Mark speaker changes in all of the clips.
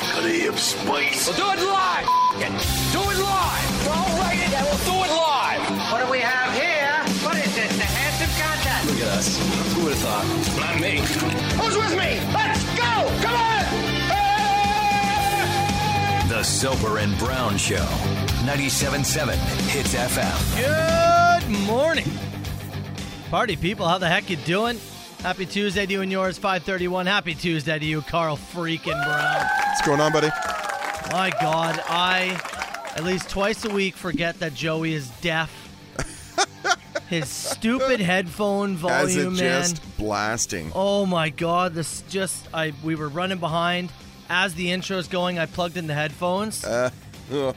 Speaker 1: Bruce, please.
Speaker 2: We'll do it live. F- it. Do it live. Don't write it, and we'll do it live.
Speaker 3: What do we have here? What is this? The handsome contest.
Speaker 1: Look at us. Who would have thought? Not me.
Speaker 2: Who's with me? Let's go. Come on.
Speaker 4: The Soper and Brown Show. 97.7 Hits FM.
Speaker 5: Good morning. Party people, how the heck you doing? Happy Tuesday to you and yours, 531. Happy Tuesday to you, Carl freaking Brown.
Speaker 6: What's going on, buddy?
Speaker 5: My God, I at least twice a week forget that Joey is deaf. His stupid headphone
Speaker 6: As it
Speaker 5: volume, man.
Speaker 6: just blasting.
Speaker 5: Oh my God, this just I we were running behind. As the intro's going, I plugged in the headphones.
Speaker 6: Uh, Ugh.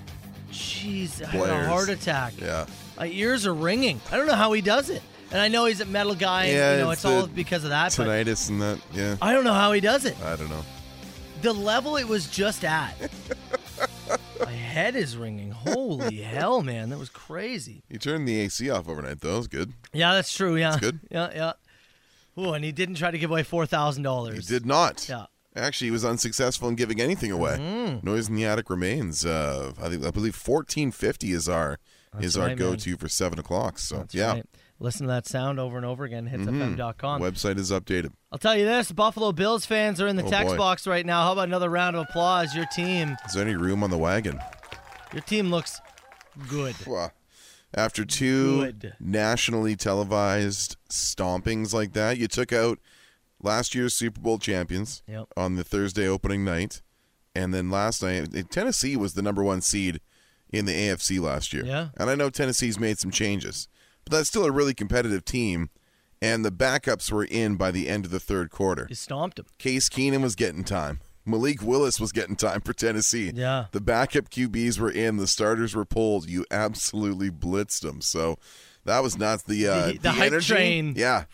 Speaker 5: Jeez, I had a
Speaker 6: Blares.
Speaker 5: heart attack.
Speaker 6: Yeah.
Speaker 5: My ears are ringing. I don't know how he does it. And I know he's a metal guy. and,
Speaker 6: Yeah,
Speaker 5: you know, it's,
Speaker 6: it's
Speaker 5: all
Speaker 6: the Uh.
Speaker 5: because of that. But
Speaker 6: Tinnitus and that. Yeah.
Speaker 5: I don't know how he does it.
Speaker 6: I don't know.
Speaker 5: The level it was just at. My head is ringing. Holy hell, man. That was crazy.
Speaker 6: You turned the AC off overnight, though. That was good.
Speaker 5: Yeah, that's true. Yeah.
Speaker 6: good.
Speaker 5: Yeah, yeah. Ooh, and he didn't try to give away $4,000.
Speaker 6: He did not.
Speaker 5: Yeah. Mm.
Speaker 6: Actually, he was unsuccessful in giving anything away. Noise in the attic remains. Uh, I think I believe fourteen fifty is our is our
Speaker 5: right, man.
Speaker 6: go to for seven o'clock. So
Speaker 5: That's
Speaker 6: yeah, Mm-hmm.
Speaker 5: right. Listen to that sound over and over again. HitsFM.com.
Speaker 6: website is updated.
Speaker 5: I'll tell you this Buffalo Bills fans are in the
Speaker 6: Oh,
Speaker 5: text
Speaker 6: boy.
Speaker 5: box right now. How about another round of applause? Your team.
Speaker 6: Is there any room on the wagon?
Speaker 5: Your team looks good.
Speaker 6: Pwah. After two
Speaker 5: Good.
Speaker 6: nationally televised stompings like that, you took out last year's Super Bowl champions
Speaker 5: Yep.
Speaker 6: on the Thursday opening night, and then last night eh, Tennessee was the number one seed in the AFC last year.
Speaker 5: Yeah.
Speaker 6: and I know Tennessee's made some changes, but that's still a really competitive team, and the backups were in by the end of the third quarter.
Speaker 5: You stomped him.
Speaker 6: Case Keenan was getting time. Malik Willis was getting time for Tennessee.
Speaker 5: Yeah.
Speaker 6: The backup QBs were in. The starters were pulled. You absolutely blitzed them. So that was not the uh,
Speaker 5: The- the hype
Speaker 6: energy-
Speaker 5: train.
Speaker 6: Yeah.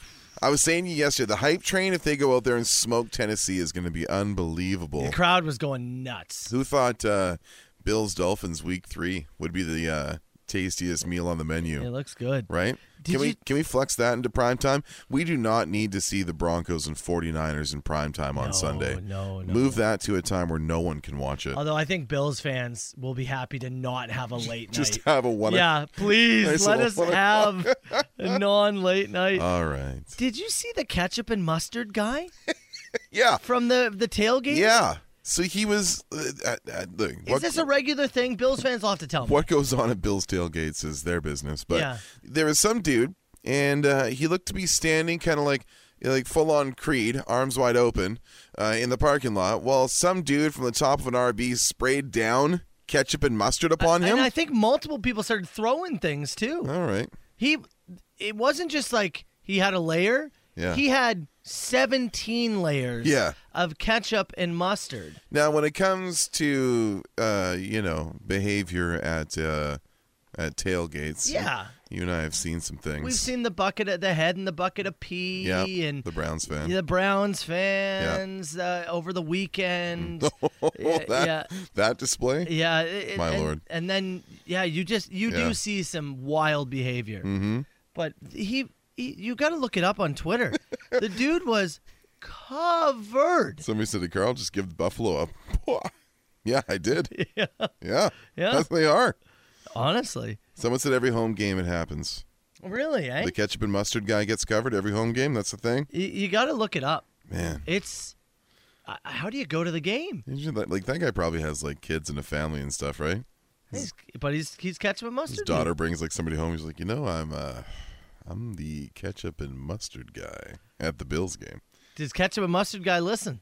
Speaker 6: I was saying to you yesterday, the hype train, if they go out there and smoke Tennessee, is going to be unbelievable.
Speaker 5: The crowd was going nuts.
Speaker 6: Who thought uh, Bills Dolphins week three would be the uh, tastiest meal on the menu?
Speaker 5: It looks good.
Speaker 6: right?
Speaker 5: Did
Speaker 6: can we
Speaker 5: you-
Speaker 6: can we flex that into prime time? We do not need to see the Broncos and 49ers in prime time on
Speaker 5: No,
Speaker 6: Sunday.
Speaker 5: no, no.
Speaker 6: Move that to a time where no one can watch it.
Speaker 5: Although I think Bills fans will be happy to not have a late
Speaker 6: Just
Speaker 5: night.
Speaker 6: have a one.
Speaker 5: yeah, please
Speaker 6: Nice
Speaker 5: let
Speaker 6: little Uh,
Speaker 5: us
Speaker 6: one
Speaker 5: have a non late night.
Speaker 6: All right.
Speaker 5: Did you see the ketchup and mustard guy
Speaker 6: Yeah.
Speaker 5: from the the tailgate?
Speaker 6: Yeah. So he was. Uh, uh, uh, look,
Speaker 5: Is
Speaker 6: what,
Speaker 5: this a regular thing? Bills fans will have to tell me.
Speaker 6: what goes on at Bill's tailgates is their business. But
Speaker 5: Yeah.
Speaker 6: there was some dude, and uh, he looked to be standing, kind of like like full on Creed, arms wide open, uh, in the parking lot, while some dude from the top of an RV sprayed down ketchup and mustard upon him.
Speaker 5: And I think multiple people started throwing things too.
Speaker 6: All right.
Speaker 5: He, it wasn't just like he had a layer.
Speaker 6: Yeah.
Speaker 5: He had 17 layers
Speaker 6: Yeah.
Speaker 5: of ketchup and mustard.
Speaker 6: Now, when it comes to uh, you know behavior at uh, at tailgates,
Speaker 5: Yeah.
Speaker 6: you and I have seen some things.
Speaker 5: We've seen the bucket at the head and the bucket of pee
Speaker 6: yeah,
Speaker 5: and
Speaker 6: the Browns fan.
Speaker 5: the Browns fans uh, over the weekend.
Speaker 6: that,
Speaker 5: yeah.
Speaker 6: that display.
Speaker 5: yeah, it-
Speaker 6: Mm. Oh, My
Speaker 5: and,
Speaker 6: lord.
Speaker 5: And then yeah, you just you
Speaker 6: Yeah.
Speaker 5: do see some wild behavior. Mm-hmm. But he, he you got to look it up on Twitter. the dude was covered.
Speaker 6: Somebody said to Carl, "Just give the Buffalo up." yeah, I did. Yeah,
Speaker 5: Yeah.
Speaker 6: yeah, That's what they are.
Speaker 5: Honestly,
Speaker 6: Someone said every home game it happens.
Speaker 5: really, eh?
Speaker 6: The ketchup and mustard guy gets covered every home game. That's the thing,
Speaker 5: you you got to look it up.
Speaker 6: man.
Speaker 5: It's uh, how do you go to the game?
Speaker 6: Imagine that- Like that guy probably has like kids and a family and stuff, right?
Speaker 5: He's, but he's he's ketchup and mustard.
Speaker 6: His daughter brings like somebody home. He's like, you know, I'm uh, I'm the ketchup and mustard guy at the Bills game.
Speaker 5: Does ketchup and mustard guy listen?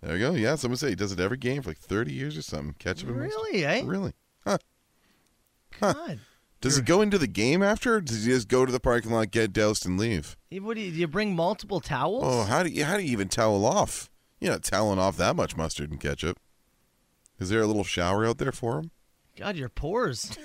Speaker 6: There you go. Yeah, someone said he does it every game for like 30 years or something. Ketchup and mustard.
Speaker 5: Really, eh?
Speaker 6: Really? Huh.
Speaker 5: God.
Speaker 6: Does he go into the game after? Or does he just go to the parking lot, get doused, and leave?
Speaker 5: You- What do you, do you bring multiple towels?
Speaker 6: Oh, how do you how do you even towel off? You're not toweling off that much mustard and ketchup. Is there a little shower out there for him?
Speaker 5: God, your pores.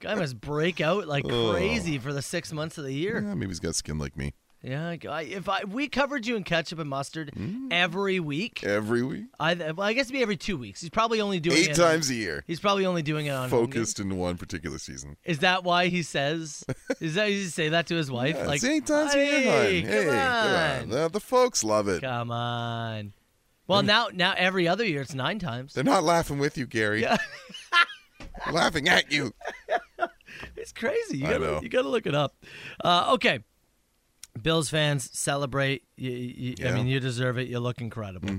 Speaker 5: Guy must break out like
Speaker 6: Oh.
Speaker 5: crazy for the six months of the year.
Speaker 6: Yeah, maybe he's got skin like me.
Speaker 5: Yeah, guy. If I we covered you in ketchup and mustard
Speaker 6: Mm.
Speaker 5: every week,
Speaker 6: Every week,
Speaker 5: I well, I guess it'd be every two weeks. He's probably only doing
Speaker 6: eight
Speaker 5: it
Speaker 6: times a year,
Speaker 5: He's probably only doing it on home games.
Speaker 6: focused in one particular season.
Speaker 5: Is that why he says? Is that he say that to his wife?
Speaker 6: Yeah,
Speaker 5: like
Speaker 6: it's eight times a year,
Speaker 5: "Hey,
Speaker 6: hon. Hey,
Speaker 5: come on,
Speaker 6: on. The, the folks love it.
Speaker 5: come on. Well,
Speaker 6: Mm.
Speaker 5: now now every other year it's nine times.
Speaker 6: They're not laughing with you, Gary. They're laughing at you.
Speaker 5: It's crazy. You
Speaker 6: I
Speaker 5: gotta,
Speaker 6: know.
Speaker 5: You got to look it up. Uh, okay. Bills fans celebrate. You, you, I
Speaker 6: Yeah. Mm-hmm.
Speaker 5: mean, you deserve it. You look incredible.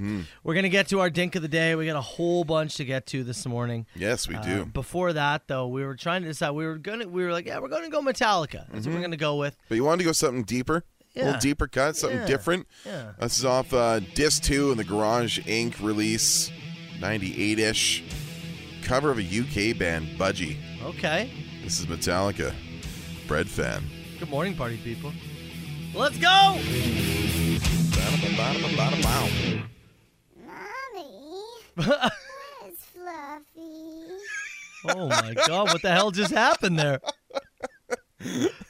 Speaker 5: We're gonna get to our dink of the day. We got a whole bunch to get to this morning.
Speaker 6: Yes, we
Speaker 5: Uh,
Speaker 6: do.
Speaker 5: Before that, though, we were trying to decide. We were gonna. We were like, yeah, we're gonna go Metallica. That's
Speaker 6: Mm-hmm.
Speaker 5: what we're gonna go with.
Speaker 6: But you wanted to go something deeper, a
Speaker 5: Yeah.
Speaker 6: little deeper cut, something
Speaker 5: Yeah.
Speaker 6: different.
Speaker 5: Yeah.
Speaker 6: This is off uh, Disc 2 and the Garage Inc. release, 98 ish. Cover of a UK band, Budgie.
Speaker 5: Okay.
Speaker 6: This is Metallica, Bread Fan.
Speaker 5: Good morning, party people. Let's go.
Speaker 7: Mommy, where's Fluffy?
Speaker 5: Oh my God! What the hell just happened there?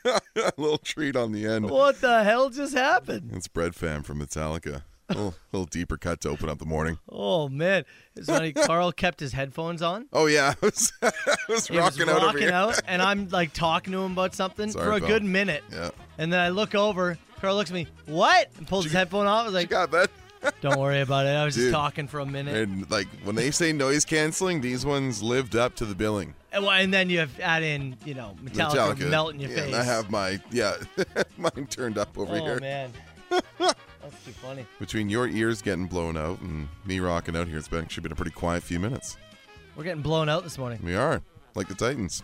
Speaker 6: a little treat on the end.
Speaker 5: What the hell just happened?
Speaker 6: It's Bread Fan from Metallica. A little, little deeper cut to open up the morning.
Speaker 5: Oh man! It's funny. Carl kept his headphones on.
Speaker 6: Oh, yeah. I was, I was
Speaker 5: He
Speaker 6: rocking
Speaker 5: was
Speaker 6: out over
Speaker 5: rocking
Speaker 6: here.
Speaker 5: out, and I'm like talking to him about something
Speaker 6: Sorry,
Speaker 5: for a
Speaker 6: pal.
Speaker 5: good minute.
Speaker 6: Yeah.
Speaker 5: And then I look over. Carl looks at me. What? And pulls his headphone off. I was
Speaker 6: You
Speaker 5: like,
Speaker 6: got that?
Speaker 5: "Don't worry about it. I was just
Speaker 6: Dude.
Speaker 5: talking for a minute."
Speaker 6: And like when they say noise canceling, these ones lived up to the billing.
Speaker 5: And, well, and then you have add in, you know, Metallica, melt in your
Speaker 6: Yeah,
Speaker 5: face.
Speaker 6: and I have my yeah, mine turned up over
Speaker 5: oh
Speaker 6: here
Speaker 5: man, that's too funny.
Speaker 6: between your ears getting blown out and me rocking out here. It's been actually been a pretty quiet few minutes.
Speaker 5: We're getting blown out this morning.
Speaker 6: We are like the Titans.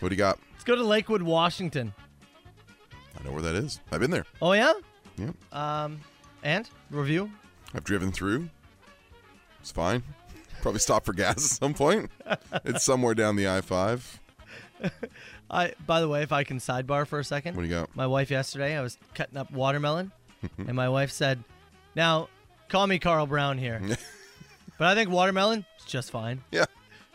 Speaker 6: what do you got?
Speaker 5: Let's go to Lakewood, Washington.
Speaker 6: I know where that is. I've been there.
Speaker 5: Oh yeah.
Speaker 6: Yeah,
Speaker 5: Um, and review.
Speaker 6: I've driven through. It's fine. Probably stop for gas at some point. It's somewhere down the I five.
Speaker 5: I by the way, if I can sidebar for a second.
Speaker 6: What do you got?
Speaker 5: My wife yesterday, I was cutting up watermelon, and my wife said, "Now, call me Carl Brown here." but I think watermelon is just fine.
Speaker 6: Yeah,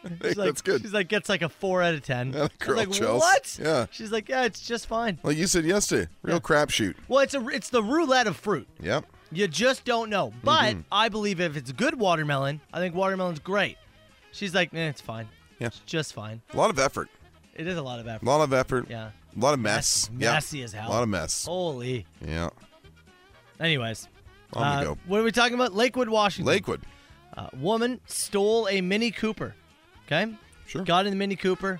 Speaker 6: Hey,
Speaker 5: She's like,
Speaker 6: that's good.
Speaker 5: She's like gets like a four out of ten.
Speaker 6: Yeah,
Speaker 5: I was
Speaker 6: girl,
Speaker 5: like,
Speaker 6: Chels.
Speaker 5: what?
Speaker 6: Yeah.
Speaker 5: She's like, yeah, it's just fine.
Speaker 6: Like you said yesterday, real crapshoot.
Speaker 5: Well, it's a it's the roulette of fruit.
Speaker 6: Yep.
Speaker 5: You just don't know. But
Speaker 6: Mm-hmm.
Speaker 5: I believe if it's good watermelon, I think watermelon's great. She's like, eh, it's fine.
Speaker 6: Yeah.
Speaker 5: It's just fine.
Speaker 6: A lot of effort.
Speaker 5: It is a lot of
Speaker 6: A
Speaker 5: effort.
Speaker 6: lot of effort.
Speaker 5: Yeah.
Speaker 6: A lot of mess.
Speaker 5: Mess-
Speaker 6: Yeah.
Speaker 5: messy as hell. Oh.
Speaker 6: A lot of mess.
Speaker 5: Holy.
Speaker 6: Yeah.
Speaker 5: Anyways.
Speaker 6: On
Speaker 5: uh,
Speaker 6: we go.
Speaker 5: What are we talking about? Lakewood, Washington.
Speaker 6: Lakewood.
Speaker 5: Uh, woman stole a Mini Cooper. Okay?
Speaker 6: Sure. Mm-hmm.
Speaker 5: Got in the Mini Cooper,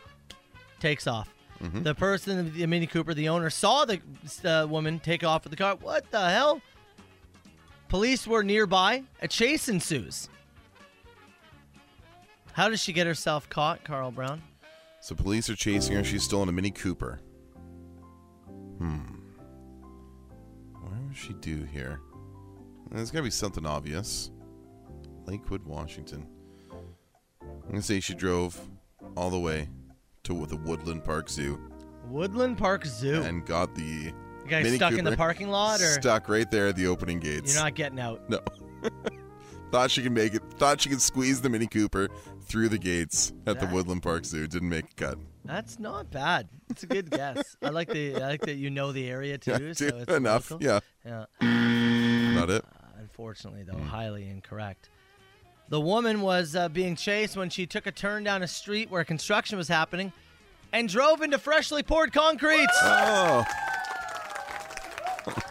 Speaker 5: takes off. The person in the Mini Cooper, the owner, saw the uh, woman take off with the car. What the hell? Police were nearby. A chase ensues. How does she get herself caught, Carl Brown?
Speaker 6: So police are chasing her. She's still in a Mini Cooper. Hmm. What would she do here? There's got to be something obvious. Lakewood, Washington. I'm going to say she drove all the way to the Woodland Park Zoo
Speaker 5: Woodland Park Zoo.
Speaker 6: and got the.
Speaker 5: the guy
Speaker 6: Mini
Speaker 5: stuck in the
Speaker 6: Cooper
Speaker 5: parking lot, or
Speaker 6: Stuck right there at the opening gates.
Speaker 5: you're not getting out.
Speaker 6: No. thought she could make it. Thought she could squeeze the Mini Cooper through the gates at the
Speaker 5: That-
Speaker 6: Woodland Park Zoo. Didn't make a cut.
Speaker 5: That's not bad. It's a good guess. I like the I like that you know the area too.
Speaker 6: Yeah,
Speaker 5: so
Speaker 6: dude,
Speaker 5: it's
Speaker 6: enough.
Speaker 5: local.
Speaker 6: Yeah,
Speaker 5: Yeah.
Speaker 6: not it.
Speaker 5: Unfortunately,
Speaker 6: Hmm.
Speaker 5: though, highly incorrect. The woman was uh, being chased when she took a turn down a street where construction was happening and drove into freshly poured concrete.
Speaker 6: Oh.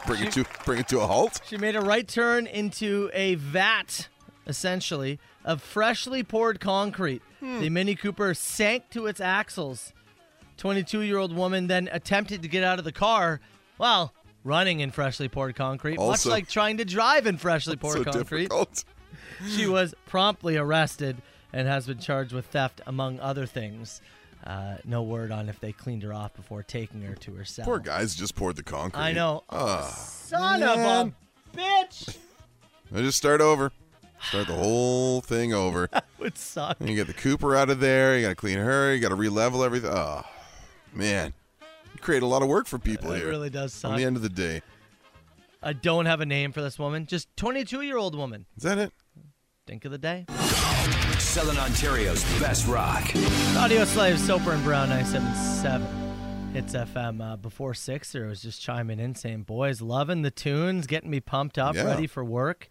Speaker 6: Bring it to bring it to a halt.
Speaker 5: She made a right turn into a vat, essentially, of freshly poured concrete.
Speaker 6: Hmm.
Speaker 5: The Mini Cooper sank to its axles. 22 year old woman then attempted to get out of the car while running in freshly poured concrete,
Speaker 6: Also-
Speaker 5: much like trying to drive in freshly poured
Speaker 6: so
Speaker 5: concrete.
Speaker 6: difficult.
Speaker 5: She was promptly arrested and has been charged with theft, among other things. Uh, no word on if they cleaned her off before taking her to her cell.
Speaker 6: Poor guys just poured the concrete.
Speaker 5: I know.
Speaker 6: Ah.
Speaker 5: Son of
Speaker 6: man.
Speaker 5: a bitch!
Speaker 6: I just start over. Start the whole thing over.
Speaker 5: Would suck.
Speaker 6: And you get the Cooper out of there. You got to clean her. You got to relevel everything. Oh, man, you create a lot of work for people
Speaker 5: It
Speaker 6: here.
Speaker 5: really does
Speaker 6: On
Speaker 5: suck.
Speaker 6: the end of the day,
Speaker 5: I don't have a name for this woman. Just 22 year old woman.
Speaker 6: is that it?
Speaker 5: Think of the day.
Speaker 4: Southern Ontario's best rock.
Speaker 5: Audio Slave, Soper and Brown 977. Hits FM uh, before six. Or it was just chiming in saying, boys, loving the tunes, getting me pumped up,
Speaker 6: Yeah.
Speaker 5: ready for work.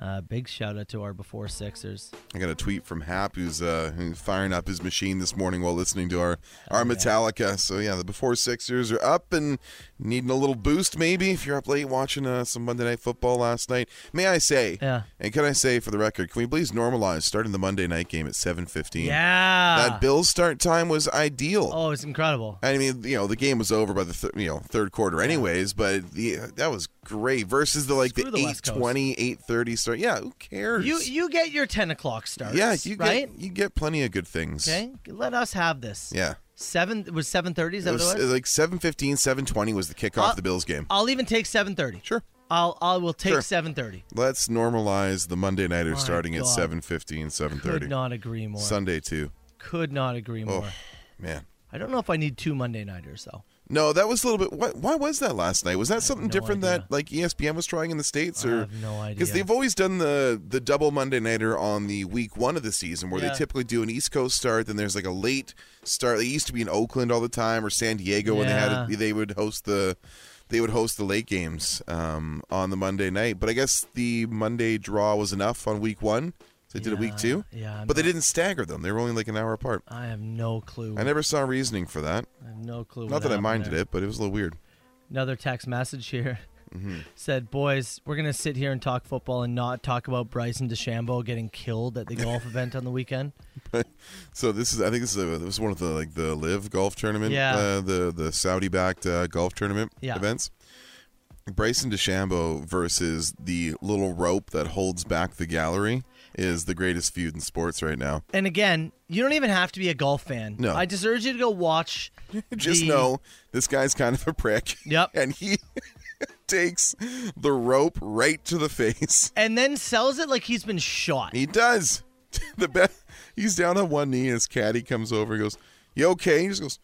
Speaker 5: Uh, big shout out to our before sixers.
Speaker 6: I got a tweet from Hap who's uh, who's firing up his machine this morning while listening to our,
Speaker 5: Oh,
Speaker 6: our Metallica. So, yeah, the before Sixers are up and needing a little boost, maybe, if you're up late watching uh, some Monday Night Football last night. May I say,
Speaker 5: Yeah.
Speaker 6: and can I say for the record, can we please normalize starting the Monday night game at 7.15?
Speaker 5: Yeah.
Speaker 6: That Bills start time was ideal.
Speaker 5: oh, it's incredible.
Speaker 6: I mean, you know, the game was over by the th- you know third quarter, anyways. But the, that was great versus the like
Speaker 5: Screw
Speaker 6: the
Speaker 5: the
Speaker 6: eight
Speaker 5: West Coast.
Speaker 6: twenty, eight thirty start. Yeah, who cares?
Speaker 5: You you get your ten o'clock starts.
Speaker 6: yeah, you
Speaker 5: right.
Speaker 6: get you get plenty of good things.
Speaker 5: Okay, let us have this.
Speaker 6: Yeah,
Speaker 5: Seven it was seven thirty. Is
Speaker 6: it
Speaker 5: that
Speaker 6: was,
Speaker 5: what it
Speaker 6: it was
Speaker 5: was?
Speaker 6: like 7.15, 7.20 was the kickoff
Speaker 5: Uh,
Speaker 6: the Bills game.
Speaker 5: I'll even take seven thirty.
Speaker 6: Sure.
Speaker 5: I'll I will take
Speaker 6: Sure.
Speaker 5: seven thirty.
Speaker 6: Let's normalize the Monday nighter
Speaker 5: My
Speaker 6: starting at
Speaker 5: God.
Speaker 6: 7.15,
Speaker 5: Could
Speaker 6: 7.30.
Speaker 5: not agree more.
Speaker 6: Sunday too. Oh,
Speaker 5: Could not agree more.
Speaker 6: Man.
Speaker 5: I don't know if I need two Monday nighters though.
Speaker 6: No, that was a little bit. Why, why was that last night? Was that something
Speaker 5: no
Speaker 6: different
Speaker 5: idea.
Speaker 6: that like E ESPN was trying in the states, or
Speaker 5: have no idea.
Speaker 6: Because they've always done the the double Monday nighter on the week one of the season, where they
Speaker 5: Yeah.
Speaker 6: typically do an East Coast start, then there's like a late start. They used to be in Oakland all the time or San Diego when they had
Speaker 5: Yeah.
Speaker 6: it, they would host the they would host the late games um, on the Monday night. But I guess the Monday draw was enough on week one. So they did a week
Speaker 5: Yeah,
Speaker 6: two.
Speaker 5: yeah, I'm
Speaker 6: but they
Speaker 5: not-
Speaker 6: didn't stagger them. They were only like an hour apart.
Speaker 5: I have no clue.
Speaker 6: I never saw reasoning for that.
Speaker 5: I have no clue.
Speaker 6: Not
Speaker 5: what
Speaker 6: that I
Speaker 5: happened
Speaker 6: minded
Speaker 5: there.
Speaker 6: it, but it was a little weird.
Speaker 5: Another text message here
Speaker 6: Mm-hmm.
Speaker 5: said, "Boys, we're gonna sit here and talk football and not talk about Bryson DeChambeau getting killed at the golf event on the weekend."
Speaker 6: So this is, I think this is, a, this is one of the like the live golf tournament,
Speaker 5: Yeah.
Speaker 6: uh, the the Saudi backed uh, golf tournament
Speaker 5: Yeah.
Speaker 6: events. Bryson DeChambeau versus the little rope that holds back the gallery is the greatest feud in sports right now.
Speaker 5: And again, you don't even have to be a golf fan.
Speaker 6: No.
Speaker 5: I just urge you to go watch.
Speaker 6: Just
Speaker 5: the-
Speaker 6: know this guy's kind of a prick.
Speaker 5: Yep.
Speaker 6: and he takes the rope right to the face.
Speaker 5: And then sells it like he's been shot.
Speaker 6: He does. the best. He's down on one knee, and his caddy comes over and goes, "You okay?" He just goes,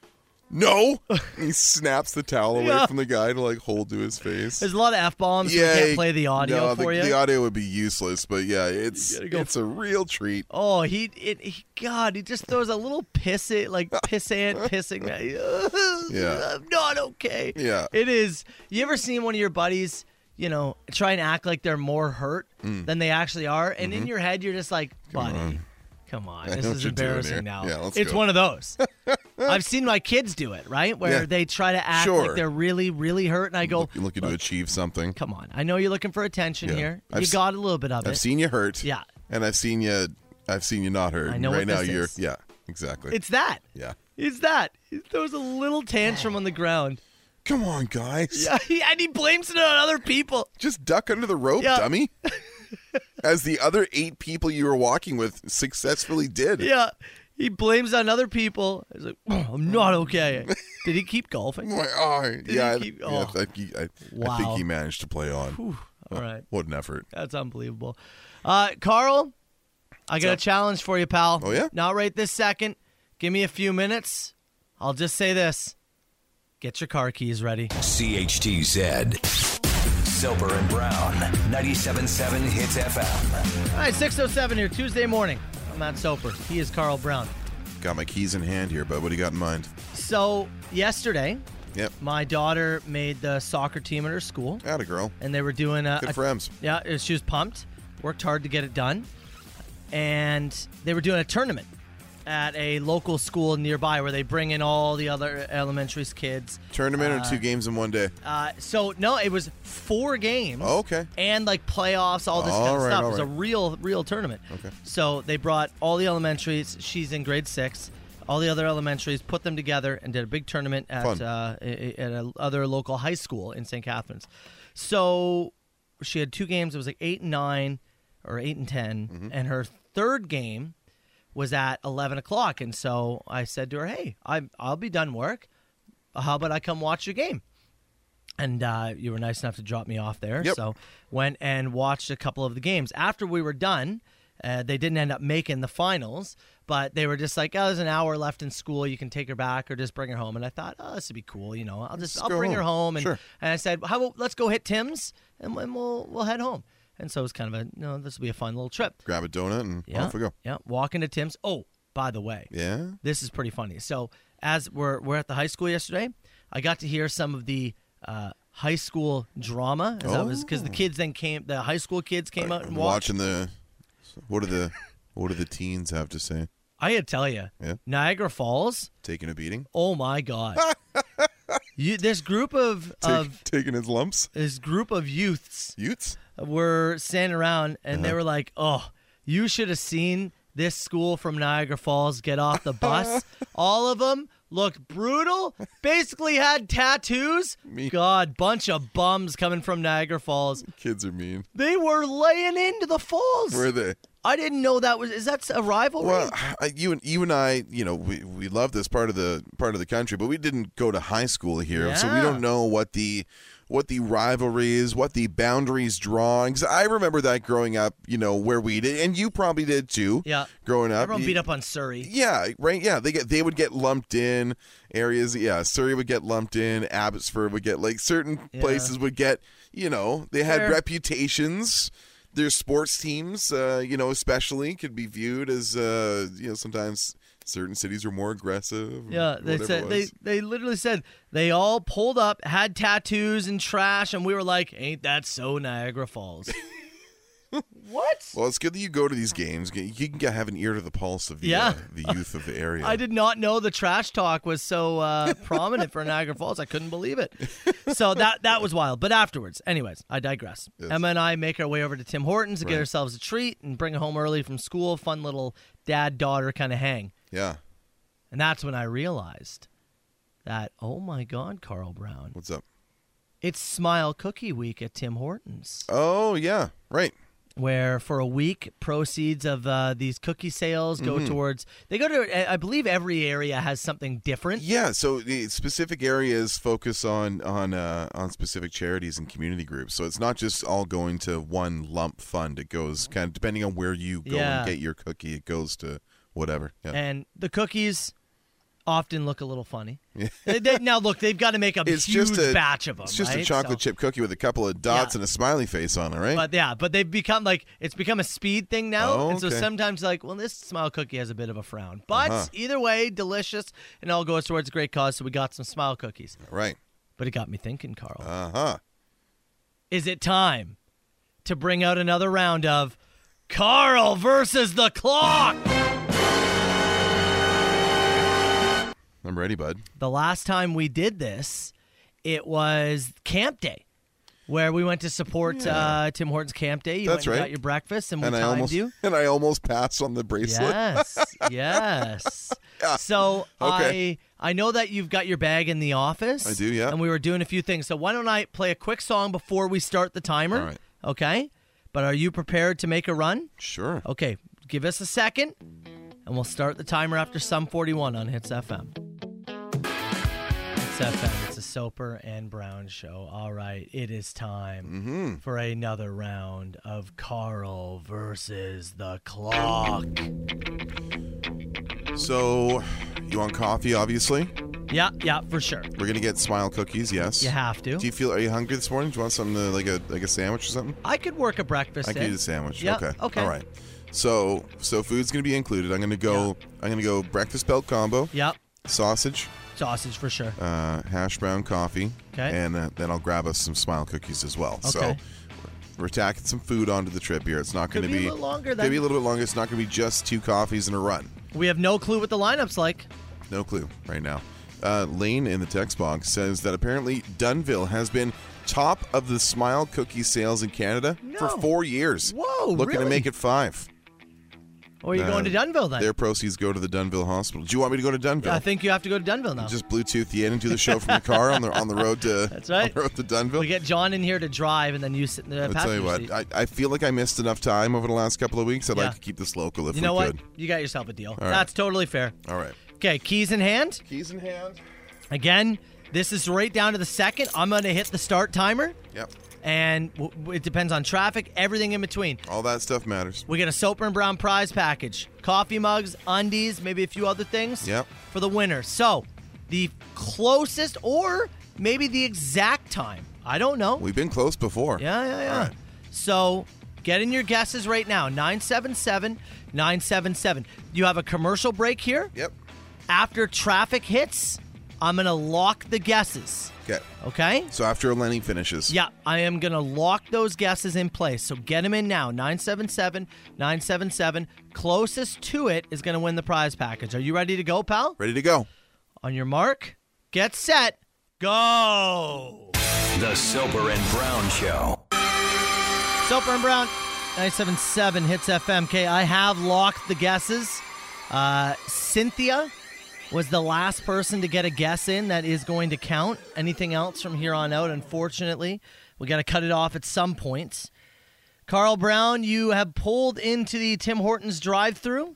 Speaker 6: "No." And he snaps the towel away
Speaker 5: Yeah.
Speaker 6: from the guy to like hold to his face.
Speaker 5: There's a lot of f bombs. Yeah, we can't play the audio
Speaker 6: no,
Speaker 5: for
Speaker 6: the,
Speaker 5: you.
Speaker 6: The audio would be useless, but yeah, it's
Speaker 5: gotta go
Speaker 6: it's a real treat.
Speaker 5: oh, he, it, he, God, he just throws a little piss it like pissant pissing. at you.
Speaker 6: Yeah.
Speaker 5: I'm not okay.
Speaker 6: Yeah.
Speaker 5: it is. You ever seen one of your buddies? You know, try and act like they're more hurt
Speaker 6: Mm.
Speaker 5: than they actually are, and
Speaker 6: Mm-hmm.
Speaker 5: in your head you're just like, buddy. Come on, this
Speaker 6: know what
Speaker 5: is
Speaker 6: you're doing here.
Speaker 5: embarrassing now.
Speaker 6: Yeah, let's
Speaker 5: it's
Speaker 6: go.
Speaker 5: one of those. I've seen my kids do it, right? Where
Speaker 6: Yeah.
Speaker 5: they try to act
Speaker 6: Sure.
Speaker 5: like they're really, really hurt, and I go,
Speaker 6: You're looking to achieve something.
Speaker 5: "Come on, I know you're looking for attention
Speaker 6: Yeah.
Speaker 5: here.
Speaker 6: I've
Speaker 5: you
Speaker 6: s-
Speaker 5: got a little bit of it.
Speaker 6: I've seen you hurt.
Speaker 5: Yeah.
Speaker 6: and I've seen you. I've seen you not hurt.
Speaker 5: I know
Speaker 6: and right
Speaker 5: what
Speaker 6: now.
Speaker 5: this
Speaker 6: you're
Speaker 5: is.
Speaker 6: yeah, exactly.
Speaker 5: It's that.
Speaker 6: yeah.
Speaker 5: It's that. He throws a little tantrum on the ground.
Speaker 6: Come on, guys.
Speaker 5: Yeah, he- and he blames it on other people.
Speaker 6: Just duck under the rope,
Speaker 5: Yeah.
Speaker 6: dummy. As the other eight people you were walking with successfully did.
Speaker 5: Yeah, he blames on other people. He's like, "Oh, I'm not okay. Did he keep golfing?
Speaker 6: My eye. yeah, I-
Speaker 5: keep-
Speaker 6: yeah,
Speaker 5: oh.
Speaker 6: I, think he- I- I think
Speaker 5: Wow.
Speaker 6: he managed to play on.
Speaker 5: All right,
Speaker 6: What an effort.
Speaker 5: that's unbelievable. Uh, Carl, I got a challenge for you, pal.
Speaker 6: Oh, yeah?
Speaker 5: Not right this second. Give me a few minutes. I'll just say this: get your car keys ready.
Speaker 4: CHTZ. Soper and Brown. 97.7 Hits FM.
Speaker 5: All right, 6:07 here, Tuesday morning. I'm Matt Soper. He is Carl Brown.
Speaker 6: Got my keys in hand here, but what do you got in mind?
Speaker 5: So yesterday,
Speaker 6: Yep.
Speaker 5: my daughter made the soccer team at her school.
Speaker 6: Atta girl.
Speaker 5: and they were doing a,
Speaker 6: Good
Speaker 5: a-
Speaker 6: for Ems.
Speaker 5: yeah uh, she was pumped worked hard to get it done and they were doing a tournament at a local school nearby where they bring in all the other elementary kids
Speaker 6: Tournament or two games in one day?
Speaker 5: uh, so no it was four games
Speaker 6: Oh, okay.
Speaker 5: and like playoffs all this
Speaker 6: All
Speaker 5: kind of
Speaker 6: right,
Speaker 5: stuff
Speaker 6: all
Speaker 5: it was a
Speaker 6: right.
Speaker 5: real real tournament
Speaker 6: Okay.
Speaker 5: so they brought all the elementaries she's in grade six all the other elementaries put them together and did a big tournament at
Speaker 6: Fun.
Speaker 5: uh, a- a- at a other local high school in St. Catharines. So she had two games. It was like eight and nine, or eight and 10
Speaker 6: Mm-hmm.
Speaker 5: and her third game was at eleven o'clock. And so I said to her, "Hey, I I'll be done work. How about I come watch your game?" And uh, you were nice enough to drop me off there.
Speaker 6: Yep.
Speaker 5: So went and watched a couple of the games. After we were done, uh, they didn't end up making the finals, but they were just like, "Oh, there's an hour left in school. You can take her back or just bring her home." And I thought, "Oh, this would be cool. You know, I'll just, I'll
Speaker 6: go
Speaker 5: bring her home."
Speaker 6: home.
Speaker 5: And,
Speaker 6: Sure.
Speaker 5: and I said, "How about let's go hit Tim's and, and we'll we'll head home." And so it was kind of a, you know, this will be a fun little trip.
Speaker 6: Grab a donut and
Speaker 5: Yeah.
Speaker 6: off we go.
Speaker 5: Yeah. Walk into Tim's. Oh, by the way,
Speaker 6: Yeah.
Speaker 5: this is pretty funny. So as we're we're at the high school yesterday, I got to hear some of the uh, high school drama. As I was because
Speaker 6: Oh.
Speaker 5: the kids then came, the high school kids came out and watched.
Speaker 6: watching the what do the what do the teens have to say?
Speaker 5: I gotta tell you,
Speaker 6: Yeah.
Speaker 5: Niagara Falls.
Speaker 6: Taking a beating,
Speaker 5: Oh my god. you, this group of
Speaker 6: Take-
Speaker 5: of
Speaker 6: taking his lumps,
Speaker 5: this group of youths
Speaker 6: youths.
Speaker 5: were standing around and
Speaker 6: Uh-huh.
Speaker 5: they were like, "Oh, you should have seen this school from Niagara Falls get off the bus. All of them looked brutal. Basically had tattoos.
Speaker 6: Me-
Speaker 5: God, bunch of bums coming from Niagara Falls.
Speaker 6: Kids are mean.
Speaker 5: They were laying into the falls.
Speaker 6: Where are they?
Speaker 5: I didn't know that was. Is that a rivalry?
Speaker 6: Well, I, you and you and I, you know, we, we love this part of the part of the country, but we didn't go to high school here, so we
Speaker 5: Yeah.
Speaker 6: don't know what the what the rivalries, what the boundaries drawn. 'Cause I remember that growing up, you know, where we did, and you probably did too.
Speaker 5: Yeah.
Speaker 6: growing up,
Speaker 5: Everyone
Speaker 6: You-
Speaker 5: beat up on Surrey.
Speaker 6: Yeah, right. Yeah, they get they would get lumped in areas. Yeah, Surrey would get lumped in. Abbotsford would get like certain
Speaker 5: Yeah.
Speaker 6: places would get. You know, they had
Speaker 5: Fair.
Speaker 6: reputations. Their sports teams, uh, you know, especially could be viewed as uh, you know sometimes certain cities are more aggressive.
Speaker 5: Yeah, they
Speaker 6: whatever it
Speaker 5: said they,
Speaker 6: was.
Speaker 5: they literally said they all pulled up, had tattoos and trash, and we were like, "Ain't that so Niagara Falls?" what?
Speaker 6: Well, it's good that you go to these games. You can get- have an ear to the pulse of the
Speaker 5: Yeah.
Speaker 6: uh, the youth of the area.
Speaker 5: I did not know the trash talk was so uh, prominent for Niagara Falls. I couldn't believe it. So that that was wild. But afterwards, anyways, I digress. Emma and I make our way over to Tim Hortons to get ourselves a treat and bring it home early from school. Fun little dad daughter kind of hang.
Speaker 6: Yeah,
Speaker 5: And that's when I realized that oh my God, Carl Brown,
Speaker 6: what's up?
Speaker 5: it's Smile Cookie Week at Tim Hortons.
Speaker 6: Oh yeah, right.
Speaker 5: where for a week proceeds of uh, these cookie sales go towards they go to i believe every area has something different
Speaker 6: Yeah, so the specific areas focus on on uh, on specific charities and community groups. So it's not just all going to one lump fund. It goes kind of depending on where you go
Speaker 5: Yeah.
Speaker 6: and get your cookie. It goes to whatever. Yeah.
Speaker 5: and the cookies often look a little funny They- they- now look they've got to make a
Speaker 6: it's
Speaker 5: huge
Speaker 6: just a
Speaker 5: batch of them
Speaker 6: It's just a
Speaker 5: right?
Speaker 6: chocolate
Speaker 5: So-
Speaker 6: chip cookie with a couple of dots
Speaker 5: Yeah.
Speaker 6: and a smiley face on it, right?
Speaker 5: but yeah but they've become like it's become a speed thing now
Speaker 6: Oh,
Speaker 5: and so
Speaker 6: okay.
Speaker 5: sometimes like well this smile cookie has a bit of a frown but
Speaker 6: Uh-huh.
Speaker 5: either way delicious and all goes towards a great cause so we got some smile cookies
Speaker 6: right.
Speaker 5: but it got me thinking carl
Speaker 6: Uh huh.
Speaker 5: is it time to bring out another round of Carl versus the clock?
Speaker 6: I'm ready, bud.
Speaker 5: The last time we did this, it was camp day. Where we went to support uh, Tim Hortons Camp Day, you
Speaker 6: Hmm. That's
Speaker 5: went and
Speaker 6: right.
Speaker 5: got your breakfast, and we
Speaker 6: And I
Speaker 5: timed
Speaker 6: almost
Speaker 5: you.
Speaker 6: and I almost passed on the bracelet.
Speaker 5: Yes, yes. So
Speaker 6: Okay.
Speaker 5: I I know that you've got your bag in the office.
Speaker 6: I do, yeah.
Speaker 5: And we were doing a few things. So why don't I play a quick song before we start the timer?
Speaker 6: All right.
Speaker 5: Okay. But are you prepared to make a run?
Speaker 6: Sure.
Speaker 5: Okay, give us a second, and we'll start the timer after Sum 41 on Hits FM. Hits FM, it's a Soper and Brown show. All right, it is time
Speaker 6: Mm-hmm.
Speaker 5: for another round of Carl versus the clock. Oh.
Speaker 6: So you want coffee? Obviously,
Speaker 5: Yeah, yeah, for sure.
Speaker 6: we're gonna get smile cookies. Yes.
Speaker 5: You have to.
Speaker 6: Do you feel? Are you hungry this morning? Do you want something to, like a like a sandwich or something?
Speaker 5: I could work a breakfast.
Speaker 6: I can
Speaker 5: in.
Speaker 6: eat a sandwich.
Speaker 5: Yeah,
Speaker 6: Okay.
Speaker 5: okay.
Speaker 6: All right. So so food's gonna be included. I'm gonna go. I'm gonna go breakfast belt combo,
Speaker 5: Yep,
Speaker 6: sausage,
Speaker 5: sausage for sure.
Speaker 6: uh, hash brown coffee,
Speaker 5: 'Kay.
Speaker 6: and uh, then I'll grab us some smile cookies as well. So
Speaker 5: Okay.
Speaker 6: we're tacking some food onto the trip here. It's not
Speaker 5: Could
Speaker 6: gonna
Speaker 5: be a little longer
Speaker 6: Could
Speaker 5: then.
Speaker 6: be a little bit longer. It's not gonna be just two coffees and a run.
Speaker 5: We have no clue what the lineup's like.
Speaker 6: No clue right now. Uh, Lane in the text box says that apparently Dunville has been top of the smile cookie sales in Canada for
Speaker 5: No.
Speaker 6: four years.
Speaker 5: Whoa,
Speaker 6: Looking to
Speaker 5: really?
Speaker 6: make it five.
Speaker 5: Or are you
Speaker 6: Uh,
Speaker 5: going to Dunville then?
Speaker 6: Their proceeds go to the Dunville Hospital. Do you want me to go to Dunville?
Speaker 5: I think you have to go to Dunville now.
Speaker 6: just Bluetooth you in and do the show from the car on the on the road to
Speaker 5: That's right.
Speaker 6: on the road to Dunville.
Speaker 5: we get John in here to drive, and then you sit in the
Speaker 6: I'll
Speaker 5: passenger
Speaker 6: tell you what,
Speaker 5: seat.
Speaker 6: I, I feel like I missed enough time over the last couple of weeks. I'd
Speaker 5: Yeah.
Speaker 6: like to keep this local if
Speaker 5: You
Speaker 6: we
Speaker 5: know what?
Speaker 6: could.
Speaker 5: You got yourself a deal.
Speaker 6: right.
Speaker 5: That's totally fair.
Speaker 6: All right.
Speaker 5: Okay, keys in hand.
Speaker 6: Keys in hand.
Speaker 5: Again, this is right down to the second. I'm going to hit the start timer,
Speaker 6: Yep.
Speaker 5: and w- w- it depends on traffic, everything in between.
Speaker 6: All that stuff matters.
Speaker 5: We get a Soper and Brown prize package, coffee mugs, undies, maybe a few other things
Speaker 6: Yep.
Speaker 5: for the winner. So, the closest or maybe the exact time. I don't know.
Speaker 6: We've been close before.
Speaker 5: Yeah, yeah, yeah.
Speaker 6: right.
Speaker 5: So get in your guesses right now 977 977. You have a commercial break here.
Speaker 6: Yep.
Speaker 5: After traffic hits, I'm gonna lock the guesses.
Speaker 6: Okay.
Speaker 5: Okay.
Speaker 6: So after Lenny finishes.
Speaker 5: Yeah, I am going to lock those guesses in place. So get them in now. 977 977. Closest to it is going to win the prize package. Are you ready to go, pal?
Speaker 6: Ready to go.
Speaker 5: On your mark, get set, go.
Speaker 4: The Soper and Brown Show.
Speaker 5: Soper and Brown, 977 hits FMK. I have locked the guesses. Uh, Cynthia was the last person to get a guess in that is going to count. Anything else from here on out, unfortunately, we got to cut it off at some points. Carl Brown, you have pulled into the Tim Hortons drive-through.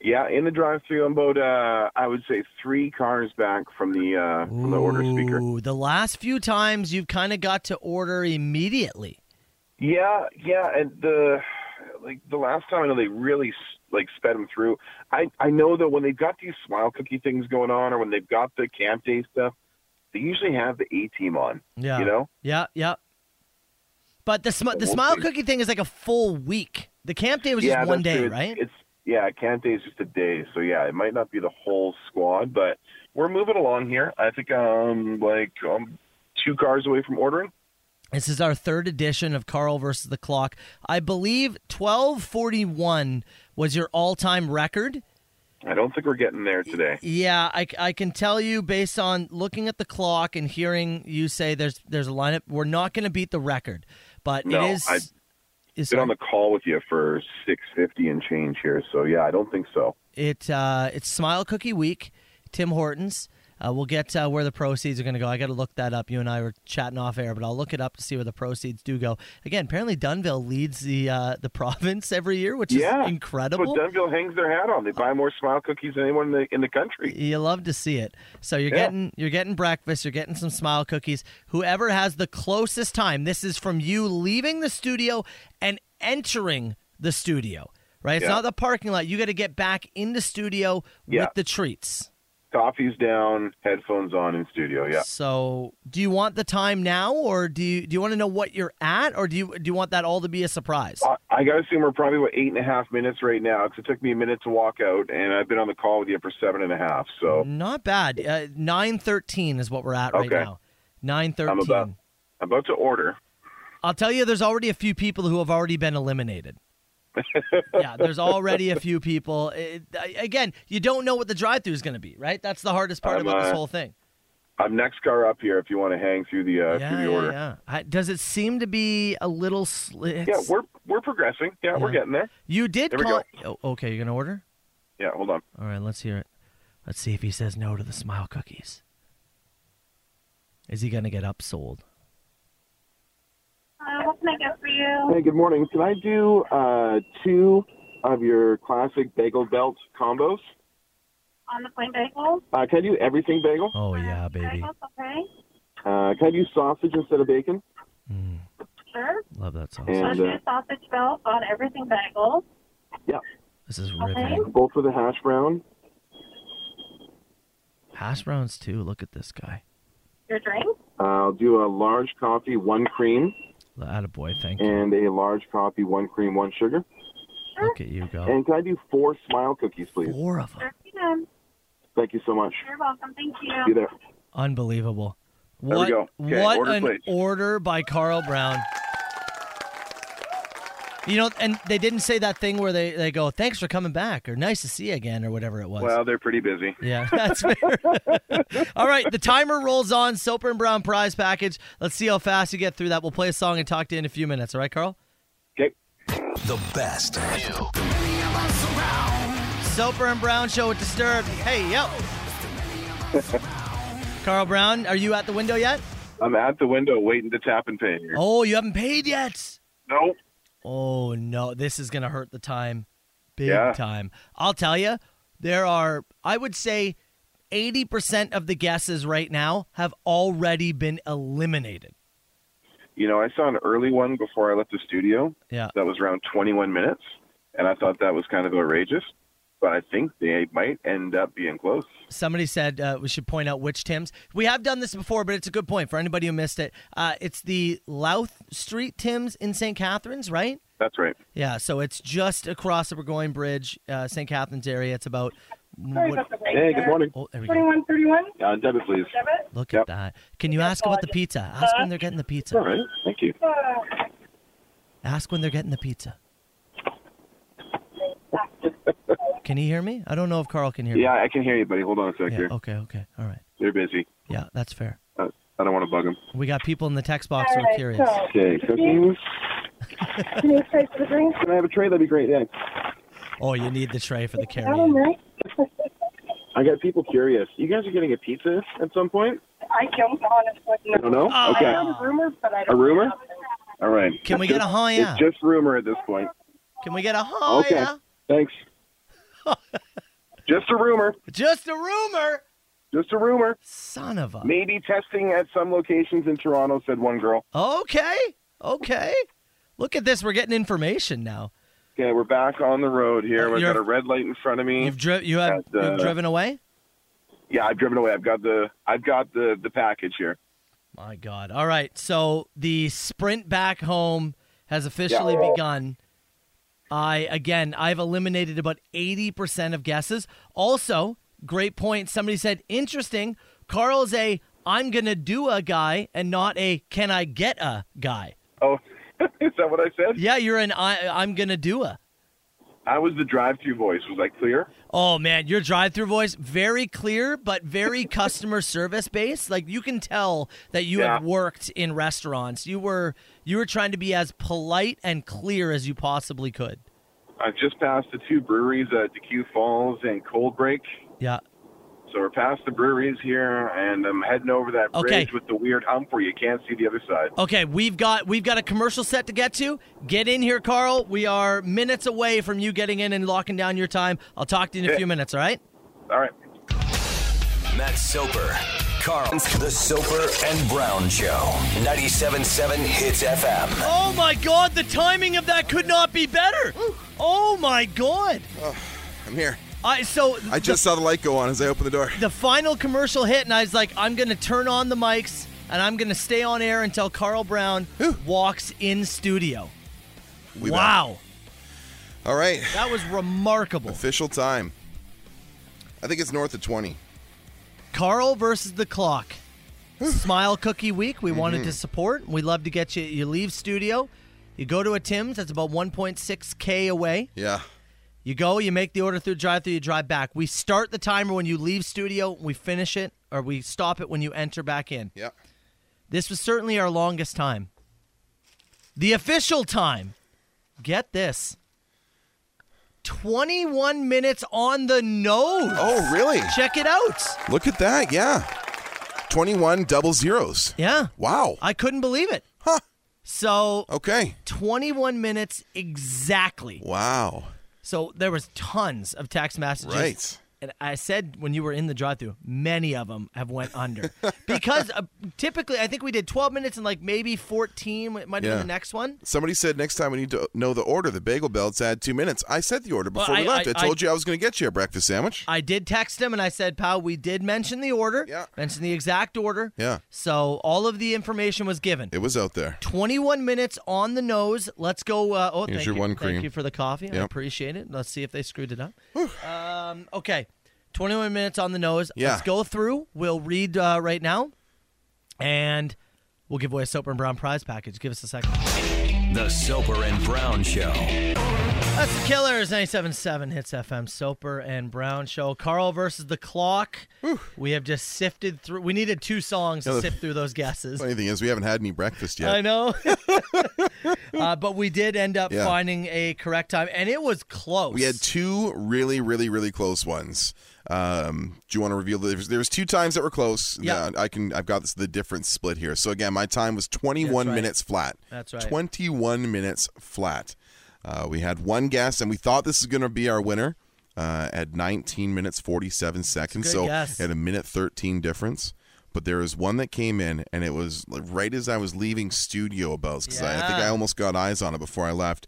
Speaker 8: Yeah, in the drive-through, I'm about uh, I would say three cars back from the uh, from the order speaker.
Speaker 5: Ooh, the last few times you've kind of got to order immediately.
Speaker 8: Yeah, yeah, and the like the last time I know they really s- like sped them through. I I know that when they've got these smile cookie things going on, or when they've got the camp day stuff, they usually have the A team on.
Speaker 5: Yeah.
Speaker 8: you know.
Speaker 5: Yeah, yeah. But the sm- the
Speaker 8: we'll
Speaker 5: smile
Speaker 8: see.
Speaker 5: cookie thing is like a full week. The camp day was
Speaker 8: yeah,
Speaker 5: just one
Speaker 8: that's
Speaker 5: day,
Speaker 8: true. It's-
Speaker 5: right?
Speaker 8: It's yeah, camp day is just a day, so yeah, it might not be the whole squad, but we're moving along here. I think um like um two cars away from ordering.
Speaker 5: This is our third edition of Carl versus the Clock. I believe 1241 was your all time record.
Speaker 8: I don't think we're getting there today.
Speaker 5: Yeah, I, I can tell you based on looking at the clock and hearing you say there's there's a lineup, we're not going to beat the record. But
Speaker 8: No,
Speaker 5: it is.
Speaker 8: I've
Speaker 5: is-
Speaker 8: Been on the call with you for six fifty and change here, so yeah, I don't think so.
Speaker 5: It uh, it's Smile Cookie Week. Tim Hortons. Uh, we'll get uh, where the proceeds are going to go. I got to look that up. You and I were chatting off air, but I'll look it up to see where the proceeds do go. Again, apparently Dunville leads the uh, the province every year, which
Speaker 8: yeah,
Speaker 5: is incredible.
Speaker 8: That's what Dunville hangs their hat on. They buy more smile cookies than anyone in the in the country.
Speaker 5: you love to see it. So you're
Speaker 8: Yeah.
Speaker 5: getting you're getting breakfast, you're getting some smile cookies. Whoever has the closest time, this is from you leaving the studio and entering the studio. Right? It's
Speaker 8: Yeah.
Speaker 5: not the parking lot. You got to get back in the studio
Speaker 8: Yeah.
Speaker 5: with the treats.
Speaker 8: Coffee's down, headphones on in studio. Yeah,
Speaker 5: So, do you want the time now, or do you do you want to know what you're at, or do you do you want that all to be a surprise?
Speaker 8: I, I got to assume we're probably what eight and a half minutes right now because it took me a minute to walk out, and I've been on the call with you for seven and a half. So
Speaker 5: Not bad. Uh, Nine thirteen is what we're at right
Speaker 8: Okay.
Speaker 5: now. Nine
Speaker 8: I'm about
Speaker 5: thirteen.
Speaker 8: I'm about to order.
Speaker 5: I'll tell you, there's already a few people who have already been eliminated. yeah, there's already a few people. It, again, you don't know what the drive-through is going to be, right? That's the hardest
Speaker 8: I'm,
Speaker 5: part about this
Speaker 8: uh,
Speaker 5: whole thing.
Speaker 8: I'm next car up here if you want to hang through the uh, through
Speaker 5: yeah,
Speaker 8: the
Speaker 5: yeah,
Speaker 8: order.
Speaker 5: yeah. I, does it seem to be a little? Sl-
Speaker 8: Yeah,
Speaker 5: it's-
Speaker 8: we're we're progressing. Yeah, we're
Speaker 5: Yeah.
Speaker 8: getting there.
Speaker 5: you did
Speaker 8: There we
Speaker 5: call. Oh, okay, you're gonna order.
Speaker 8: Yeah, hold on.
Speaker 5: All right, let's hear it. Let's see if he says no to the smile cookies. Is he going to get upsold?
Speaker 9: Uh, what can I get for you?
Speaker 8: Hey, good morning. Can I do uh, two of your classic bagel belt combos?
Speaker 9: On the plain bagels?
Speaker 8: Uh, can I do everything bagel?
Speaker 5: Oh, yeah, baby.
Speaker 9: Bagels, okay.
Speaker 8: Uh, can I do sausage instead of bacon?
Speaker 9: Sure.
Speaker 5: Mm, Love that sauce.
Speaker 9: So
Speaker 8: And
Speaker 9: do
Speaker 8: uh,
Speaker 9: sausage belt on everything bagels.
Speaker 5: This is
Speaker 9: Okay.
Speaker 5: riveting.
Speaker 8: both with a hash brown.
Speaker 5: Hash browns, too. Look at this guy.
Speaker 9: Your drink?
Speaker 8: Uh, I'll do a large coffee, one cream,
Speaker 5: Attaboy, thank you.
Speaker 8: and a large coffee, one cream, one sugar.
Speaker 5: Look at you go.
Speaker 8: And can I do four smile cookies, please?
Speaker 5: Four of them.
Speaker 9: Sure. You can.
Speaker 8: Thank you so much.
Speaker 9: You're welcome. Thank
Speaker 8: See you
Speaker 9: you.
Speaker 8: there.
Speaker 5: Unbelievable.
Speaker 8: we
Speaker 5: What,
Speaker 8: go. Okay,
Speaker 5: what
Speaker 8: order,
Speaker 5: an
Speaker 8: please.
Speaker 5: order by Carl Brown. You know, and they didn't say that thing where they, they go, thanks for coming back, or nice to see you again, or whatever it was.
Speaker 8: Well, they're pretty busy.
Speaker 5: Yeah, that's fair. All right, the timer rolls on. Soper and Brown prize package. Let's see how fast you get through that. We'll play a song and talk to you in a few minutes. All right, Carl?
Speaker 8: Okay.
Speaker 4: The best.
Speaker 5: Soper and Brown show with Disturbed. Hey, yo. Carl Brown, are you at the window yet?
Speaker 8: I'm at the window waiting to tap and pay. here.
Speaker 5: Oh, you haven't paid yet.
Speaker 8: No.
Speaker 5: Oh, no. This is going to hurt the time. Big
Speaker 8: Yeah.
Speaker 5: time. I'll tell you, there are, I would say, 80% of the guesses right now have already been eliminated.
Speaker 8: You know, I saw an early one before I left the studio.
Speaker 5: Yeah.
Speaker 8: that was around 21 minutes, and I thought that was kind of outrageous. But I think they might end up being close.
Speaker 5: Somebody said uh, we should point out which Tim's. We have done this before, but it's a good point for anybody who missed it. Uh, it's the Louth Street Tim's in St. Catharines, right?
Speaker 8: That's right.
Speaker 5: Yeah, so it's just across the Burgoyne Bridge, uh, St. Catharines area. It's about
Speaker 9: Sorry about the wait
Speaker 8: Hey,
Speaker 9: there.
Speaker 8: good morning.
Speaker 5: Oh, there we go.
Speaker 9: 2131,
Speaker 8: Uh, debit, please.
Speaker 9: debit.
Speaker 5: Look
Speaker 8: Yep.
Speaker 5: at that. Can you ask about the pizza? Ask when they're getting the pizza.
Speaker 8: All right. Thank you.
Speaker 9: Uh,
Speaker 5: Ask when they're getting the pizza. Can he hear me? I don't know if Carl can hear
Speaker 8: Yeah, I can hear you, buddy. Hold on a sec
Speaker 5: me.
Speaker 8: here.
Speaker 5: Okay, okay. All right.
Speaker 8: They're busy.
Speaker 5: Yeah, that's fair.
Speaker 8: Uh, I don't want to bug them.
Speaker 5: We got people in the text box
Speaker 9: all
Speaker 5: who are
Speaker 9: right,
Speaker 5: curious.
Speaker 9: so
Speaker 8: Okay, cookies.
Speaker 9: can you try for the drinks?
Speaker 8: Can I have a tray? That'd be great. Yeah.
Speaker 5: Oh, you need the tray for the
Speaker 9: That one,
Speaker 5: carry.
Speaker 9: right?
Speaker 8: I got people curious. You guys are getting a pizza at some point?
Speaker 9: I don't honestly know.
Speaker 8: I don't know.
Speaker 5: Oh.
Speaker 8: Okay.
Speaker 9: I heard a rumor, but I
Speaker 8: A
Speaker 9: don't
Speaker 8: rumor?
Speaker 9: know.
Speaker 8: All right.
Speaker 5: Can we
Speaker 8: It's
Speaker 5: get a
Speaker 8: just-
Speaker 5: hi? Yeah.
Speaker 8: It's just rumor at this point.
Speaker 5: Can we get a hi?
Speaker 8: Okay.
Speaker 5: yeah?
Speaker 8: Thanks. just a rumor.
Speaker 5: Just a rumor.
Speaker 8: Just a rumor.
Speaker 5: Son of a.
Speaker 8: Maybe testing at some locations in Toronto, said one girl.
Speaker 5: Okay. Okay. Look at this. We're getting information now.
Speaker 8: Okay, we're back on the road here. I've
Speaker 5: You're-
Speaker 8: got a red light in front of me.
Speaker 5: You've dri- you have
Speaker 8: That's, uh,
Speaker 5: you've driven away?
Speaker 8: Yeah, I've driven away. I've got the I've got the the package here.
Speaker 5: My God. All right. So the sprint back home has officially begun. I, again, I've eliminated about 80% of guesses. Also, great point. Somebody said, interesting. Carl's a I'm going to do a guy and not a can I get a guy.
Speaker 8: Oh, is that what I said?
Speaker 5: Yeah, you're an I, I'm going to do a.
Speaker 8: I was the drive-through voice. Was I clear?
Speaker 5: Oh man, your drive-through voice very clear, but very customer service based. Like you can tell that you have
Speaker 8: Yeah.
Speaker 5: worked in restaurants. You were you were trying to be as polite and clear as you possibly could.
Speaker 8: I've just passed the two breweries at DeQ Falls and Cold Break.
Speaker 5: Yeah.
Speaker 8: So we're past the breweries here, and I'm heading over that
Speaker 5: Okay.
Speaker 8: bridge with the weird hump where you can't see the other side.
Speaker 5: Okay, we've got we've got a commercial set to get to. Get in here, Carl. We are minutes away from you getting in and locking down your time. I'll talk to you in a
Speaker 8: Yeah.
Speaker 5: few minutes, all right?
Speaker 8: All right.
Speaker 4: Matt Soper, Carl, The Soper and Brown Show. 97.7 Hits FM.
Speaker 5: Oh my god, the timing of that could not be better. Oh my god.
Speaker 6: I'm here.
Speaker 5: I so
Speaker 6: I just saw the light go on as I opened the door.
Speaker 5: the final commercial hit, and I was like, I'm going to turn on the mics and I'm going to stay on air until Carl Brown walks in studio.
Speaker 6: We back.
Speaker 5: wow.
Speaker 6: All right.
Speaker 5: That was remarkable.
Speaker 6: Official time. I think it's north of 20.
Speaker 5: Carl versus the clock. Smile Cookie Week. We wanted
Speaker 6: Mm-hmm.
Speaker 5: to support. We love to get you. You leave studio, you go to a Tim's that's about 1.6K away.
Speaker 6: Yeah.
Speaker 5: You go, you make the order through drive through, you drive back. We start the timer when you leave studio, we finish it, or we stop it when you enter back in.
Speaker 6: Yeah.
Speaker 5: This was certainly our longest time. The official time. Get this. 21 minutes on the nose.
Speaker 6: Oh, really?
Speaker 5: Check it out.
Speaker 6: Look at that. Yeah. 21 double zeros.
Speaker 5: Yeah.
Speaker 6: Wow.
Speaker 5: I couldn't believe it.
Speaker 6: Huh.
Speaker 5: So,
Speaker 6: Okay.
Speaker 5: 21 minutes exactly.
Speaker 6: Wow.
Speaker 5: So, there was tons of text messages.
Speaker 6: Right.
Speaker 5: And I said when you were in the drive-through, many of them have went under because uh, typically I think we did 12 minutes and like maybe 14 it might have
Speaker 6: Yeah.
Speaker 5: been the next one.
Speaker 6: Somebody said next time we need to know the order. The bagel belts had two minutes. I said the order
Speaker 5: Well,
Speaker 6: before we
Speaker 5: I-
Speaker 6: left. I,
Speaker 5: I-
Speaker 6: told
Speaker 5: I-
Speaker 6: you I was going to get you a breakfast sandwich.
Speaker 5: I did text him and I said, pal, we did mention the order,
Speaker 6: Yeah.
Speaker 5: mention the exact order.
Speaker 6: Yeah.
Speaker 5: So all of the information was given.
Speaker 6: it was out there.
Speaker 5: 21 minutes on the nose. Let's go. Uh, oh,
Speaker 6: Here's
Speaker 5: thank
Speaker 6: your
Speaker 5: you.
Speaker 6: one
Speaker 5: Thank
Speaker 6: cream.
Speaker 5: you for the coffee. I
Speaker 6: Yep.
Speaker 5: appreciate it. Let's see if they screwed it up. um, okay. 21 minutes on the nose.
Speaker 6: Yeah.
Speaker 5: Let's go through. We'll read uh, right now. And we'll give away a Soper and Brown prize package. Give us a second.
Speaker 4: The Soper and Brown Show.
Speaker 5: That's the Killers, 97.7 Hits FM, Soper and Brown Show. Carl versus the Clock. We have just sifted through. We needed two songs to
Speaker 6: Yeah, the-
Speaker 5: sift through those guesses.
Speaker 6: Funny thing is, we haven't had any breakfast yet.
Speaker 5: I know. uh, but we did end up
Speaker 6: Yeah.
Speaker 5: finding a correct time, and it was close.
Speaker 6: We had two really, really, really close ones. Um, do you want to reveal? The, there was two times that were close.
Speaker 5: Yeah.
Speaker 6: I can. I've got this, the difference split here. So again, my time was
Speaker 5: That's
Speaker 6: 21
Speaker 5: right.
Speaker 6: minutes flat.
Speaker 5: That's right.
Speaker 6: 21 minutes flat. Uh, we had one guess, and we thought this was going to be our winner uh, at 19 minutes 47 seconds.
Speaker 5: good
Speaker 6: So
Speaker 5: guess.
Speaker 6: at a minute 13 difference. But there was one that came in, and it was like right as I was leaving studio about because I, I think
Speaker 5: Yeah.
Speaker 6: I almost got eyes on it before I left.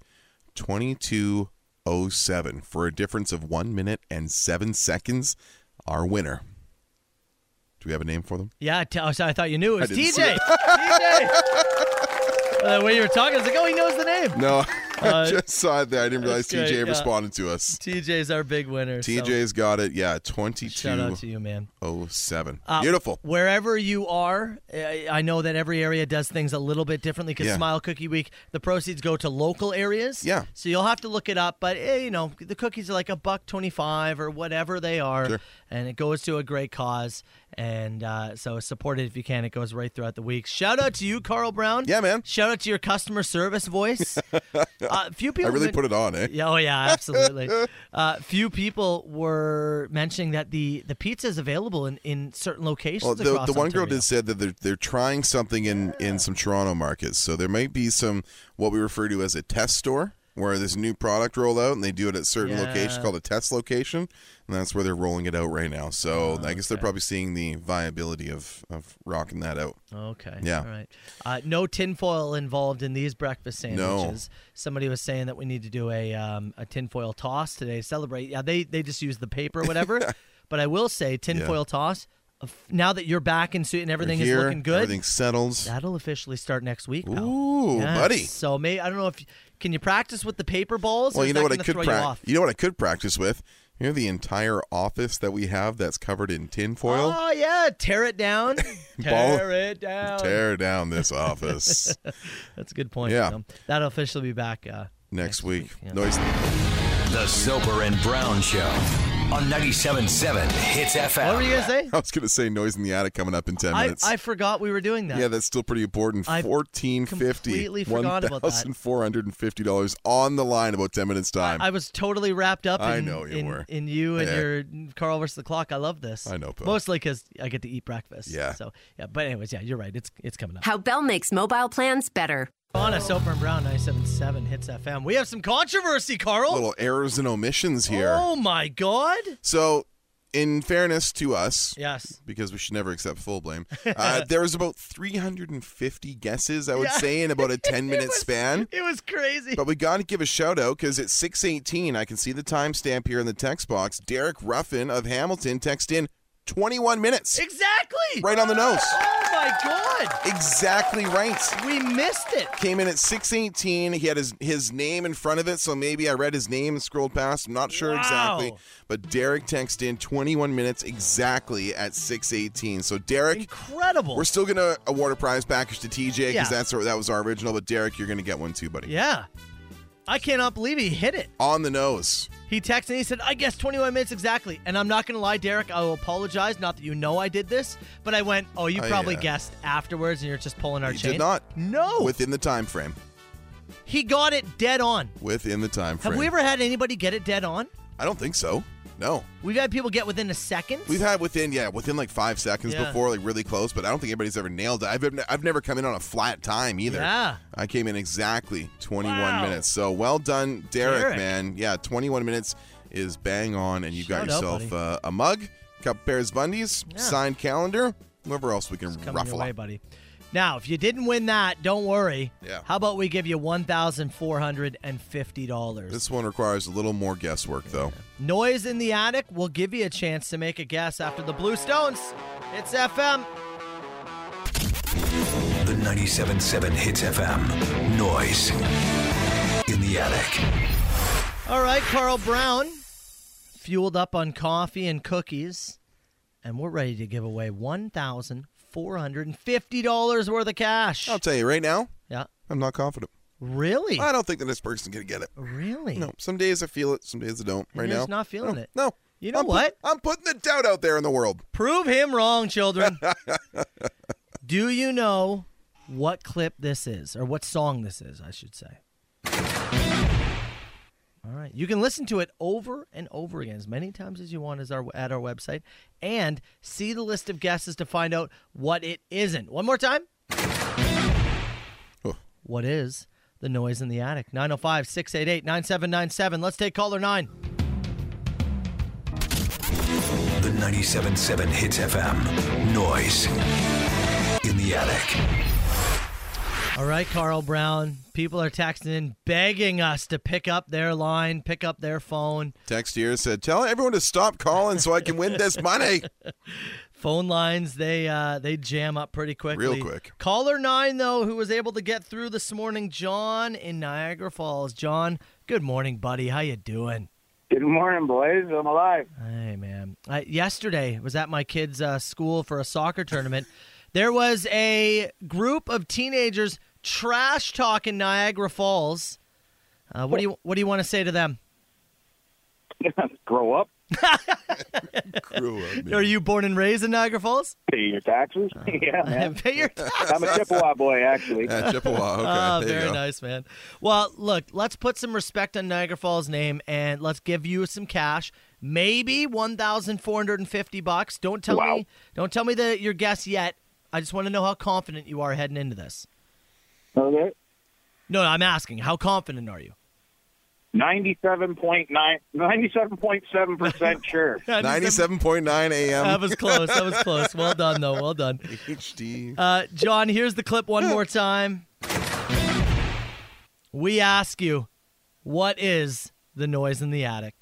Speaker 6: 2207 for a difference of one minute and seven seconds. Our winner. Do we have a name for them?
Speaker 5: Yeah, t- oh, sorry, I thought you knew. It was
Speaker 6: didn't see
Speaker 5: TJ. TJ. Uh, the way you were talking, I was like, oh, he knows the name.
Speaker 6: No.
Speaker 5: Uh,
Speaker 6: Just saw it there. I didn't realize
Speaker 5: that's
Speaker 6: TJ
Speaker 5: great, yeah.
Speaker 6: responded to us.
Speaker 5: TJ's our big winner. so
Speaker 6: TJ's got it. Yeah,
Speaker 5: shout out to
Speaker 6: 2207.
Speaker 5: you, man. Uh,
Speaker 6: Beautiful.
Speaker 5: Wherever you are, I I know that every area does things a little bit differently because
Speaker 6: Yeah.
Speaker 5: Smile Cookie Week, the proceeds go to local areas.
Speaker 6: Yeah.
Speaker 5: So you'll have to look it up, but eh, you know the cookies are like a buck twenty-five or whatever they are,
Speaker 6: Sure.
Speaker 5: and it goes to a great cause. And uh, so support it if you can. It goes right throughout the week. Shout out to you, Carl Brown.
Speaker 6: Yeah, man.
Speaker 5: Shout out to your customer service voice. uh, few
Speaker 6: I
Speaker 5: people
Speaker 6: really
Speaker 5: didn't-
Speaker 6: put it on, eh?
Speaker 5: yeah, oh yeah, absolutely. uh, few people were mentioning that the the pizza is available in, in certain locations.
Speaker 6: Well, Oh, the,
Speaker 5: across
Speaker 6: the one girl
Speaker 5: Ontario.
Speaker 6: did said that they're they're trying something in in some Toronto markets, so there might be some what we refer to as a test store where there's a new product rollout and they do it at certain locations
Speaker 5: Yeah.
Speaker 6: called a test location, and that's where they're rolling it out right now.
Speaker 5: Oh,
Speaker 6: So I guess they're probably seeing the viability of of rocking that out.
Speaker 5: Okay.
Speaker 6: Yeah.
Speaker 5: All right. Uh, no tinfoil involved in these breakfast
Speaker 6: No.
Speaker 5: sandwiches. Somebody was saying that we need to do a um, a tinfoil toss today to celebrate. Yeah, they they just use the paper, or whatever. but I will say tinfoil toss. uh, f- Now that you're back in suit and
Speaker 6: They're
Speaker 5: everything
Speaker 6: here,
Speaker 5: is looking good,
Speaker 6: Everything settles.
Speaker 5: that'll officially start next week. pal.
Speaker 6: Ooh,
Speaker 5: oh, Yes.
Speaker 6: buddy.
Speaker 5: So may I don't know if can you practice with the paper balls? or
Speaker 6: Well,
Speaker 5: is
Speaker 6: you know
Speaker 5: that
Speaker 6: what I
Speaker 5: gonna
Speaker 6: could
Speaker 5: throw you
Speaker 6: practice.
Speaker 5: off?
Speaker 6: You know what I could practice with. You know the entire office that we have that's covered in tinfoil.
Speaker 5: Oh yeah, tear it down.
Speaker 6: Ball-
Speaker 5: tear it down.
Speaker 6: Tear down this office.
Speaker 5: That's a good point.
Speaker 6: Yeah.
Speaker 5: Um, that'll officially be back. Uh,
Speaker 6: next week.
Speaker 5: yeah.
Speaker 6: Noise.
Speaker 4: The Soper and Brown Show on 97.7 Hits FM.
Speaker 5: what were you gonna say?
Speaker 6: I was going to say noise in the attic coming up in 10
Speaker 5: I,
Speaker 6: minutes.
Speaker 5: I forgot we were doing that.
Speaker 6: yeah, that's still pretty important.
Speaker 5: I
Speaker 6: 1450
Speaker 5: completely forgot about that.
Speaker 6: $1,450 on the line about 10 minutes time.
Speaker 5: I was totally wrapped up. In,
Speaker 6: I know you
Speaker 5: in,
Speaker 6: were.
Speaker 5: in you and
Speaker 6: Yeah.
Speaker 5: your Carl versus the clock. I love this.
Speaker 6: I know, Bill.
Speaker 5: Mostly because I get to eat breakfast.
Speaker 6: Yeah.
Speaker 5: So yeah, but anyways, yeah, you're right. It's it's coming up.
Speaker 10: How Bell makes mobile plans better.
Speaker 5: On us, Soper and Brown, 97.7 hits FM. We have some controversy, Carl.
Speaker 6: Little errors and omissions here.
Speaker 5: Oh my God.
Speaker 6: So, in fairness to us,
Speaker 5: Yes.
Speaker 6: because we should never accept full blame, uh, there was about 350 guesses, I would
Speaker 5: Yeah.
Speaker 6: say, in about a 10 minute span.
Speaker 5: It was crazy.
Speaker 6: But we got to give a shout out because it's 618. I can see the timestamp here in the text box. Derek Ruffin of Hamilton text in 21 minutes.
Speaker 5: exactly.
Speaker 6: Right on the nose.
Speaker 5: Oh my God.
Speaker 6: Exactly right.
Speaker 5: We missed it.
Speaker 6: Came in at 618. He had his, his name in front of it, so maybe I read his name and scrolled past. I'm not sure
Speaker 5: Wow.
Speaker 6: exactly. But Derek texted in 21 minutes exactly at 618. So, Derek,
Speaker 5: Incredible.
Speaker 6: we're still going to award a prize package to TJ because
Speaker 5: Yeah.
Speaker 6: that's that was our original. But, Derek, you're going to get one too, buddy.
Speaker 5: yeah. I cannot believe he hit it.
Speaker 6: On the nose.
Speaker 5: He texted and he said, I guess 21 minutes exactly. And I'm not going to lie, Derek, I will apologize. Not that you know I did this, but I went, oh, you
Speaker 6: Oh,
Speaker 5: probably
Speaker 6: yeah.
Speaker 5: guessed afterwards and you're just pulling our
Speaker 6: He
Speaker 5: chain.
Speaker 6: did not.
Speaker 5: No.
Speaker 6: Within the time frame.
Speaker 5: he got it dead on.
Speaker 6: Within the time frame.
Speaker 5: Have we ever had anybody get it dead on?
Speaker 6: I don't think so. No.
Speaker 5: We've had people get within a second.
Speaker 6: We've had within yeah within like five seconds
Speaker 5: Yeah.
Speaker 6: before like really close, but I don't think anybody's ever nailed it. I've been, I've never come in on a flat time either.
Speaker 5: Yeah.
Speaker 6: I came in exactly 21
Speaker 5: Wow.
Speaker 6: minutes. So well done, Derek,
Speaker 5: Derek.
Speaker 6: man. Yeah, 21 minutes is bang on, and you've got
Speaker 5: Shout out,
Speaker 6: yourself uh, a mug, couple pairs of undies,
Speaker 5: Yeah.
Speaker 6: signed calendar, whoever else we can
Speaker 5: coming your
Speaker 6: ruffle
Speaker 5: way,
Speaker 6: up.
Speaker 5: buddy. Now, if you didn't win that, don't worry.
Speaker 6: Yeah.
Speaker 5: How about we give you $1,450?
Speaker 6: This one requires a little more guesswork though.
Speaker 5: Noise in the Attic will give you a chance to make a guess after the Blue Stones. It's FM.
Speaker 4: The 97.7 Hits FM. Noise in the attic.
Speaker 5: All right, Carl Brown, fueled up on coffee and cookies, and we're ready to give away $1,450 worth of cash.
Speaker 6: I'll tell you right now,
Speaker 5: yeah.
Speaker 6: I'm not confident.
Speaker 5: Really?
Speaker 6: I don't think that this person's gonna get it.
Speaker 5: Really?
Speaker 6: No, some days I feel it, some days I don't.
Speaker 5: And
Speaker 6: right
Speaker 5: you're
Speaker 6: now,
Speaker 5: just not feeling
Speaker 6: No,
Speaker 5: it.
Speaker 6: No,
Speaker 5: You know
Speaker 6: I'm put-
Speaker 5: what?
Speaker 6: I'm putting the doubt out there in the world.
Speaker 5: Prove him wrong, children. Do you know what clip this is, or what song this is, I should say? All right. You can listen to it over and over again as many times as you want as our, at our website and see the list of guesses to find out what it isn't. One more time.
Speaker 6: Oh.
Speaker 5: What is the noise in the attic? 905 688 9797. Let's take caller nine.
Speaker 4: The 97.7 Hits FM. Noise in the attic.
Speaker 5: All right, Carl Brown. People are texting in, begging us to pick up their line, pick up their phone.
Speaker 6: Text here said, "Tell everyone to stop calling so I can win this money."
Speaker 5: Phone lines they uh, they jam up pretty quickly.
Speaker 6: Real quick.
Speaker 5: Caller nine though, who was able to get through this morning, John in Niagara Falls. John, good morning, buddy. How you doing?
Speaker 11: Good morning, boys. I'm alive.
Speaker 5: Hey, man. I, yesterday was at my kid's uh, school for a soccer tournament. there was a group of teenagers trash talking Niagara Falls. Uh, what do you What do you want to say to them?
Speaker 11: Grow up.
Speaker 6: Grew up.
Speaker 5: Are you born and raised in Niagara Falls?
Speaker 11: Pay your taxes. yeah, man.
Speaker 5: Pay your taxes.
Speaker 11: I'm a Chippewa boy, actually.
Speaker 6: Yeah, Chippewa. Okay.
Speaker 5: Ah,
Speaker 6: there you
Speaker 5: very
Speaker 6: go.
Speaker 5: nice, man. Well, look, let's put some respect on Niagara Falls' name and let's give you some cash. Maybe one thousand four hundred and fifty bucks. Don't tell
Speaker 11: Wow.
Speaker 5: me, don't tell me that your guess yet. I just want to know how confident you are heading into this.
Speaker 11: Okay.
Speaker 5: No, I'm asking, how confident are you?
Speaker 11: 97.9, 97.7% sure.
Speaker 6: 97.9
Speaker 5: That
Speaker 6: a.m.
Speaker 5: was close. That was close. Well done, though. Well done,
Speaker 6: HD.
Speaker 5: uh, John. Here's the clip one more time. We ask you, what is the noise in the attic?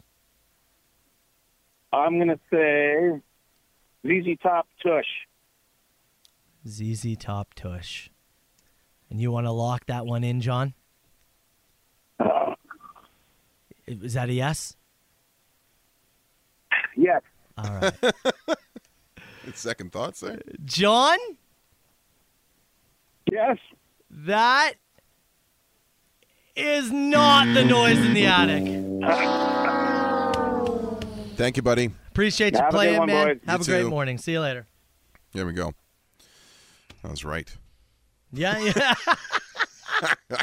Speaker 11: I'm going to say ZZ Top Tush.
Speaker 5: ZZ Top Tush. And you want to lock that one in, John?
Speaker 11: Uh.
Speaker 5: Is that a yes?
Speaker 11: Yes.
Speaker 5: All right.
Speaker 6: Second thoughts there.
Speaker 5: John,
Speaker 11: Yes.
Speaker 5: that is not the noise in the attic.
Speaker 6: Thank you, buddy.
Speaker 5: Appreciate you
Speaker 11: Have a good
Speaker 5: playing,
Speaker 11: one,
Speaker 5: man.
Speaker 11: boys.
Speaker 5: Have
Speaker 6: You
Speaker 5: a great
Speaker 6: too.
Speaker 5: morning. See you later.
Speaker 6: There we go. I was right.
Speaker 5: Yeah, yeah.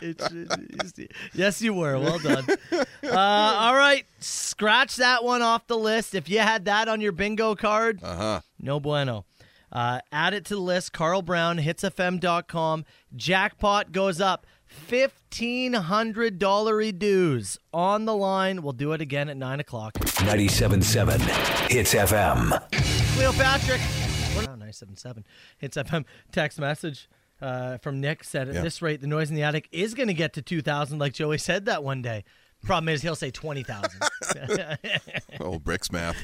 Speaker 5: It's- it's- it's- yes, you were. Well done. Uh, all right. Scratch that one off the list. If you had that on your bingo card,
Speaker 6: Uh huh.
Speaker 5: No bueno. Uh, add it to the list. Carl Brown, hitsfm.com. Jackpot goes up. $1,500 dues on the line. We'll do it again at 9 o'clock.
Speaker 4: 97.7 Hits FM.
Speaker 5: Cleo Patrick. What- Oh, 977. Hits FM text message uh, from Nick said at
Speaker 6: Yeah.
Speaker 5: this rate, the noise in the attic is going to get to 2,000, like Joey said that one day. Problem is, he'll say 20,000.
Speaker 6: Old bricks math.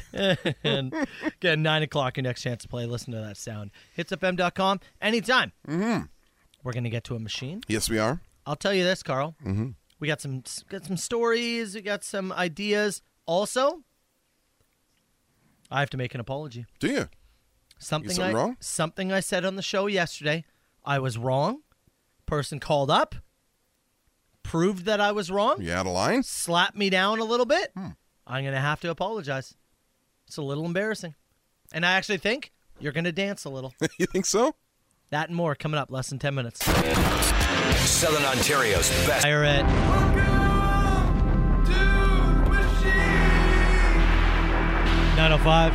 Speaker 5: and again, 9 o'clock, your next chance to play. Listen to that sound. Hitsfm.com anytime. Mm-hmm. We're going to get to a machine.
Speaker 6: Yes, we are.
Speaker 5: I'll tell you this, Carl. Mm-hmm. We got some got some stories. We got some ideas. Also, I have to make an apology.
Speaker 6: Do you?
Speaker 5: Something,
Speaker 6: something
Speaker 5: I,
Speaker 6: wrong?
Speaker 5: Something I said on the show yesterday. I was wrong. Person called up, proved that I was wrong,
Speaker 6: You out of line?
Speaker 5: slapped me down a little bit.
Speaker 6: Hmm.
Speaker 5: I'm gonna have to apologize. It's a little embarrassing, and I actually think you're gonna dance a little.
Speaker 6: you think so?
Speaker 5: that and more coming up. Less than ten minutes.
Speaker 4: Southern Ontario's best.
Speaker 5: Fire it. Nine oh five.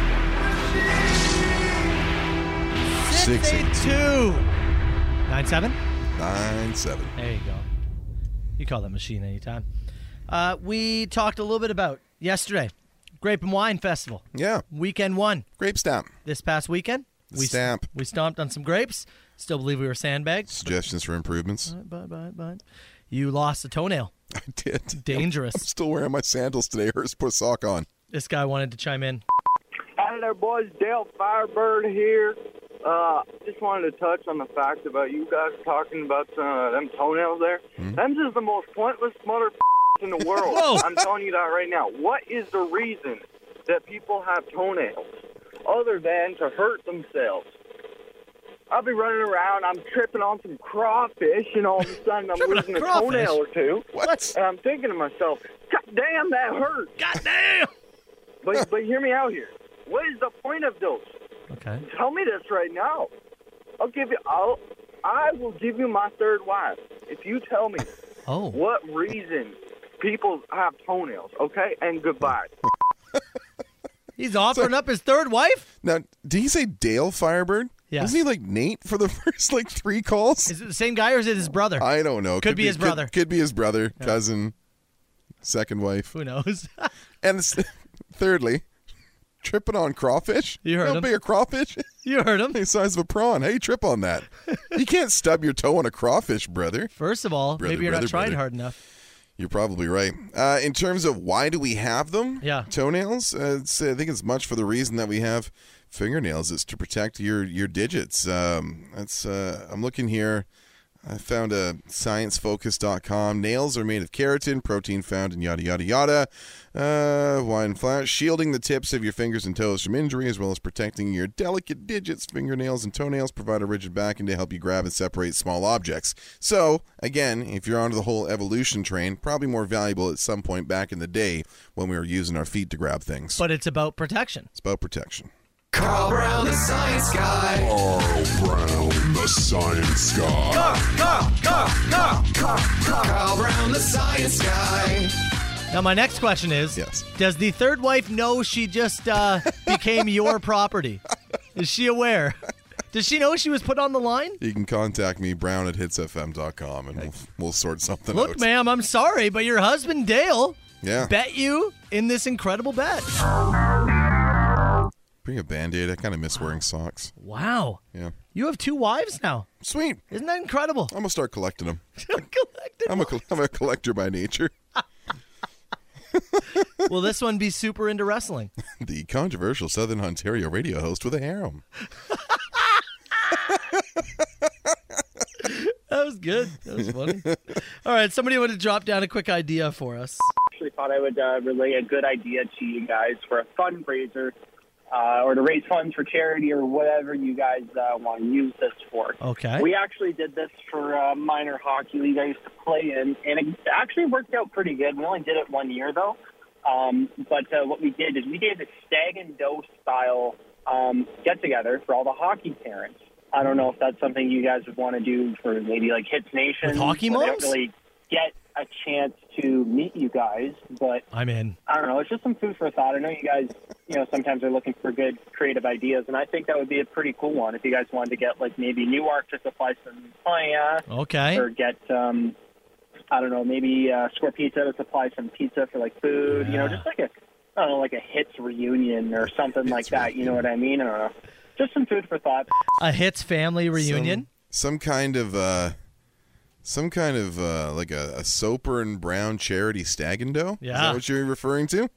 Speaker 6: Six, eight,
Speaker 5: two. Nine seven.
Speaker 6: Nine seven.
Speaker 5: There you go. You call that machine anytime. Uh, we talked a little bit about yesterday, Grape and Wine Festival,
Speaker 6: Yeah.
Speaker 5: weekend one
Speaker 6: Grape stamp.
Speaker 5: this past weekend. We
Speaker 6: Stamp.
Speaker 5: We stomped on some grapes. Still believe we were sandbagged,
Speaker 6: Suggestions for improvements.
Speaker 5: but but but you lost a toenail.
Speaker 6: I did.
Speaker 5: Dangerous.
Speaker 6: Still wearing my sandals today. Hers put a sock on.
Speaker 5: this guy wanted to chime in.
Speaker 11: Hi there, boys. Dale Firebird here. Uh, just wanted to touch on the fact about you guys talking about uh, them toenails there. Them's is the most pointless mother in the world.
Speaker 5: Hmm? Whoa.
Speaker 11: I'm telling you that right now. What is the reason that people have toenails other than to hurt themselves? I'll be running around. I'm tripping on some crawfish, and all of a sudden I'm
Speaker 5: Tripping on
Speaker 11: losing a
Speaker 5: crawfish?
Speaker 11: toenail or two.
Speaker 6: What?
Speaker 11: And I'm thinking to myself, God damn, that hurt.
Speaker 5: God damn.
Speaker 11: But, but hear me out here. What is the point of those?
Speaker 5: Okay.
Speaker 11: Tell me this right now. I'll give you. I'll. I will give you my third wife if you tell me
Speaker 5: Oh.
Speaker 11: what reason people have toenails. Okay, and goodbye.
Speaker 5: He's offering up his third wife?
Speaker 6: Now, did he say Dale Firebird?
Speaker 5: Yeah.
Speaker 6: Wasn't he like Nate for the first like three calls?
Speaker 5: Is it the same guy or is it his brother?
Speaker 6: I don't know.
Speaker 5: Could be his brother.
Speaker 6: Could, be his brother, cousin, second wife,
Speaker 5: Who knows?
Speaker 6: and s- thirdly, tripping on crawfish.
Speaker 5: You heard
Speaker 6: How
Speaker 5: him.
Speaker 6: big a crawfish?
Speaker 5: you heard him.
Speaker 6: the size of a prawn. How you trip on that? you can't stub your toe on a crawfish, brother.
Speaker 5: First of all,
Speaker 6: Brother,
Speaker 5: maybe you're
Speaker 6: brother,
Speaker 5: not trying
Speaker 6: brother.
Speaker 5: hard enough.
Speaker 6: You're probably right. Uh, in terms of why do we have them?
Speaker 5: Yeah.
Speaker 6: Toenails. Uh, it's, I think it's much for the reason that we have fingernails is to protect your your digits. Um, that's uh, I'm looking here. I found a sciencefocus.com. Nails are made of keratin, protein found in yada yada yada. Uh, wine flour, shielding the tips of your fingers and toes from injury, as well as protecting your delicate digits, fingernails, and toenails. Provide a rigid backing to help you grab and separate small objects. So, again, if you're onto the whole evolution train, probably more valuable at some point back in the day when we were using our feet to grab things.
Speaker 5: But it's about protection.
Speaker 6: It's about protection.
Speaker 12: Carl Brown, the science guy.
Speaker 13: Carl Brown, the science guy.
Speaker 12: Carl, Carl, Carl, Carl, Carl, Carl, Carl Brown, the science guy.
Speaker 5: Now, my next question is
Speaker 6: Yes.
Speaker 5: Does the third wife know she just uh, became your property? Is she aware? Does she know she was put on the line?
Speaker 6: You can contact me, brown at hitsfm.com, and we'll, we'll sort something
Speaker 5: Look,
Speaker 6: out.
Speaker 5: ma'am, I'm sorry, but your husband, Dale,
Speaker 6: Yeah.
Speaker 5: bet you in this incredible bet.
Speaker 6: Bring a band aid. I kind of miss wearing socks.
Speaker 5: Wow.
Speaker 6: Yeah.
Speaker 5: You have two wives now.
Speaker 6: Sweet.
Speaker 5: Isn't that incredible?
Speaker 6: I'm going to start collecting them.
Speaker 5: Collected.
Speaker 6: I'm a, col- I'm a collector by nature.
Speaker 5: Will this one be super into wrestling?
Speaker 6: The controversial Southern Ontario radio host with a harem.
Speaker 5: That was good. That was funny. All right, somebody want to drop down a quick idea for us.
Speaker 11: actually thought I would uh, relay a good idea to you guys for a fundraiser uh, or to raise funds for charity or whatever you guys uh, want to use this for.
Speaker 5: Okay.
Speaker 11: We actually did this for uh, minor hockey league I used to play in, and it actually worked out pretty good. We only did it one year, though. Um, but uh, what we did is we did a stag and doe style um, get together for all the hockey parents. I don't know if that's something you guys would want to do for maybe like Hits Nation.
Speaker 5: With hockey
Speaker 11: where they
Speaker 5: moms?
Speaker 11: don't really get a chance to meet you guys, but
Speaker 5: I'm in.
Speaker 11: I don't know. It's just some food for thought. I know you guys, you know, sometimes are looking for good creative ideas, and I think that would be a pretty cool one if you guys wanted to get like maybe new art to supply some paya,
Speaker 5: Okay.
Speaker 11: or get um, I don't know, maybe uh, score pizza to supply some pizza for like food. You know, just like a I don't know, like a hits reunion or something like that. You know what I mean? I don't know. Just some food for thought.
Speaker 5: A hits family reunion.
Speaker 6: Some kind of, uh, some kind of, uh, like a, a Soper and Brown charity stag and doe. Is
Speaker 5: Yeah.
Speaker 6: that what you're referring to?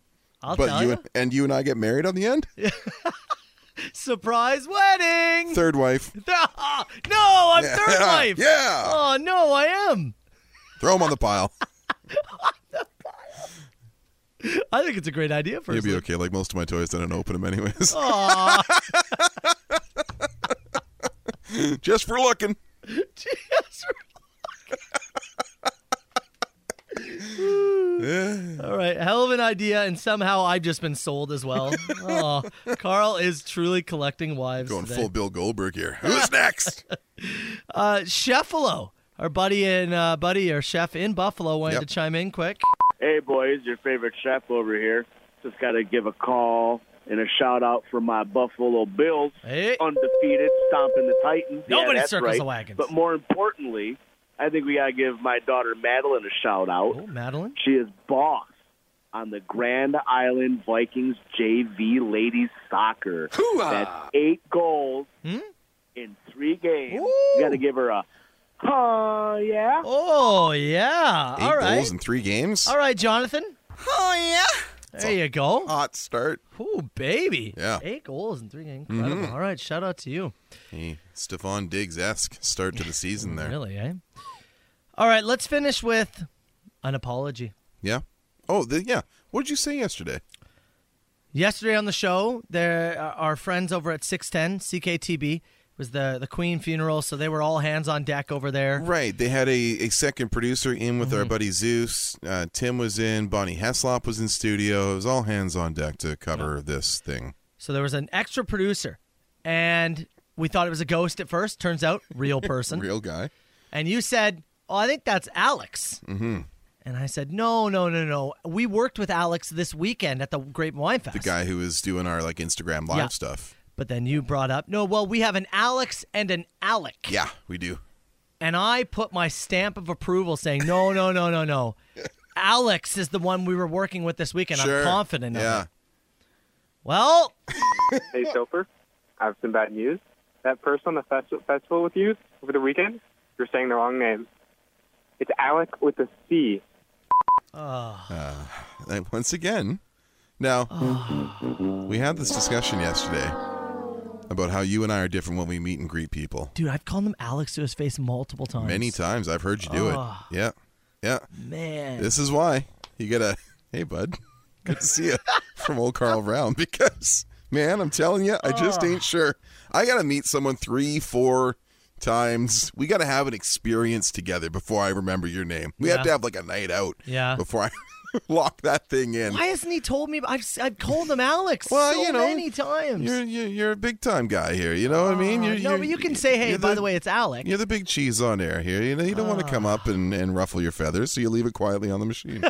Speaker 5: I'll
Speaker 6: but
Speaker 5: tell
Speaker 6: you
Speaker 5: ya.
Speaker 6: and- and you and I get married on the end.
Speaker 5: Surprise wedding.
Speaker 6: Third wife,
Speaker 5: Ah, no, I'm
Speaker 6: Yeah.
Speaker 5: third wife.
Speaker 6: Yeah.
Speaker 5: Oh no, I am.
Speaker 6: throw him on the pile.
Speaker 5: I think it's a great idea for
Speaker 6: You'll be okay. Like most of my toys, I don't open them anyways.
Speaker 5: Aw,
Speaker 6: Just for looking.
Speaker 5: Jesus.
Speaker 6: Yeah.
Speaker 5: All right, hell of an idea, and somehow I've just been sold as well. Oh, Carl is truly collecting wives.
Speaker 6: Going
Speaker 5: today.
Speaker 6: full Bill Goldberg here. Who's next?
Speaker 5: Uh, Sheffalo, our buddy and uh, buddy, our chef in Buffalo, wanted
Speaker 6: Yep.
Speaker 5: to chime in quick.
Speaker 14: Hey, boys, your favorite chef over here. Just got to give a call and a shout out for my Buffalo Bills. Undefeated, stomping the Titans.
Speaker 5: Nobody
Speaker 14: yeah, that's
Speaker 5: circles
Speaker 14: right.
Speaker 5: the wagons.
Speaker 14: But more importantly, I think we got to give my daughter Madeline a shout out.
Speaker 5: Oh, Madeline.
Speaker 14: She is boss on the Grand Island Vikings JV ladies soccer.
Speaker 12: Hoo-ah!
Speaker 14: That's eight goals
Speaker 5: Hmm?
Speaker 14: in three games. You got to give her a. Oh, yeah.
Speaker 5: Oh yeah.
Speaker 6: Eight
Speaker 5: All right.
Speaker 6: goals in three games.
Speaker 5: All right, Jonathan.
Speaker 12: Oh,
Speaker 5: There you go.
Speaker 6: Hot start.
Speaker 5: Oh baby.
Speaker 6: Yeah.
Speaker 5: Eight goals in three games. Incredible.
Speaker 6: Mhm.
Speaker 5: All right, shout out to you.
Speaker 6: Hey, Stephon Diggs esque start to the season there.
Speaker 5: Really, eh? All right, let's finish with an apology.
Speaker 6: Yeah. Oh, the, yeah. What did you say yesterday?
Speaker 5: Yesterday on the show, there uh, our friends over at 610 CKTB was the the Queen funeral, so they were all hands on deck over there.
Speaker 6: Right. They had a, a second producer in with
Speaker 5: Mm-hmm.
Speaker 6: our buddy Zeus. Uh, Tim was in. Bonnie Heslop was in studio. It was all hands on deck to cover this thing.
Speaker 5: So there was an extra producer, and we thought it was a ghost at first. Turns out, real person.
Speaker 6: Real guy.
Speaker 5: And you said, "Oh, I think that's Alex."
Speaker 6: Mm-hmm.
Speaker 5: And I said, "No, no, no, no. We worked with Alex this weekend at the Grape and Wine Fest."
Speaker 6: The guy who was doing our like Instagram live
Speaker 5: Yeah.
Speaker 6: stuff.
Speaker 5: But then you brought up, "No, well, we have an Alex and an Alec."
Speaker 6: Yeah, we do.
Speaker 5: And I put my stamp of approval saying, "No, no, no, no, no. Alex is the one we were working with this weekend.
Speaker 6: Sure.
Speaker 5: I'm confident of
Speaker 6: Yeah.
Speaker 5: it." Well,
Speaker 15: hey, Soper, I have some bad news. That person on the festi- festival with you over the weekend, you're saying the wrong name. It's Alec with a C.
Speaker 5: oh,
Speaker 6: Uh, and once again, now we had this discussion yesterday about how you and I are different when we meet and greet people.
Speaker 5: Dude, I've called him Alex to his face multiple times.
Speaker 6: Many times I've heard you do
Speaker 5: Oh.
Speaker 6: it. Yeah, yeah.
Speaker 5: Man.
Speaker 6: this is why you gotta. Hey, bud, good to see you from old Carl Brown. Because man, I'm telling you, I just
Speaker 5: Oh.
Speaker 6: ain't sure. I gotta meet someone three, four times. We gotta have an experience together before I remember your name. We have
Speaker 5: Yeah.
Speaker 6: to have like a night out.
Speaker 5: Yeah.
Speaker 6: Before I lock that thing in.
Speaker 5: Why hasn't he told me? I've s- I've called him Alex
Speaker 6: Well,
Speaker 5: so
Speaker 6: you know,
Speaker 5: many times. Uh,
Speaker 6: You're, you're you're a big time guy here. You know what I mean? You're,
Speaker 5: Oh, no,
Speaker 6: you're-
Speaker 5: but you can say, hey,
Speaker 6: you're
Speaker 5: by the, way, Ah. it's Alex.
Speaker 6: You're the big cheese on air here. You know, you don't want to come up and, and ruffle your feathers, so you leave it quietly on the machine.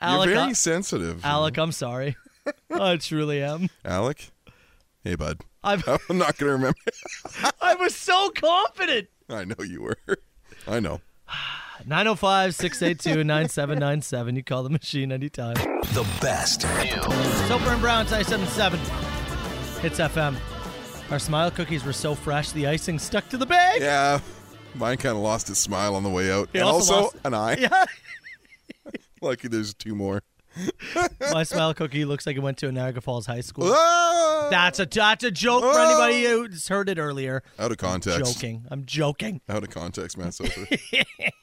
Speaker 5: Alec,
Speaker 6: you're very
Speaker 5: I-
Speaker 6: sensitive.
Speaker 5: Alec, I'm sorry. I truly am.
Speaker 6: Alec, hey bud,
Speaker 5: I'm,
Speaker 6: I'm not gonna remember.
Speaker 5: I was so confident.
Speaker 6: I know you were. I know.
Speaker 5: 905 682 9797. You call the machine anytime.
Speaker 4: The best.
Speaker 5: Soper and Brown, 977. Hits FM. Our smile cookies were so fresh, the icing stuck to the bag.
Speaker 6: Yeah, mine kind of lost its smile on the way out,
Speaker 5: He
Speaker 6: and
Speaker 5: also
Speaker 6: also,
Speaker 5: lost-
Speaker 6: an eye.
Speaker 5: Yeah.
Speaker 6: Lucky there's two more.
Speaker 5: My smile cookie looks like it went to a Niagara Falls High School.
Speaker 6: Ah!
Speaker 5: That's a that's a joke for
Speaker 6: Oh!
Speaker 5: anybody who's heard it earlier.
Speaker 6: Out of context.
Speaker 5: Joking. I'm joking.
Speaker 6: Out of context, man. So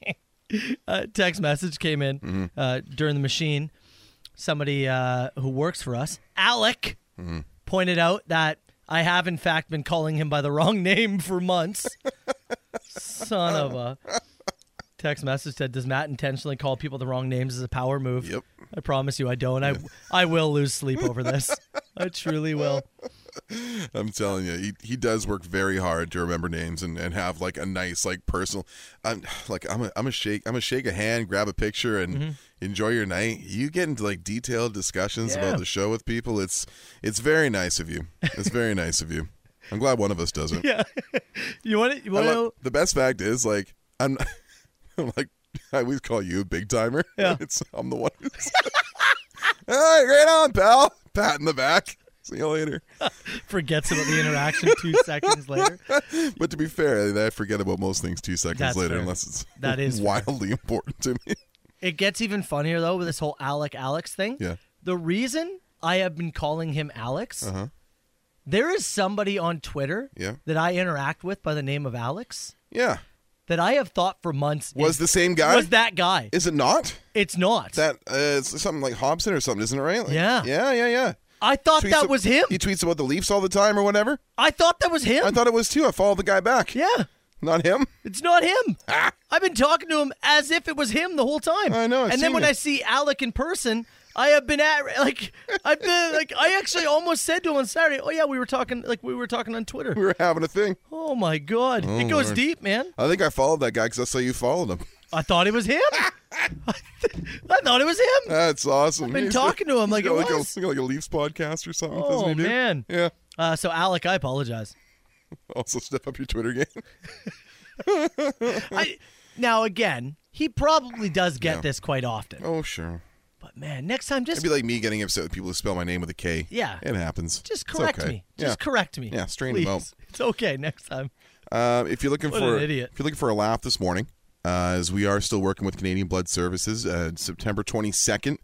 Speaker 5: uh, text message came in
Speaker 6: Mm-hmm.
Speaker 5: uh, during the machine. Somebody uh, who works for us, Alec,
Speaker 6: Mm-hmm.
Speaker 5: pointed out that I have in fact been calling him by the wrong name for months. Son of a. Text message said, "Does Matt intentionally call people the wrong names as a power move?" Yep. I promise you, I don't. I I will lose sleep over this. I truly will.
Speaker 6: I'm telling you, he, he does work very hard to remember names and, and have like a nice like personal. I'm like I'm a I'm a shake I'm a shake a hand, grab a picture, and
Speaker 5: Mhm.
Speaker 6: enjoy your night. You get into like detailed discussions
Speaker 5: Yeah.
Speaker 6: about the show with people. It's it's very nice of you. It's very nice of you. I'm glad one of us does it.
Speaker 5: Yeah. You want it? You want
Speaker 6: I
Speaker 5: to?
Speaker 6: love- the best fact is like I'm, I'm like I always call you a big timer.
Speaker 5: Yeah.
Speaker 6: It's I'm the one. Who's, All right, right on, pal. Pat in the back. See you later.
Speaker 5: Forgets about the interaction two seconds later.
Speaker 6: But to be fair, I forget about most things two seconds
Speaker 5: That's
Speaker 6: later,
Speaker 5: fair.
Speaker 6: unless it's
Speaker 5: That is fair.
Speaker 6: wildly important to me.
Speaker 5: It gets even funnier though with this whole Alec Alex thing.
Speaker 6: Yeah.
Speaker 5: The reason I have been calling him Alex,
Speaker 6: Uh huh.
Speaker 5: there is somebody on Twitter
Speaker 6: Yeah.
Speaker 5: that I interact with by the name of Alex.
Speaker 6: Yeah.
Speaker 5: That I have thought for months
Speaker 6: Was
Speaker 5: is-
Speaker 6: the same guy?
Speaker 5: Was that guy?
Speaker 6: Is it not?
Speaker 5: It's not.
Speaker 6: That uh, it's something like Hobson or something, isn't it? Right? Like-
Speaker 5: Yeah.
Speaker 6: Yeah. Yeah. Yeah.
Speaker 5: I thought
Speaker 6: Tweets
Speaker 5: that
Speaker 6: ab-
Speaker 5: was him.
Speaker 6: He tweets about the Leafs all the time or whatever.
Speaker 5: I thought that was him.
Speaker 6: I thought it was too. I followed the guy back.
Speaker 5: Yeah.
Speaker 6: Not him.
Speaker 5: It's not him. I've been talking to him as if it was him the whole time. I know.
Speaker 6: Ah.
Speaker 5: and
Speaker 6: I've
Speaker 5: then
Speaker 6: seen
Speaker 5: when
Speaker 6: it.
Speaker 5: I see Alec in person, I have been at like I've been like I actually almost said to him on Saturday, "Oh yeah, we were talking like we were talking on Twitter."
Speaker 6: We were having a thing.
Speaker 5: Oh my god,
Speaker 6: Oh,
Speaker 5: it goes
Speaker 6: Lord.
Speaker 5: deep, man.
Speaker 6: I think I followed that guy because I saw you followed him.
Speaker 5: I thought it was him. I, th- I thought it was him.
Speaker 6: That's awesome.
Speaker 5: I've been
Speaker 6: Uh, He's-
Speaker 5: talking to him
Speaker 6: he's
Speaker 5: like
Speaker 6: got
Speaker 5: it
Speaker 6: like,
Speaker 5: was.
Speaker 6: A, like a Leafs podcast or something. doesn't
Speaker 5: Oh
Speaker 6: he, dude?
Speaker 5: man.
Speaker 6: Yeah.
Speaker 5: Uh, so Alec, I apologize.
Speaker 6: Also, step up your Twitter game.
Speaker 5: I, now again, he probably does get this quite often.
Speaker 6: Oh sure.
Speaker 5: But man, next time just
Speaker 6: It'd be like me getting upset with people who spell my name with a K.
Speaker 5: Yeah.
Speaker 6: It happens.
Speaker 5: just
Speaker 6: It's
Speaker 5: correct
Speaker 6: okay.
Speaker 5: me. Just
Speaker 6: Yeah.
Speaker 5: correct me.
Speaker 6: Yeah, strain
Speaker 5: please.
Speaker 6: them out.
Speaker 5: It's okay next time.
Speaker 6: Um, if you're looking
Speaker 5: What
Speaker 6: for
Speaker 5: an idiot.
Speaker 6: if you're looking for a laugh this morning, uh, as we are still working with Canadian Blood Services, uh, September 22nd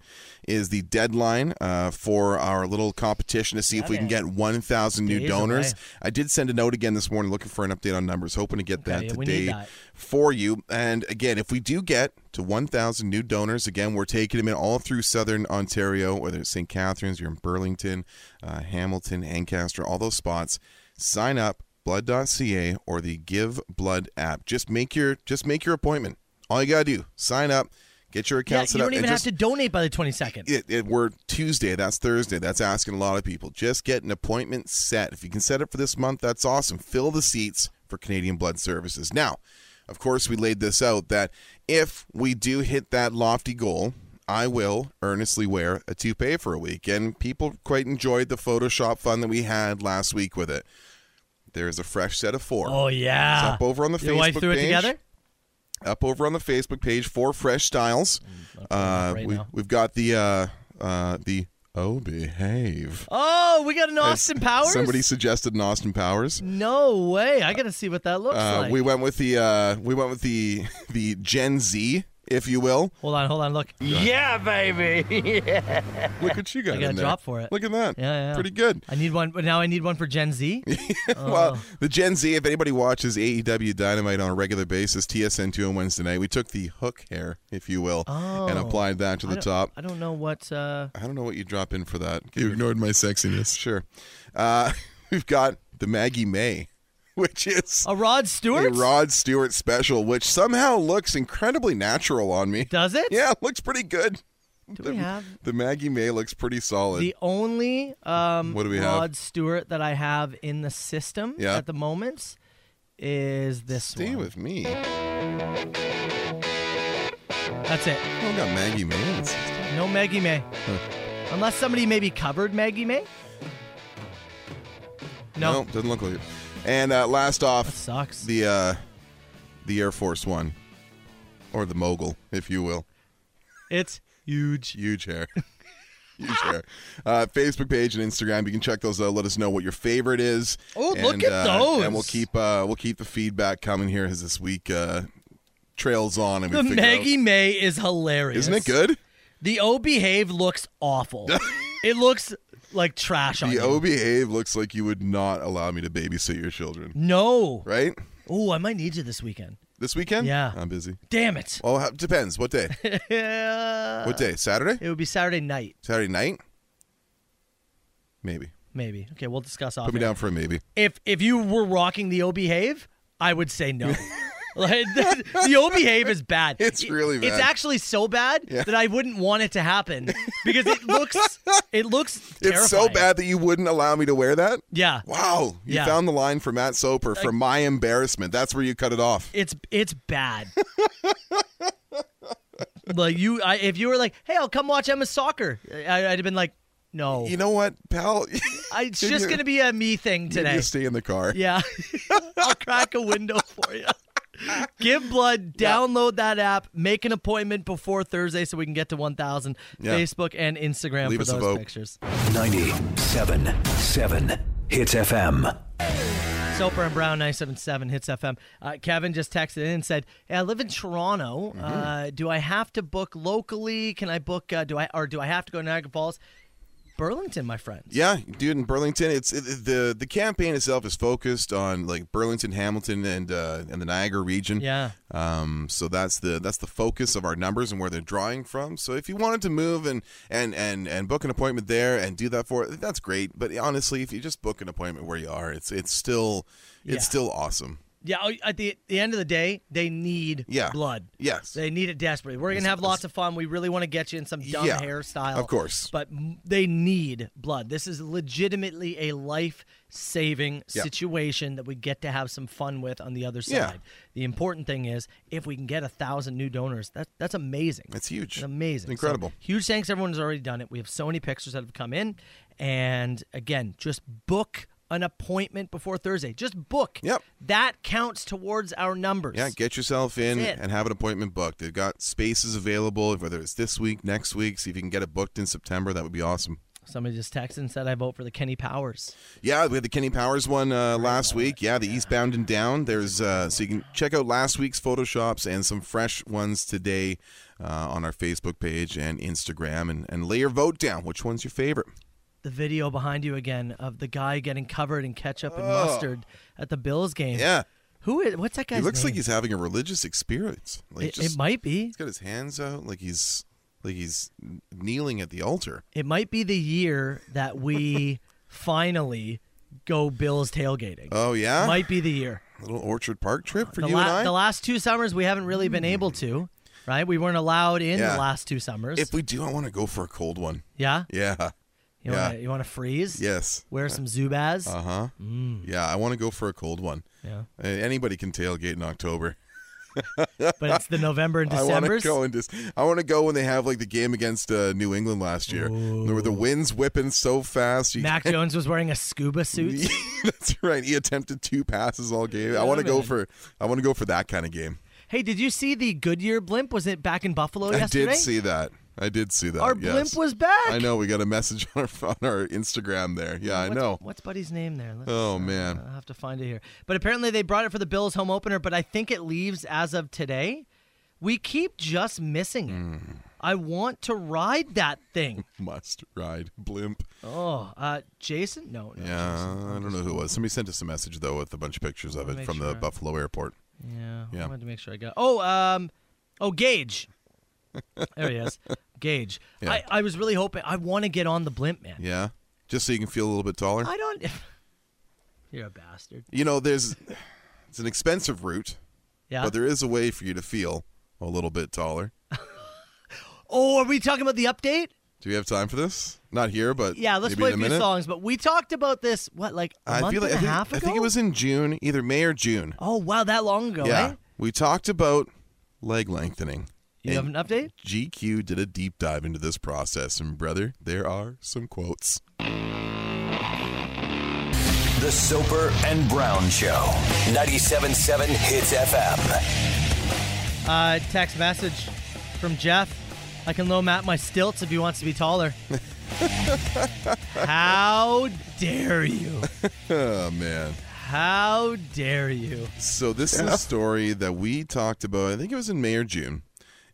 Speaker 6: is the deadline uh, for our little competition to see if we can get 1,000 new
Speaker 5: Days
Speaker 6: donors.
Speaker 5: away.
Speaker 6: I did send a note again this morning looking for an update on numbers, hoping to get
Speaker 5: yeah,
Speaker 6: that
Speaker 5: we need
Speaker 6: today
Speaker 5: that.
Speaker 6: for you. And again, if we do get to 1,000 new donors, again, we're taking them in all through southern Ontario, whether it's St. Catharines, you're in Burlington, uh, Hamilton, Ancaster, all those spots. Sign up blood.ca or the Give Blood app. Just make your just make your appointment. All you gotta do, sign up, get your
Speaker 5: Yeah,
Speaker 6: account
Speaker 5: you
Speaker 6: set up.
Speaker 5: don't
Speaker 6: and
Speaker 5: even have
Speaker 6: just-
Speaker 5: to donate by the twenty second.
Speaker 6: it, it, we're Tuesday. That's Thursday. That's asking a lot of people. Just get an appointment set. If you can set it for this month, that's awesome. Fill the seats for Canadian Blood Services. Now, of course, we laid this out that if we do hit that lofty goal, I will earnestly wear a toupee for a week. And people quite enjoyed the Photoshop fun that we had last week with it. There is a fresh set of four.
Speaker 5: Oh yeah.
Speaker 6: It's up over on the
Speaker 5: Your
Speaker 6: Facebook
Speaker 5: wife threw
Speaker 6: page
Speaker 5: it together.
Speaker 6: up over on the Facebook page for Fresh
Speaker 5: Mm,
Speaker 6: Styles. Uh,
Speaker 5: right
Speaker 6: we,
Speaker 5: now.
Speaker 6: we've got the uh, uh, the oh behave.
Speaker 5: Oh, we got an Austin Powers.
Speaker 6: Somebody suggested an Austin Powers.
Speaker 5: No way! I gotta see what that looks
Speaker 6: Uh,
Speaker 5: like.
Speaker 6: we went with the uh, we went with the the Gen Z if you will.
Speaker 5: Hold on, hold on. Look.
Speaker 2: Yeah, baby. yeah.
Speaker 6: Look what you got.
Speaker 5: I got
Speaker 6: in
Speaker 5: a
Speaker 6: there.
Speaker 5: drop for it.
Speaker 6: Look at that.
Speaker 5: Yeah, Oh, yeah.
Speaker 6: Pretty good.
Speaker 5: I need one, but now I need one for Gen Z.
Speaker 6: well, the Gen Z, if anybody watches AEW Dynamite on a regular basis, TSN2 on Wednesday night, we took the hook hair, if you will, and
Speaker 5: Oh.
Speaker 6: applied that to
Speaker 5: I
Speaker 6: the
Speaker 5: don't-
Speaker 6: top.
Speaker 5: I don't know what. Uh,
Speaker 6: I don't know what you drop in for that. You ignored my sexiness. Sure. Uh, we've got the Maggie May, which is
Speaker 5: a Rod Stewart.
Speaker 6: A Rod Stewart special, which somehow looks incredibly natural on me.
Speaker 5: Does it?
Speaker 6: Yeah, it looks pretty good. Do the,
Speaker 5: we have-
Speaker 6: the Maggie May looks pretty solid.
Speaker 5: the only um,
Speaker 6: What do we have?
Speaker 5: Rod Stewart that I have in the system
Speaker 6: Yeah.
Speaker 5: at the moment is this
Speaker 6: Stay
Speaker 5: one.
Speaker 6: with me.
Speaker 5: That's it.
Speaker 6: Oh, we got Maggie May. in the system.
Speaker 5: No Maggie May. Unless somebody maybe covered Maggie May. No.
Speaker 6: doesn't look like it. And uh, last off,
Speaker 5: sucks.
Speaker 6: The uh, the Air Force One, or the mogul, if you will.
Speaker 5: It's huge,
Speaker 6: huge hair. Huge hair. Uh, Facebook page and Instagram. You can check those out. Let us know what your favorite is.
Speaker 5: Oh,
Speaker 6: and,
Speaker 5: look at
Speaker 6: uh, And we'll
Speaker 5: those.
Speaker 6: keep uh, we'll keep the feedback coming here as this week uh, trails on. And we
Speaker 5: The
Speaker 6: figure out-
Speaker 5: Maggie May is hilarious.
Speaker 6: Isn't it good?
Speaker 5: The O Behave looks awful. it looks like trash on
Speaker 6: The
Speaker 5: you.
Speaker 6: O behave looks like you would not allow me to babysit your children.
Speaker 5: no.
Speaker 6: Right?
Speaker 5: Oh, I might need you this weekend.
Speaker 6: This weekend?
Speaker 5: Yeah.
Speaker 6: I'm busy.
Speaker 5: Damn it.
Speaker 6: Well, ha- depends. What day? what day? Saturday?
Speaker 5: It would be Saturday night,
Speaker 6: Saturday night? Maybe.
Speaker 5: maybe. Okay, we'll discuss off.
Speaker 6: Put me
Speaker 5: air.
Speaker 6: down for a maybe.
Speaker 5: If if you were rocking the O Behave, I would say no. like the, the O Behave is bad.
Speaker 6: It's really bad.
Speaker 5: It's actually so bad that I wouldn't want it to happen because it looks it looks terrifying.
Speaker 6: It's so bad that you wouldn't allow me to wear that?
Speaker 5: Yeah.
Speaker 6: Wow. You
Speaker 5: Yeah.
Speaker 6: found the line for Matt Soper for my embarrassment. That's where you cut it off.
Speaker 5: It's it's bad. like you, I, if you were like, "Hey, I'll come watch Emma's soccer," I, I'd have been like, "No."
Speaker 6: You know what, pal?
Speaker 5: I, it's
Speaker 6: Maybe
Speaker 5: just
Speaker 6: you-
Speaker 5: gonna be a me thing
Speaker 6: Maybe you
Speaker 5: today.
Speaker 6: stay in the car.
Speaker 5: Yeah, I'll crack a window for you. Give blood. Download that app. Make an appointment before Thursday so we can get to 1,000.
Speaker 4: Yeah.
Speaker 5: Facebook and Instagram
Speaker 4: Leave
Speaker 5: for
Speaker 4: us a
Speaker 5: those
Speaker 4: vote.
Speaker 5: pictures.
Speaker 4: 97.7 Hits FM.
Speaker 5: Soper and Brown 977 Hits FM. Uh, Kevin just texted in and said, hey, I live in Toronto.
Speaker 4: Mm-hmm.
Speaker 5: Uh, do I have to book locally? Can I book, uh, Do I or do I have to go to Niagara Falls? Burlington, my friend.
Speaker 6: Yeah, dude, in Burlington, it's it, the the campaign itself is focused on like Burlington, Hamilton, and uh, and the Niagara region.
Speaker 5: Yeah.
Speaker 6: Um. So that's the that's the focus of our numbers and where they're drawing from. So if you wanted to move and and and and book an appointment there and do that for that's great. But honestly, if you just book an appointment where you are, it's it's still it's
Speaker 5: Yeah.
Speaker 6: still awesome.
Speaker 5: Yeah, oh, at the, the end of the day, they need
Speaker 6: Yeah.
Speaker 5: blood.
Speaker 6: Yes.
Speaker 5: They need it desperately. We're going to have lots of fun. We really want to get you in some dumb
Speaker 6: Yeah,
Speaker 5: hairstyle.
Speaker 6: of course.
Speaker 5: But m- they need blood. This is legitimately a life saving
Speaker 6: Yeah.
Speaker 5: situation that we get to have some fun with on the other side.
Speaker 6: Yeah.
Speaker 5: The important thing is if we can get a thousand new donors, that, that's amazing.
Speaker 6: That's huge.
Speaker 5: It's amazing.
Speaker 6: It's incredible.
Speaker 5: So, huge thanks. Everyone has already done it. We have so many pictures that have come in. And again, just book an appointment before Thursday. Just book. Yep. That counts towards our numbers.
Speaker 6: Yeah, get yourself in
Speaker 5: That's it.
Speaker 6: and have an appointment booked. They've got spaces available, whether it's this week, next week. See if you can get it booked in September. That would be awesome.
Speaker 5: Somebody just texted and said, I vote for the Kenny Powers.
Speaker 6: Yeah, we had the Kenny Powers one uh, last week. Yeah, the Eastbound and Down. There's uh, so you can check out last week's photoshops and some fresh ones today uh, on our Facebook page and Instagram, and, and lay your vote down. Which one's your favorite?
Speaker 5: The video behind you again of the guy getting covered in ketchup and
Speaker 6: Oh.
Speaker 5: mustard at the Bills game.
Speaker 6: Yeah.
Speaker 5: Who is, what's that
Speaker 6: he
Speaker 5: guy's
Speaker 6: looks like
Speaker 5: name?
Speaker 6: he's having a religious experience.
Speaker 5: It-
Speaker 6: Like
Speaker 5: it might be.
Speaker 6: He's got his hands out, like he's like he's kneeling at the altar.
Speaker 5: It might be the year that we finally go Bills tailgating.
Speaker 6: Oh yeah,
Speaker 5: Might be the year.
Speaker 6: little Orchard Park trip for
Speaker 5: the,
Speaker 6: you
Speaker 5: la-
Speaker 6: and I.
Speaker 5: the last two summers, we haven't really been able to, right? We weren't allowed in
Speaker 6: Yeah.
Speaker 5: the last two summers.
Speaker 6: if we do, I want to go for a cold one.
Speaker 5: yeah?
Speaker 6: Yeah.
Speaker 5: You
Speaker 6: yeah.
Speaker 5: want to you wanna freeze?
Speaker 6: Yes.
Speaker 5: Wear some Zubaz?
Speaker 6: Uh huh. Yeah, I want to go for a cold one.
Speaker 5: Hmm. Yeah.
Speaker 6: Uh, anybody can tailgate in October.
Speaker 5: But it's the November and
Speaker 6: I want to
Speaker 5: Decembers?
Speaker 6: go in Dec- I want to go when they have like the game against uh, New England last year, where the wind's whipping so fast. You
Speaker 5: Mac Jones was wearing a scuba suit.
Speaker 6: That's right. He attempted two passes all game. I want to go
Speaker 5: man.
Speaker 6: for. I want to go for that kind of game.
Speaker 5: Hey, did you see the Goodyear blimp? Was it back in Buffalo
Speaker 6: I
Speaker 5: Oh, yesterday?
Speaker 6: did see that. I did see that.
Speaker 5: Our
Speaker 6: yes.
Speaker 5: blimp was back.
Speaker 6: I know. We got a message on our on our Instagram there. Yeah, I
Speaker 5: What's-
Speaker 6: know.
Speaker 5: What's Buddy's name there? Let's-
Speaker 6: Oh
Speaker 5: I'll
Speaker 6: man.
Speaker 5: have to find it here. But apparently they brought it for the Bills home opener, but I think it leaves as of today, We keep just missing it.
Speaker 6: Mm.
Speaker 5: I want to ride that thing.
Speaker 6: Must ride blimp.
Speaker 5: Oh, uh, Jason? No, no.
Speaker 6: Yeah, I don't know who it was. Somebody sent us a message though with a bunch of pictures of
Speaker 5: Wanna
Speaker 6: it
Speaker 5: make
Speaker 6: from the
Speaker 5: sure.
Speaker 6: Buffalo airport.
Speaker 5: Yeah, I
Speaker 6: Yeah.
Speaker 5: wanted to make sure I got. Oh, um, oh, Gage. there he is, Gage.
Speaker 6: Yeah.
Speaker 5: I, I was really hoping. I want to get on the blimp, man.
Speaker 6: Yeah, just so you can feel a little bit taller.
Speaker 5: I don't. You're a bastard.
Speaker 6: You know, there's it's an expensive route.
Speaker 5: Yeah.
Speaker 6: But there is a way for you to feel a little bit taller.
Speaker 5: Oh, are we talking about the update?
Speaker 6: Do we have time for this? Not here, but
Speaker 5: Yeah, let's
Speaker 6: maybe
Speaker 5: play
Speaker 6: in
Speaker 5: a
Speaker 6: a
Speaker 5: few
Speaker 6: minute.
Speaker 5: songs. But we talked about this what, like a
Speaker 6: I
Speaker 5: month
Speaker 6: feel like
Speaker 5: and
Speaker 6: I
Speaker 5: a
Speaker 6: think,
Speaker 5: half
Speaker 6: I
Speaker 5: ago?
Speaker 6: think it was in June, either May or June.
Speaker 5: oh wow, that long ago.
Speaker 6: yeah,
Speaker 5: eh?
Speaker 6: we talked about leg lengthening.
Speaker 5: You have an
Speaker 6: And
Speaker 5: update?
Speaker 6: GQ did a deep dive into this process, and brother, there are some quotes.
Speaker 4: The Soper and Brown Show. 97.7 Hits FM.
Speaker 5: Uh, text message from Jeff. I can low Matt my stilts if he wants to be taller. How dare you?
Speaker 6: oh man.
Speaker 5: How dare you?
Speaker 6: So this is
Speaker 5: Yeah.
Speaker 6: a story that we talked about. I think it was in May or June,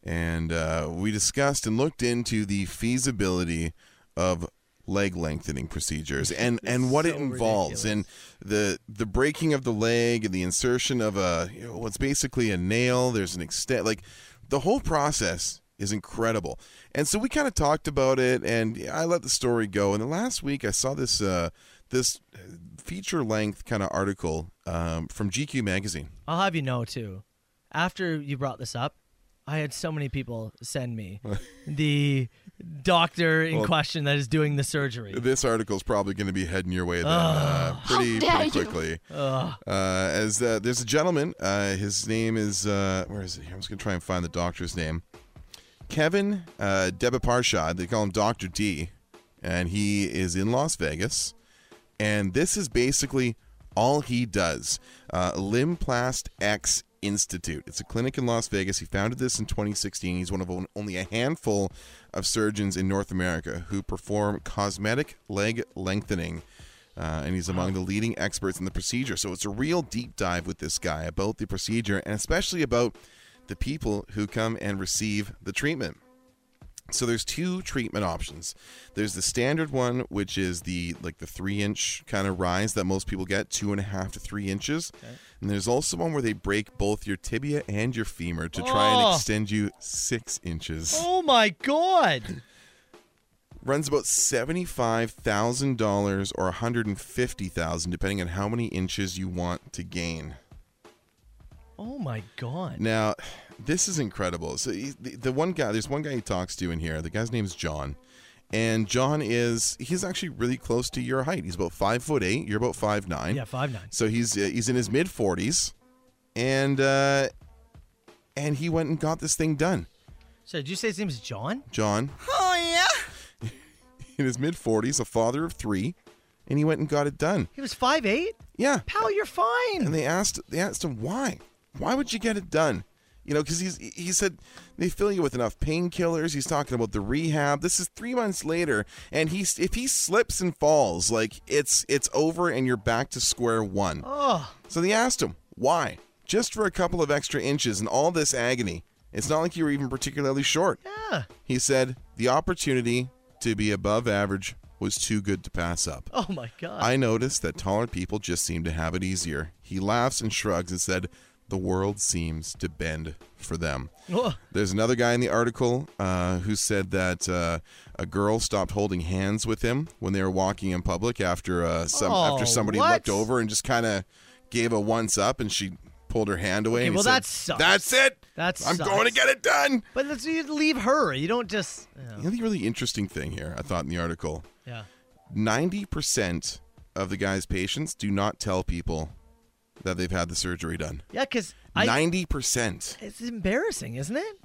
Speaker 6: and uh, we discussed and looked into the feasibility of leg lengthening procedures and and what it involves and the the breaking of the leg and the insertion of a you know, what's basically a nail. There's an extent like the whole process is incredible. And so we kind of talked about it, and I let the story go. And the last week, I saw this uh, this feature length kind of article um, from GQ magazine.
Speaker 5: I'll have you know too. After you brought this up, I had so many people send me the doctor in
Speaker 6: Well-
Speaker 5: question that is doing the surgery.
Speaker 6: This article is probably going to be heading your way then, uh,
Speaker 5: Ugh.
Speaker 6: pretty,
Speaker 5: How
Speaker 6: pretty
Speaker 5: dare you.
Speaker 6: quickly.
Speaker 5: Ugh.
Speaker 6: Uh, as uh, there's a gentleman, uh, his name is uh, where is it? Here, I'm just going to try and find the doctor's name. Kevin uh, Debaparshad. They call him Doctor D, and he is in Las Vegas. And this is basically all he does. Uh, Limplast X Institute. It's a clinic in Las Vegas. He founded this in 2016. He's one of on- only a handful of surgeons in North America who perform cosmetic leg lengthening. Uh, and he's among the leading experts in the procedure. So it's a real deep dive with this guy about the procedure and especially about the people who come and receive the treatment. So there's two treatment options. There's the standard one, which is the like the three inch kind of rise that most people get, two and a half to three inches. And there's also one where they break both your tibia and your femur to try
Speaker 5: Oh.
Speaker 6: and extend you six inches.
Speaker 5: Oh my god.
Speaker 6: Runs about seventy-five thousand dollars or one hundred and fifty thousand, depending on how many inches you want to gain.
Speaker 5: Oh my god.
Speaker 6: Now, this is incredible. So he- the, the one guy, there's one guy he talks to in here. The guy's name's John, and John is he's actually really close to your height. He's about five foot eight. You're about five nine.
Speaker 5: Yeah, five nine.
Speaker 6: So he's uh, he's in his mid forties, and uh, and he went and got this thing done.
Speaker 5: So did you say his name is John?
Speaker 6: John
Speaker 5: Oh yeah.
Speaker 6: in his mid forties, a father of three, and he went and got it done.
Speaker 5: He was five eight?
Speaker 6: Yeah.
Speaker 5: Pal, you're fine.
Speaker 6: And they asked they asked him why. Why would you get it done? You know, because he's he said they fill you with enough painkillers. He's talking about the rehab. This is three months later, and he's if he slips and falls, like it's it's over, and you're back to square one.
Speaker 5: Oh.
Speaker 6: So they asked him why, just for a couple of extra inches and all this agony. It's not like you were even particularly short.
Speaker 5: Yeah.
Speaker 6: He said the opportunity to be above average was too good to pass up.
Speaker 5: Oh my god.
Speaker 6: I noticed that taller people just seem to have it easier. He laughs and shrugs and said, The world seems to bend for them.
Speaker 5: Oh.
Speaker 6: There's another guy in the article uh, who said that uh, a girl stopped holding hands with him when they were walking in public after uh, some
Speaker 5: Oh,
Speaker 6: after somebody
Speaker 5: what?
Speaker 6: looked over and just kind of gave a once up and she pulled her hand away.
Speaker 5: Okay,
Speaker 6: and he
Speaker 5: well
Speaker 6: said,
Speaker 5: that sucks.
Speaker 6: That's it.
Speaker 5: That's
Speaker 6: I'm going to get it done.
Speaker 5: But let's you leave her. You don't just
Speaker 6: You know, the really interesting thing here, I thought in the article,
Speaker 5: Yeah.
Speaker 6: 90% of the guy's patients do not tell people that they've had the surgery done.
Speaker 5: Yeah, because I
Speaker 6: 90%.
Speaker 5: it's embarrassing, isn't it?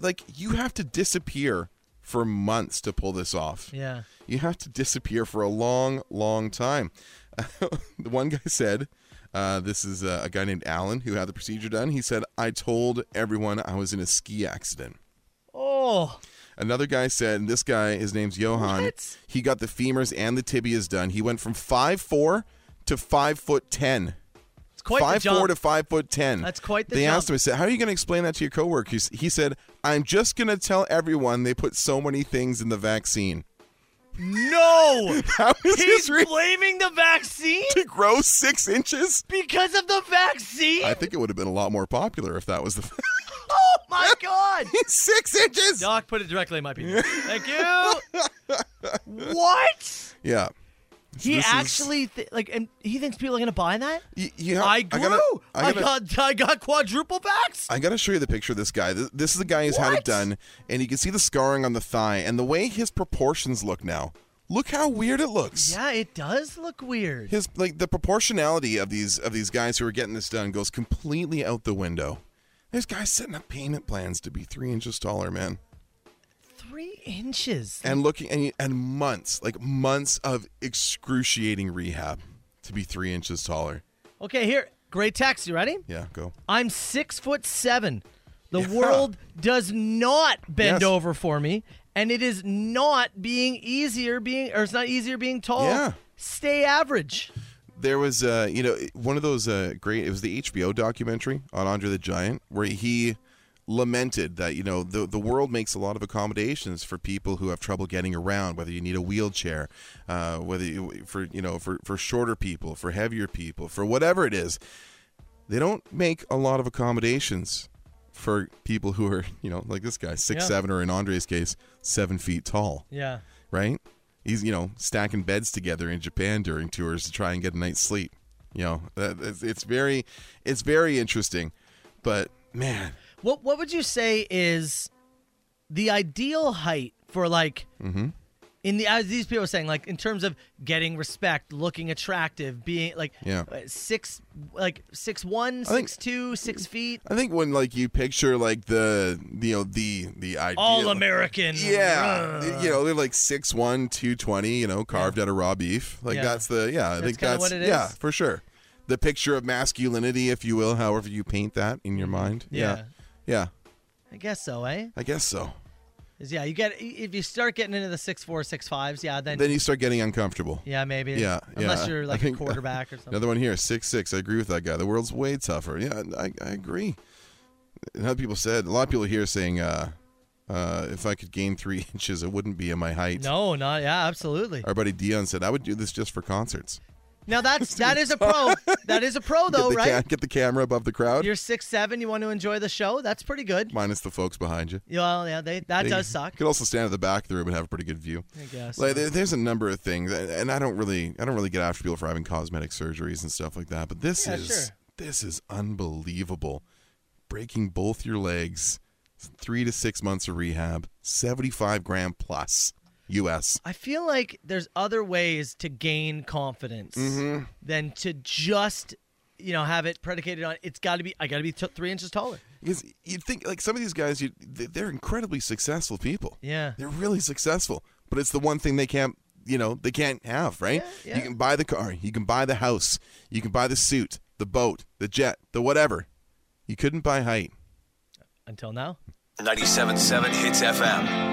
Speaker 6: Like, you have to disappear for months to pull this off.
Speaker 5: Yeah.
Speaker 6: You have to disappear for a long, long time. the one guy said, uh, this is uh, a guy named Alan who had the procedure done. He said, I told everyone I was in a ski accident.
Speaker 5: Oh.
Speaker 6: Another guy said, and this guy, his name's Johan. He got the femurs and the tibias done. He went from five four to five foot ten.
Speaker 5: quite the
Speaker 6: five four
Speaker 5: jump.
Speaker 6: to five foot ten.
Speaker 5: That's quite the
Speaker 6: They
Speaker 5: jump.
Speaker 6: asked him. I said, "How are you going to explain that to your coworkers?" He said, "I'm just going to tell everyone they put so many things in the vaccine."
Speaker 5: No!
Speaker 6: He's
Speaker 5: blaming the vaccine
Speaker 6: to grow six inches
Speaker 5: because of the vaccine.
Speaker 6: I think it would have been a lot more popular if that was the.
Speaker 5: oh my god!
Speaker 6: Six inches.
Speaker 5: Doc put it directly in my penis. Thank you. what?
Speaker 6: yeah.
Speaker 5: He
Speaker 6: This is-
Speaker 5: actually th- like, and he thinks people are gonna buy that.
Speaker 6: you
Speaker 5: I grew. I,
Speaker 6: gotta- I gotta-
Speaker 5: got. I got quadruple vax.
Speaker 6: I gotta show you the picture of this guy. This, this is the guy who's had it done, and you can see the scarring on the thigh and the way his proportions look now. Look how weird it looks.
Speaker 5: Yeah, it does look weird.
Speaker 6: His like the proportionality of these of these guys who are getting this done goes completely out the window. There's guys setting up payment plans to be three inches taller, man,
Speaker 5: Three inches.
Speaker 6: and looking and, and months like months of excruciating rehab to be three inches taller.
Speaker 5: Okay, here. Great text. You ready?
Speaker 6: Yeah, go.
Speaker 5: I'm six foot seven. The world does not bend
Speaker 6: Yes.
Speaker 5: over for me, and it is not being easier being, or it's not easier being tall.
Speaker 6: Yeah.
Speaker 5: Stay average.
Speaker 6: There was, uh, you know, one of those uh, great. It was the HBO documentary on Andre the Giant, where he lamented that you know the the world makes a lot of accommodations for people who have trouble getting around, whether you need a wheelchair, uh, whether you, for you know for for shorter people, for heavier people, for whatever it is. They don't make a lot of accommodations for people who are you know like this guy six
Speaker 5: Yeah.
Speaker 6: seven or in Andre's case seven feet tall
Speaker 5: Yeah.
Speaker 6: right? He's you know stacking beds together in Japan during tours to try and get a night's sleep. You know, that- it's, it's very, it's very interesting, but man,
Speaker 5: What What would you say is the ideal height for like
Speaker 6: hmm
Speaker 5: in the as these people are saying like in terms of getting respect, looking attractive, being like
Speaker 6: Yeah.
Speaker 5: uh, six like six one,
Speaker 6: think-
Speaker 5: six two, six feet,
Speaker 6: I think when like you picture like the you know the the ideal
Speaker 5: all American.
Speaker 6: Yeah,
Speaker 5: Ugh.
Speaker 6: you know they're like 6'1", 220, You know, carved out of raw beef. Like
Speaker 5: Yeah.
Speaker 6: that's the yeah. I
Speaker 5: That's
Speaker 6: think
Speaker 5: kinda
Speaker 6: that's
Speaker 5: what it
Speaker 6: yeah
Speaker 5: is.
Speaker 6: for sure. The picture of masculinity, if you will, however you paint that in your mind.
Speaker 5: Mm-hmm. Yeah.
Speaker 6: yeah, yeah
Speaker 5: I guess so, eh?
Speaker 6: I guess so.
Speaker 5: 'Cause, yeah, you get if you start getting into the six four, six fives, yeah, then,
Speaker 6: then you start getting uncomfortable.
Speaker 5: Yeah, maybe.
Speaker 6: Yeah,
Speaker 5: Unless
Speaker 6: yeah.
Speaker 5: you're
Speaker 6: I
Speaker 5: like
Speaker 6: think-
Speaker 5: a quarterback or something.
Speaker 6: Another one here, six six. I agree with that guy. The world's way tougher. Yeah, I, I agree. And other people said a lot of people here saying, uh, uh, if I could gain three inches, it wouldn't be in my height.
Speaker 5: No, not yeah, absolutely.
Speaker 6: Our buddy Dion said I would do this just for concerts.
Speaker 5: Now that's that is a pro. That is a pro though,
Speaker 6: get the
Speaker 5: Oh, right?
Speaker 6: ca- get the camera above the crowd,
Speaker 5: You're six seven. You want to enjoy the show? That's pretty good.
Speaker 6: minus the folks behind you.
Speaker 5: Well, yeah, they, that
Speaker 6: They
Speaker 5: does suck.
Speaker 6: Could also stand at the back of the room and have a pretty good view.
Speaker 5: I guess.
Speaker 6: Like, there- there's a number of things, and and I don't really, I don't really get after people for having cosmetic surgeries and stuff like that. But this
Speaker 5: Yeah,
Speaker 6: is,
Speaker 5: sure.
Speaker 6: this is unbelievable. Breaking both your legs, three to six months of rehab, seventy-five grand plus U.S.
Speaker 5: I feel like there's other ways to gain confidence
Speaker 6: Mhm.
Speaker 5: than to just, you know, have it predicated on it's got to be I got to be t- three inches taller.
Speaker 6: Because you'd think like some of these guys, you, they- they're incredibly successful people.
Speaker 5: Yeah.
Speaker 6: they're really successful, but it's the one thing they can't, you know, they can't have. Right?
Speaker 5: Yeah, yeah.
Speaker 6: You can buy the car, you can buy the house, you can buy the suit, the boat, the jet, the whatever. You couldn't buy height.
Speaker 5: Until now.
Speaker 4: 97.7 Hits FM.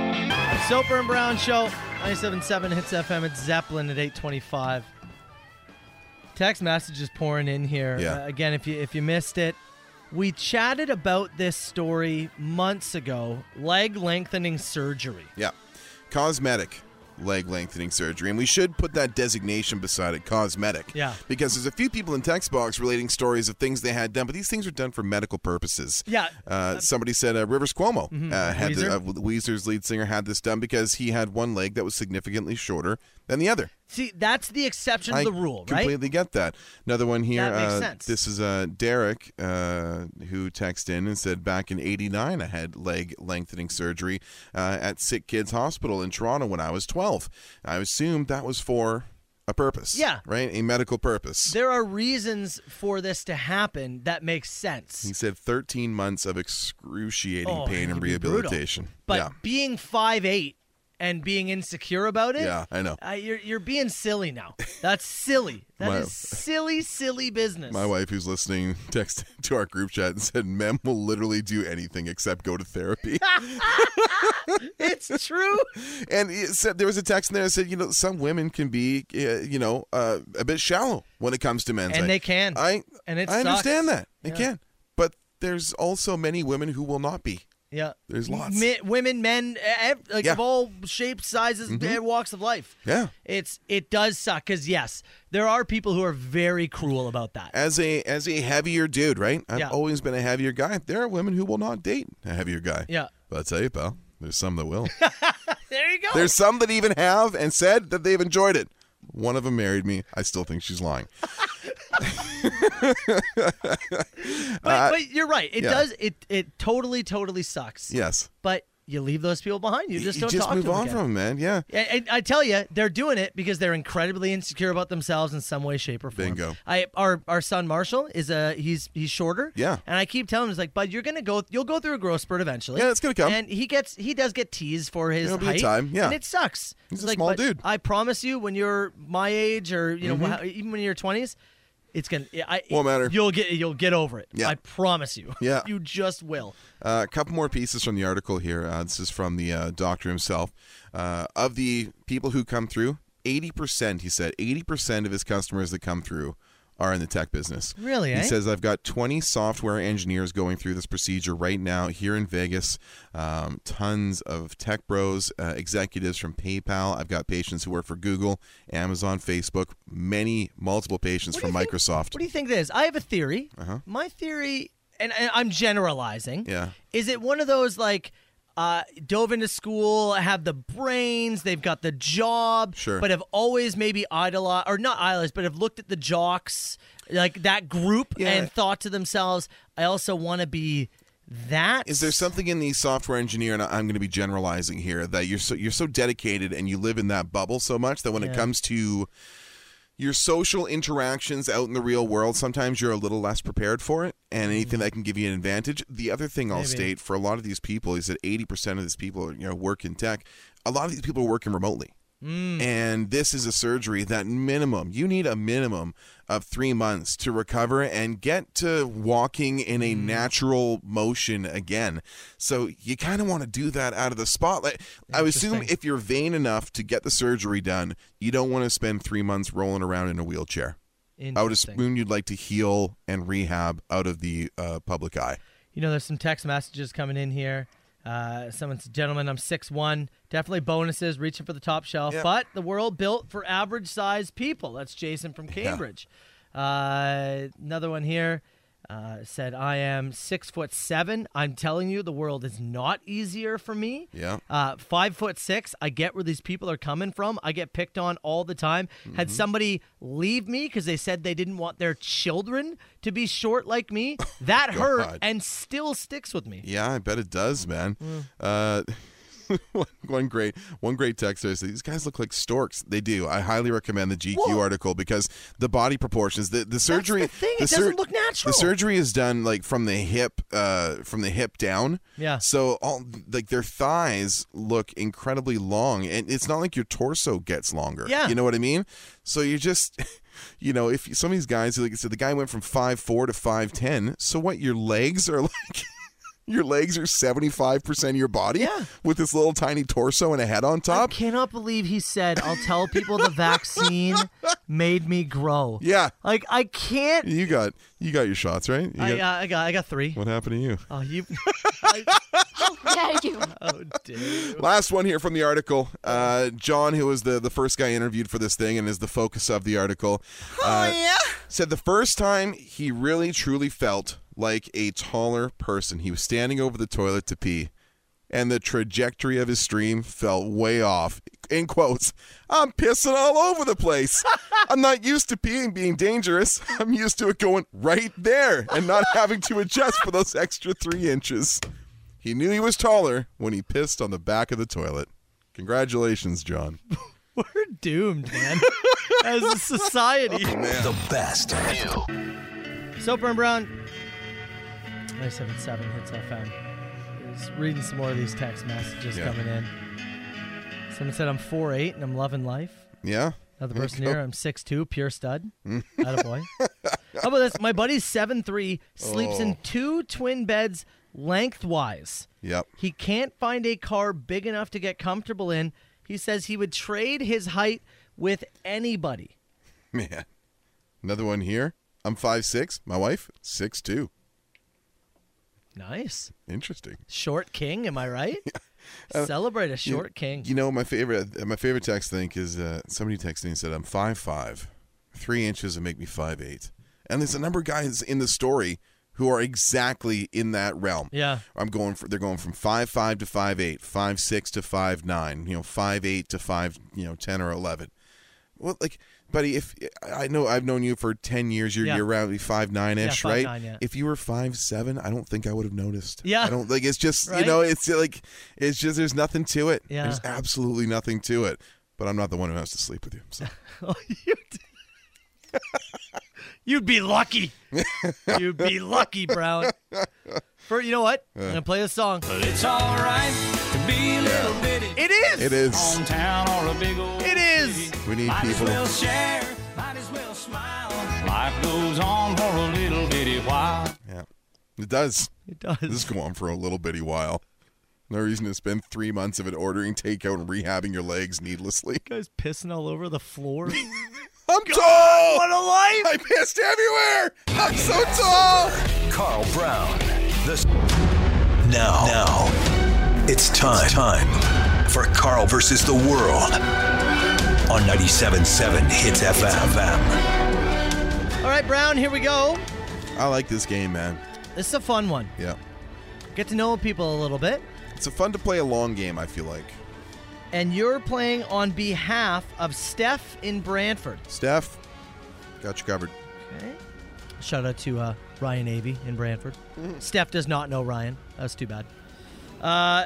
Speaker 5: Soper and Brown Show, 97.7 Hits FM. It's Zeppelin at 825. Text messages pouring in here.
Speaker 6: Yeah.
Speaker 5: Uh, again, if you if you missed it, we chatted about this story months ago. Leg lengthening surgery.
Speaker 6: Yeah. Cosmetic leg lengthening surgery. And we should put that designation beside it, cosmetic.
Speaker 5: Yeah.
Speaker 6: Because there's a few people in text box relating stories of things they had done, but these things were done for medical purposes.
Speaker 5: Yeah.
Speaker 6: Uh, somebody said uh, Rivers Cuomo
Speaker 5: Mhm.
Speaker 6: uh, had
Speaker 5: Weezer?
Speaker 6: The, uh, Weezer's lead singer had this done because he had one leg that was significantly shorter than the other.
Speaker 5: See, that's the exception
Speaker 6: I
Speaker 5: to the rule, right?
Speaker 6: completely get that. Another one here.
Speaker 5: That makes
Speaker 6: uh,
Speaker 5: sense.
Speaker 6: This is uh, Derek uh, who texted in and said, back in '89, I had leg lengthening surgery uh, at Sick Kids Hospital in Toronto when I was 12. I assumed that was for a purpose.
Speaker 5: Yeah.
Speaker 6: Right? A medical purpose.
Speaker 5: There are reasons for this to happen that makes sense.
Speaker 6: He said 13 months of excruciating
Speaker 5: Oh,
Speaker 6: pain
Speaker 5: it
Speaker 6: and
Speaker 5: could be brutal.
Speaker 6: rehabilitation.
Speaker 5: But
Speaker 6: yeah.
Speaker 5: being five eight and being insecure about it.
Speaker 6: Yeah, I know.
Speaker 5: Uh, you're you're being silly now. That's silly. That is
Speaker 6: My-
Speaker 5: silly, silly business.
Speaker 6: My wife, who's listening, texted to our group chat and said, "Mem will literally do anything except go to therapy."
Speaker 5: it's true.
Speaker 6: And it said, there was a text in there that said, "You know, some women can be, uh, you know, uh, a bit shallow when it comes to men's."
Speaker 5: And
Speaker 6: I-
Speaker 5: they can.
Speaker 6: I
Speaker 5: And it
Speaker 6: I understand
Speaker 5: sucks.
Speaker 6: that they
Speaker 5: Yeah.
Speaker 6: can, but there's also many women who will not be.
Speaker 5: Yeah.
Speaker 6: There's lots.
Speaker 5: Me- women, men, e, ev- like
Speaker 6: Yeah.
Speaker 5: of all shapes, sizes,
Speaker 6: Mhm.
Speaker 5: and walks of life.
Speaker 6: Yeah.
Speaker 5: It's it does suck because yes, there are people who are very cruel about that.
Speaker 6: As a as a heavier dude, right? I've
Speaker 5: Yeah.
Speaker 6: always been a heavier guy. There are women who will not date a heavier guy.
Speaker 5: Yeah.
Speaker 6: but I tell you, pal, there's some that will.
Speaker 5: there you go.
Speaker 6: There's some that even have and said that they've enjoyed it. One of them married me. I still think she's lying.
Speaker 5: But,
Speaker 6: Uh,
Speaker 5: but you're right. It
Speaker 6: yeah.
Speaker 5: does. It it totally totally sucks.
Speaker 6: Yes.
Speaker 5: But you leave those people behind. You just
Speaker 6: you
Speaker 5: don't
Speaker 6: just
Speaker 5: talk
Speaker 6: move
Speaker 5: to them
Speaker 6: on
Speaker 5: again.
Speaker 6: from it, man. Yeah.
Speaker 5: I, I I tell you, they're doing it because they're incredibly insecure about themselves in some way, shape, or form.
Speaker 6: Bingo.
Speaker 5: I our our son Marshall is a he's he's shorter.
Speaker 6: Yeah.
Speaker 5: And I keep telling him, it's like, bud, you're gonna go, you'll go through a growth spurt eventually.
Speaker 6: Yeah, it's gonna come.
Speaker 5: And he gets he does get teased for his
Speaker 6: There'll be a
Speaker 5: height.
Speaker 6: time, yeah.
Speaker 5: And it sucks.
Speaker 6: He's
Speaker 5: It's
Speaker 6: a
Speaker 5: like,
Speaker 6: small
Speaker 5: "But
Speaker 6: dude."
Speaker 5: I promise you, when you're my age, or you know,
Speaker 6: Mhm.
Speaker 5: wh- even when you're twenties. It's gonna. I,
Speaker 6: Won't matter.
Speaker 5: You'll get. You'll get over it.
Speaker 6: Yeah.
Speaker 5: I promise you.
Speaker 6: Yeah.
Speaker 5: you just will.
Speaker 6: Uh, a couple more pieces from the article here. Uh, this is from the uh, doctor himself. Uh, of the people who come through, 80%, he said, 80% of his customers that come through are in the tech business.
Speaker 5: Really,
Speaker 6: He
Speaker 5: eh?
Speaker 6: says, I've got 20 software engineers going through this procedure right now here in Vegas. Um, tons of tech bros, uh, executives from PayPal. I've got patients who work for Google, Amazon, Facebook, many, multiple patients from Microsoft.
Speaker 5: What do you think this? I have a theory.
Speaker 6: Uh-huh.
Speaker 5: My theory, and, and I'm generalizing.
Speaker 6: Yeah.
Speaker 5: Is it one of those like uh, dove into school, have the brains, they've got the job,
Speaker 6: Sure.
Speaker 5: but have always maybe idolized or not idolized, but have looked at the jocks, like that group,
Speaker 6: Yeah.
Speaker 5: and thought to themselves, "I also want to be that."
Speaker 6: Is there something in the software engineer, and I- I'm going to be generalizing here, that you're so you're so dedicated and you live in that bubble so much that when
Speaker 5: Yeah.
Speaker 6: it comes to your social interactions out in the real world, sometimes you're a little less prepared for it, and anything that can give you an advantage. The other thing I'll
Speaker 5: Mm-hmm. Maybe.
Speaker 6: state for a lot of these people is that 80% of these people you know work in tech. A lot of these people are working remotely. And this is a surgery that minimum, you need a minimum of three months to recover and get to walking in a natural motion again. So you kind of want to do that out of the spotlight. I would assume if you're vain enough to get the surgery done, you don't want to spend three months rolling around in a wheelchair. I would
Speaker 5: Interesting.
Speaker 6: assume you'd like to heal and rehab out of the uh, public eye.
Speaker 5: You know, there's some text messages coming in here. Uh, someone said, "Gentlemen, I'm six one. Definitely bonuses, reaching for the top shelf,
Speaker 16: Yeah.
Speaker 5: but the world built for average-sized people." That's Jason from Cambridge. Uh, another one here uh, said, "I am six foot seven. I'm telling you, the world is not easier for me.
Speaker 6: Yeah.
Speaker 5: Uh, five foot six. I get where these people are coming from. I get picked on all the time. Had
Speaker 6: Mhm.
Speaker 5: somebody leave me because they said they didn't want their children to be short like me. That
Speaker 6: God.
Speaker 5: hurt and still sticks with me.
Speaker 6: Yeah, I bet it does,
Speaker 5: Mm.
Speaker 6: man. Uh, one, one great, one great texter says these guys look like storks. They do. I highly recommend the GQ article because the body proportions, the the surgery,
Speaker 5: the thing,
Speaker 6: the
Speaker 5: it doesn't look natural.
Speaker 6: The surgery is done like from the hip, uh, from the hip down.
Speaker 5: Yeah.
Speaker 6: So all like their thighs look incredibly long, and it's not like your torso gets longer.
Speaker 5: Yeah.
Speaker 6: You know what I mean? So you just. You know, if some of these guys, like I said, the guy went from five four to five ten. So what? Your legs are like your legs are 75% of your body with this little tiny torso and a head on top.
Speaker 5: Cannot believe he said, "I'll tell people the vaccine made me grow."
Speaker 6: Yeah.
Speaker 5: Like I can't
Speaker 6: You got you got your shots, right? You
Speaker 5: I,
Speaker 6: got-
Speaker 5: uh, I got, I got three.
Speaker 6: what happened to you?
Speaker 5: Oh, you.
Speaker 7: you?
Speaker 5: Oh, dude.
Speaker 6: Last one here from the article. Uh, John, who was the, the first guy interviewed for this thing and is the focus of the article, uh, said the first time he really truly felt like a taller person. He was standing over the toilet to pee, and the trajectory of his stream felt way off. In quotes, I'm pissing all over the place. I'm not used to peeing being dangerous. I'm used to it going right there and not having to adjust for those extra three inches. He knew he was taller when he pissed on the back of the toilet. Congratulations, John.
Speaker 5: We're doomed, man. As a society.
Speaker 6: Oh,
Speaker 4: The best.
Speaker 5: Soper and Brown. 977 hits FM. Just reading some more of these text messages
Speaker 6: Yeah.
Speaker 5: coming in. Someone said I'm four eight and I'm loving life.
Speaker 6: Yeah.
Speaker 5: Another
Speaker 6: There you
Speaker 5: person
Speaker 6: go. Mm.
Speaker 5: here, I'm six two, pure stud. Atta boy. How about this? My buddy's seven three, sleeps
Speaker 6: Oh.
Speaker 5: in two twin beds lengthwise.
Speaker 6: Yep.
Speaker 5: He can't find a car big enough to get comfortable in. He says he would trade his height with anybody.
Speaker 6: Man. Another one here. I'm five six. My wife, six two.
Speaker 5: Nice.
Speaker 6: Interesting.
Speaker 5: Short king, am I right? Celebrate a
Speaker 6: You-
Speaker 5: short king.
Speaker 6: You know, my favorite uh, my favorite text thing is uh, somebody texted me and said, I'm five five, three inches and make me five eight. And there's a number of guys in the story who are exactly in that realm.
Speaker 5: Yeah.
Speaker 6: I'm going for they're going from five five to five eight, five six to five nine, you know, five eight to five, you know, ten or eleven. Well, like, buddy, if I know I've known you for ten years, you're
Speaker 5: Yeah.
Speaker 6: you're around five nine ish,
Speaker 5: Yeah,
Speaker 6: right?
Speaker 5: 5'9",, yeah.
Speaker 6: If you were five seven, I don't think I would have noticed.
Speaker 5: Yeah.
Speaker 6: I don't like it's just
Speaker 5: Right?
Speaker 6: you know, it's like it's just there's nothing to it.
Speaker 5: Yeah.
Speaker 6: There's absolutely nothing to it. But I'm not the one who has to sleep with you. So.
Speaker 5: Oh, You'd be lucky. You'd be lucky, Brown. For you know what? I'm
Speaker 6: Uh.
Speaker 5: gonna play this song.
Speaker 2: It's all right to be a little bitty.
Speaker 5: It is.
Speaker 6: It is.
Speaker 2: Hometown or a big old
Speaker 5: It is.
Speaker 6: We need
Speaker 2: Might as
Speaker 6: people.
Speaker 2: well share. Might as well smile. Life goes on for a little bitty while.
Speaker 6: Yeah. It does.
Speaker 5: It does.
Speaker 6: This is going on for a little bitty while. No reason to spend three months of it ordering takeout and rehabbing your legs needlessly.
Speaker 5: Guys pissing all over the floor.
Speaker 6: I'm tall!
Speaker 5: What a life!
Speaker 6: I pissed everywhere! I'm so tall!
Speaker 4: Carl Brown. The now, now, it's time, time for Carl versus the world on 97.7 Hits FM.
Speaker 5: All right, Brown, here we go.
Speaker 6: I like this game, man.
Speaker 5: This is a fun one.
Speaker 6: Yeah.
Speaker 5: Get to know people a little bit.
Speaker 6: It's a fun to play a long game, I feel like.
Speaker 5: And you're playing on behalf of Steph in Brantford.
Speaker 6: Steph, got you covered.
Speaker 5: Okay. Shout out to uh, Ryan Avey in Brantford. Steph does not know Ryan. That's too bad. Uh,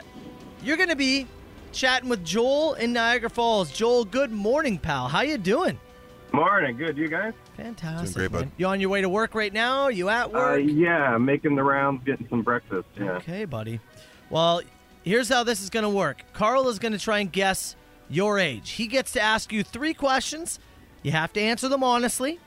Speaker 5: you're going to be chatting with Joel in Niagara Falls. Joel, good morning, pal. How you doing?
Speaker 16: Morning, good. You guys?
Speaker 5: Fantastic.
Speaker 16: Doing great, bud.
Speaker 5: man. You on your way to work right now? you at
Speaker 16: Uh,
Speaker 5: work?
Speaker 16: yeah, making the rounds, getting some breakfast. Yeah.
Speaker 5: Okay, buddy. Well, here's how this is going to work. Carl is going to try and guess your age. He gets to ask you three questions. You have to answer them honestly.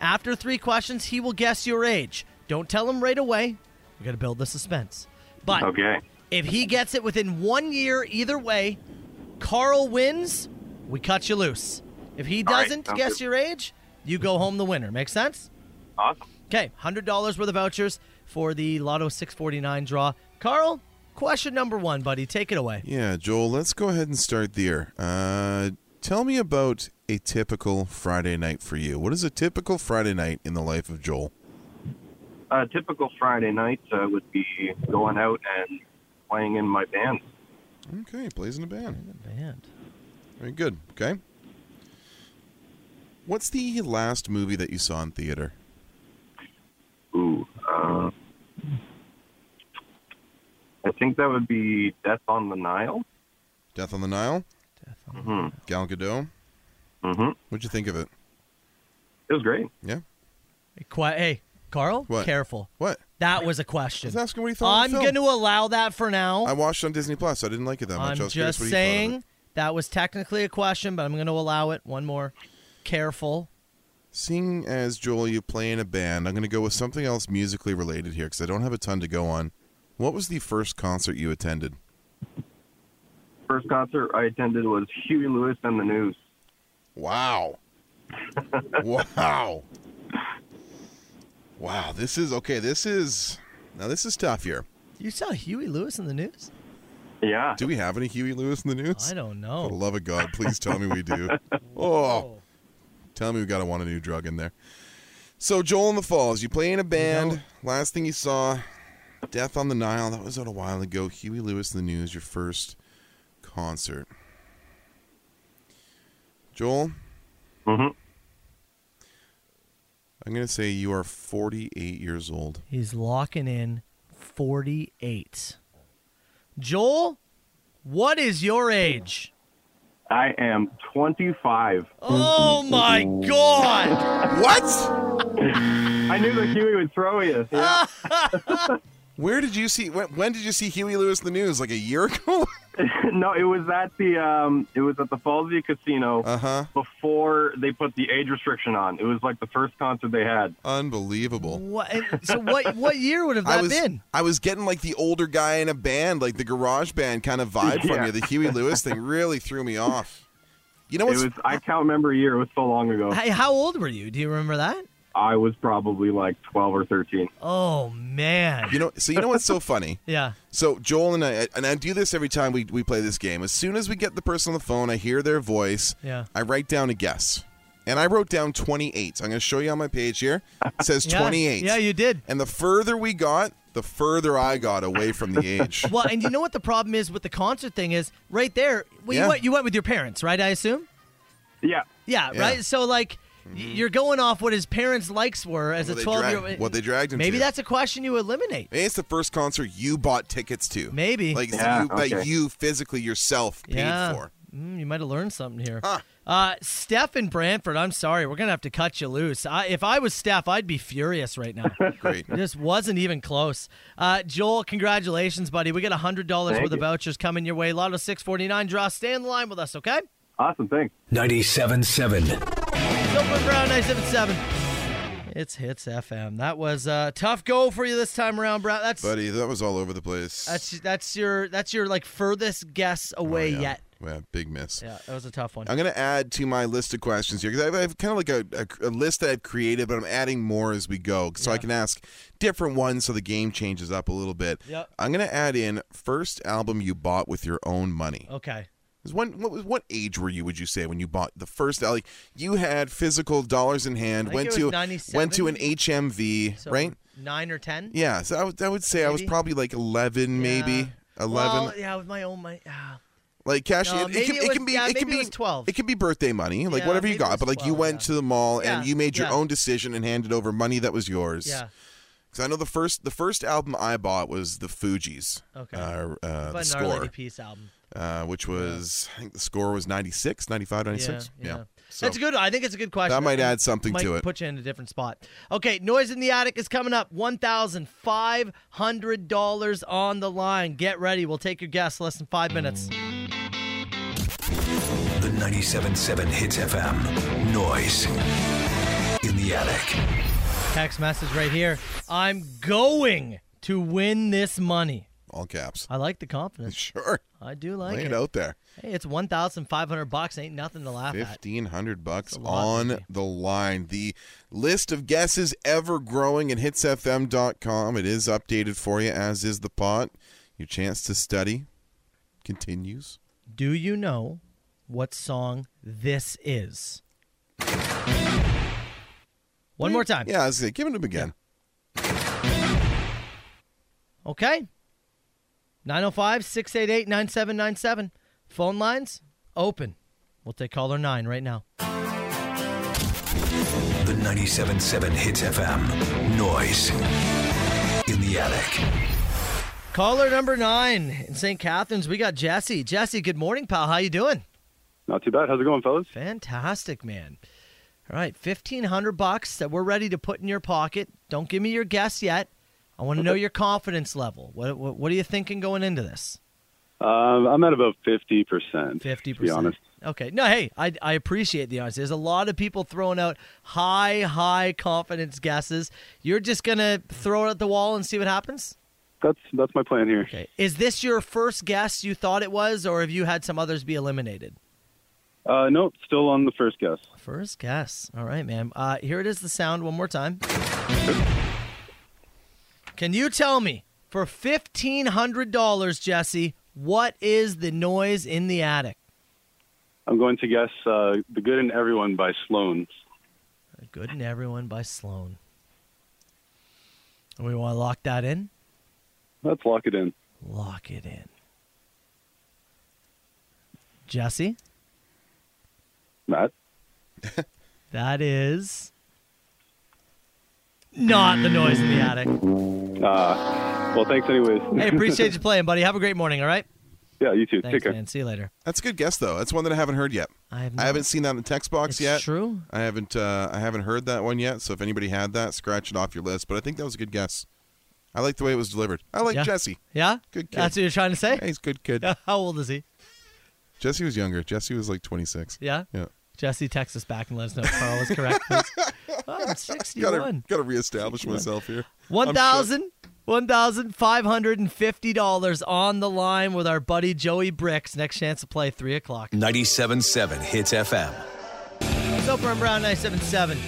Speaker 5: After three questions, he will guess your age. Don't tell him right away. We're going to build the suspense. But
Speaker 16: Okay.
Speaker 5: if he gets it within one year, either way, Carl wins. We cut you loose. If he
Speaker 2: All right,
Speaker 5: doesn't
Speaker 2: sounds
Speaker 5: guess
Speaker 2: good.
Speaker 5: your age, you go home the winner. Make sense?
Speaker 16: Awesome.
Speaker 5: Okay, hundred dollars worth of vouchers for the Lotto 649 draw. Carl, question number one, buddy. Take it away.
Speaker 6: Yeah, Joel, let's go ahead and start there. Uh, tell me about a typical Friday night for you. What is a typical Friday night in the life of Joel?
Speaker 16: Uh, typical Friday night uh, would be going out and playing in my band.
Speaker 6: Okay, plays in a band.
Speaker 5: Band.
Speaker 6: Very good. Okay. What's the last movie that you saw in theater?
Speaker 16: Ooh. Uh, I think that would be Death on the Nile.
Speaker 6: Death on the Nile? Death on mm-hmm. Gal Gadot?
Speaker 16: Mm-hmm.
Speaker 6: What'd you think of it?
Speaker 16: It was great.
Speaker 6: Yeah.
Speaker 5: Qui- hey, Carl,
Speaker 6: What?
Speaker 5: careful.
Speaker 6: What?
Speaker 5: That was a question. I was
Speaker 6: asking what he thought
Speaker 5: I'm
Speaker 6: of the
Speaker 5: going to allow that for now.
Speaker 6: I watched it on Disney Plus. I didn't like it that much. I
Speaker 5: I'm
Speaker 6: was curious
Speaker 5: just
Speaker 6: what you thought of it.
Speaker 5: saying that was technically a question, but I'm going to allow it. One more. Careful.
Speaker 6: Seeing as Joel, you play in a band, I'm going to go with something else musically related here because I don't have a ton to go on. What was the first concert you attended?
Speaker 16: First concert I attended was Huey Lewis and the News.
Speaker 6: Wow. wow. Wow. This is okay. This is now. This is tough here.
Speaker 5: You saw Huey Lewis in the news?
Speaker 16: Yeah.
Speaker 6: Do we have any Huey Lewis in the news?
Speaker 5: I don't know.
Speaker 6: For the love of God, please tell me we do. Oh, tell me we got to want a new drug in there. So Joel in the Falls, you play in a band. Last thing you saw, Death on the Nile. That was out a while ago. Huey Lewis in the news. Your first concert. Joel.
Speaker 16: Mm-hmm.
Speaker 6: I'm gonna say you are 48 years old.
Speaker 5: He's locking in 48. Joel, what is your age?
Speaker 16: I am 25.
Speaker 5: Oh my God.
Speaker 6: what?
Speaker 16: I knew that Huey would throw you. Yeah.
Speaker 6: Where did you see? When, when did you see Huey Lewis in the news? Like a year ago?
Speaker 16: no, it was at the um, it was at the Fallsview Casino
Speaker 6: Uh-huh.
Speaker 16: before they put the age restriction on. It was like the first concert they had.
Speaker 6: Unbelievable.
Speaker 5: What? and So what? What year would have that
Speaker 6: I was,
Speaker 5: been?
Speaker 6: I was getting like the older guy in a band, like the garage band kind of vibe from
Speaker 16: Yeah.
Speaker 6: you. The Huey Lewis thing really threw me off. You know what's
Speaker 16: It was, I can't remember a year. It was so long ago.
Speaker 5: Hey, how old were you? Do you remember that?
Speaker 16: I was probably like twelve or thirteen.
Speaker 5: Oh man.
Speaker 6: You know, so you know what's so funny?
Speaker 5: Yeah.
Speaker 6: So Joel and I, and I do this every time we, we play this game. As soon as we get the person on the phone, I hear their voice.
Speaker 5: Yeah.
Speaker 6: I write down a guess, and I wrote down 28. I'm going to show you on my page here. It says
Speaker 5: Yeah.
Speaker 6: 28.
Speaker 5: Yeah, you did.
Speaker 6: And the further we got, the further I got away from the age.
Speaker 5: Well, and you know what the problem is with the concert thing is right there. Well,
Speaker 6: Yeah.
Speaker 5: you went you went with your parents, right? I assume.
Speaker 16: Yeah.
Speaker 5: Yeah.
Speaker 6: Yeah. Mm-hmm.
Speaker 5: Right. So like. y- You're going off what his parents' likes were as
Speaker 6: What
Speaker 5: a
Speaker 6: they
Speaker 5: 12 year
Speaker 6: drag-
Speaker 5: old.
Speaker 6: what they dragged him
Speaker 5: Maybe
Speaker 6: to.
Speaker 5: that's a question you eliminate.
Speaker 6: Maybe it's the first concert you bought tickets to.
Speaker 5: Maybe.
Speaker 6: Like
Speaker 5: Yeah,
Speaker 6: you,
Speaker 5: okay.
Speaker 6: that you physically yourself paid for.
Speaker 5: Mm, you might have learned something here. Uh, Steph in Brantford, I'm sorry. We're going to have to cut you loose. I, if I was Steph, I'd be furious right now.
Speaker 6: Great.
Speaker 5: This wasn't even close. Uh, Joel, congratulations, buddy. We got $100
Speaker 4: Thank
Speaker 5: worth of
Speaker 4: you.
Speaker 5: vouchers coming your way. Lotto 649 draw. Stay on the line with us, okay?
Speaker 16: Awesome. Thanks.
Speaker 4: 97.7.
Speaker 5: Silver Brown 977. It's Hits FM. That was a tough go for you this time around, Brown. That's
Speaker 6: Buddy, that was all over the place.
Speaker 5: that's that's your that's your like furthest guess away yet.
Speaker 6: Oh, Yeah, big miss.
Speaker 5: Yeah, that was a tough one.
Speaker 6: I'm going to add to my list of questions here because I have, I have kind of like a, a, a list that I've created, but I'm adding more as we go so I can ask different ones so the game changes up a little bit.
Speaker 5: Yep.
Speaker 6: I'm going to add in first album you bought with your own money.
Speaker 5: Okay.
Speaker 6: 'Cause When, what, was- what age were you, would you say, when you bought the first? al- Like you had physical dollars in hand,
Speaker 5: think
Speaker 6: went
Speaker 5: it
Speaker 6: to
Speaker 5: was 97.
Speaker 6: went to an HMV,
Speaker 5: So
Speaker 6: right?
Speaker 5: Nine or ten?
Speaker 6: Yeah, so I would, I would say I was
Speaker 5: Maybe.
Speaker 6: probably like 11, maybe 11.
Speaker 5: Well, yeah, with my own money. ah.
Speaker 6: Like cash,
Speaker 5: No,
Speaker 6: it, it,
Speaker 5: maybe
Speaker 6: can,
Speaker 5: it
Speaker 6: it
Speaker 5: was-
Speaker 6: can be,
Speaker 5: yeah,
Speaker 6: it can
Speaker 5: maybe it
Speaker 6: be
Speaker 5: was 12.
Speaker 6: It can be birthday money, like
Speaker 5: Yeah,
Speaker 6: whatever you
Speaker 5: maybe it
Speaker 6: got.
Speaker 5: was
Speaker 6: But like you went to the mall
Speaker 5: Yeah,
Speaker 6: and you made your
Speaker 5: yeah.
Speaker 6: own decision and handed over money that was yours.
Speaker 5: Yeah.
Speaker 6: Because I know the first, the first album I bought was the Fugees.
Speaker 5: Okay.
Speaker 6: Uh, uh, the
Speaker 5: But an Our Lady
Speaker 6: score,
Speaker 5: Peace album.
Speaker 6: uh, which was I think the score was 96, 95, 96.
Speaker 5: Yeah, yeah.
Speaker 6: So-
Speaker 5: That's good. I think it's a good question.
Speaker 6: That might
Speaker 5: It
Speaker 6: add something
Speaker 5: might
Speaker 6: to it.
Speaker 5: Put you in a different spot. Okay, noise in the attic is coming up. One thousand five hundred dollars on the line. Get ready. We'll take your guess. Less than five minutes.
Speaker 4: The 97.7 Hits FM. Noise. In the attic.
Speaker 5: Text message right here. I'm going to win this money.
Speaker 6: All caps.
Speaker 5: I like the confidence.
Speaker 6: Sure.
Speaker 5: I do like
Speaker 6: Lay
Speaker 5: it.
Speaker 6: it out there.
Speaker 5: Hey, it's one thousand five hundred bucks. Ain't nothing to laugh at.
Speaker 6: Fifteen hundred bucks
Speaker 5: a lot,
Speaker 6: on the line. The list of guesses ever growing at hitsfm.com. It is updated for you, as is the pot. Your chance to study continues.
Speaker 5: Do you know what song this is? One more time.
Speaker 6: Yeah, I was gonna give it up again.
Speaker 5: Okay. 905 688 9797. Phone lines open. We'll take caller nine right now.
Speaker 4: The 97.7 Hits FM. Noise. In the attic.
Speaker 5: Caller number nine in St. Catharines. We got Jesse. Jesse, good morning, pal. How you doing?
Speaker 17: Not too bad. How's it going, fellas?
Speaker 5: Fantastic, man. All right, fifteen hundred bucks that we're ready to put in your pocket. Don't give me your guess yet. I want to know your confidence level. What, what what are you thinking going into this?
Speaker 17: Um, I'm at about fifty percent.
Speaker 5: Fifty
Speaker 17: To be honest.
Speaker 5: Okay. No, hey, I, I appreciate the honesty. There's a lot of people throwing out high, high confidence guesses. You're just going to throw it at the wall and see what happens?
Speaker 17: That's that's my plan here. Okay.
Speaker 5: Is this your first guess you thought it was, or have you had some others be eliminated?
Speaker 17: Uh, nope. Still on the first guess.
Speaker 5: First guess. All right, ma'am. Uh, here it is the sound one more time. Can you tell me for $1,500, Jesse, what is the noise in the attic?
Speaker 17: I'm going to guess uh, "The Good in Everyone" by Sloan.
Speaker 5: Good and Everyone by Sloan. And we want to lock that in?
Speaker 17: Let's lock it in.
Speaker 5: Lock it in. Jesse?
Speaker 17: Matt.
Speaker 5: That is not the noise in the attic.
Speaker 17: Uh, well, thanks anyways.
Speaker 5: Hey, appreciate you playing, buddy. Have a great morning, all right?
Speaker 17: Yeah, you too.
Speaker 5: Thanks,
Speaker 17: Take care.
Speaker 5: man. See you later.
Speaker 6: That's a good guess though. That's one that I haven't heard yet.
Speaker 5: I, have
Speaker 6: not seen that in the text box
Speaker 5: It's
Speaker 6: yet.
Speaker 5: true.
Speaker 6: I haven't uh, I haven't heard that one yet. So if anybody had that, scratch it off your list. But I think that was a good guess. I like the way it was delivered. I like
Speaker 5: Yeah.
Speaker 6: Jesse.
Speaker 5: Yeah?
Speaker 6: Good kid.
Speaker 5: That's what you're trying to say?
Speaker 6: he's a good kid.
Speaker 5: How old is he?
Speaker 6: Jesse was younger. Jesse was like 26.
Speaker 5: Yeah?
Speaker 6: Yeah.
Speaker 5: Jesse, text us back and let us know if Carl was correct. please. oh, I'm 61.
Speaker 6: Gotta, gotta reestablish myself here.
Speaker 5: One
Speaker 6: I'm
Speaker 5: thousand one thousand five hundred and fifty dollars on the line with our buddy Joey Bricks. Next chance to play three o'clock.
Speaker 4: 97.7 Hits FM.
Speaker 5: Soper and Brown nine seven seven.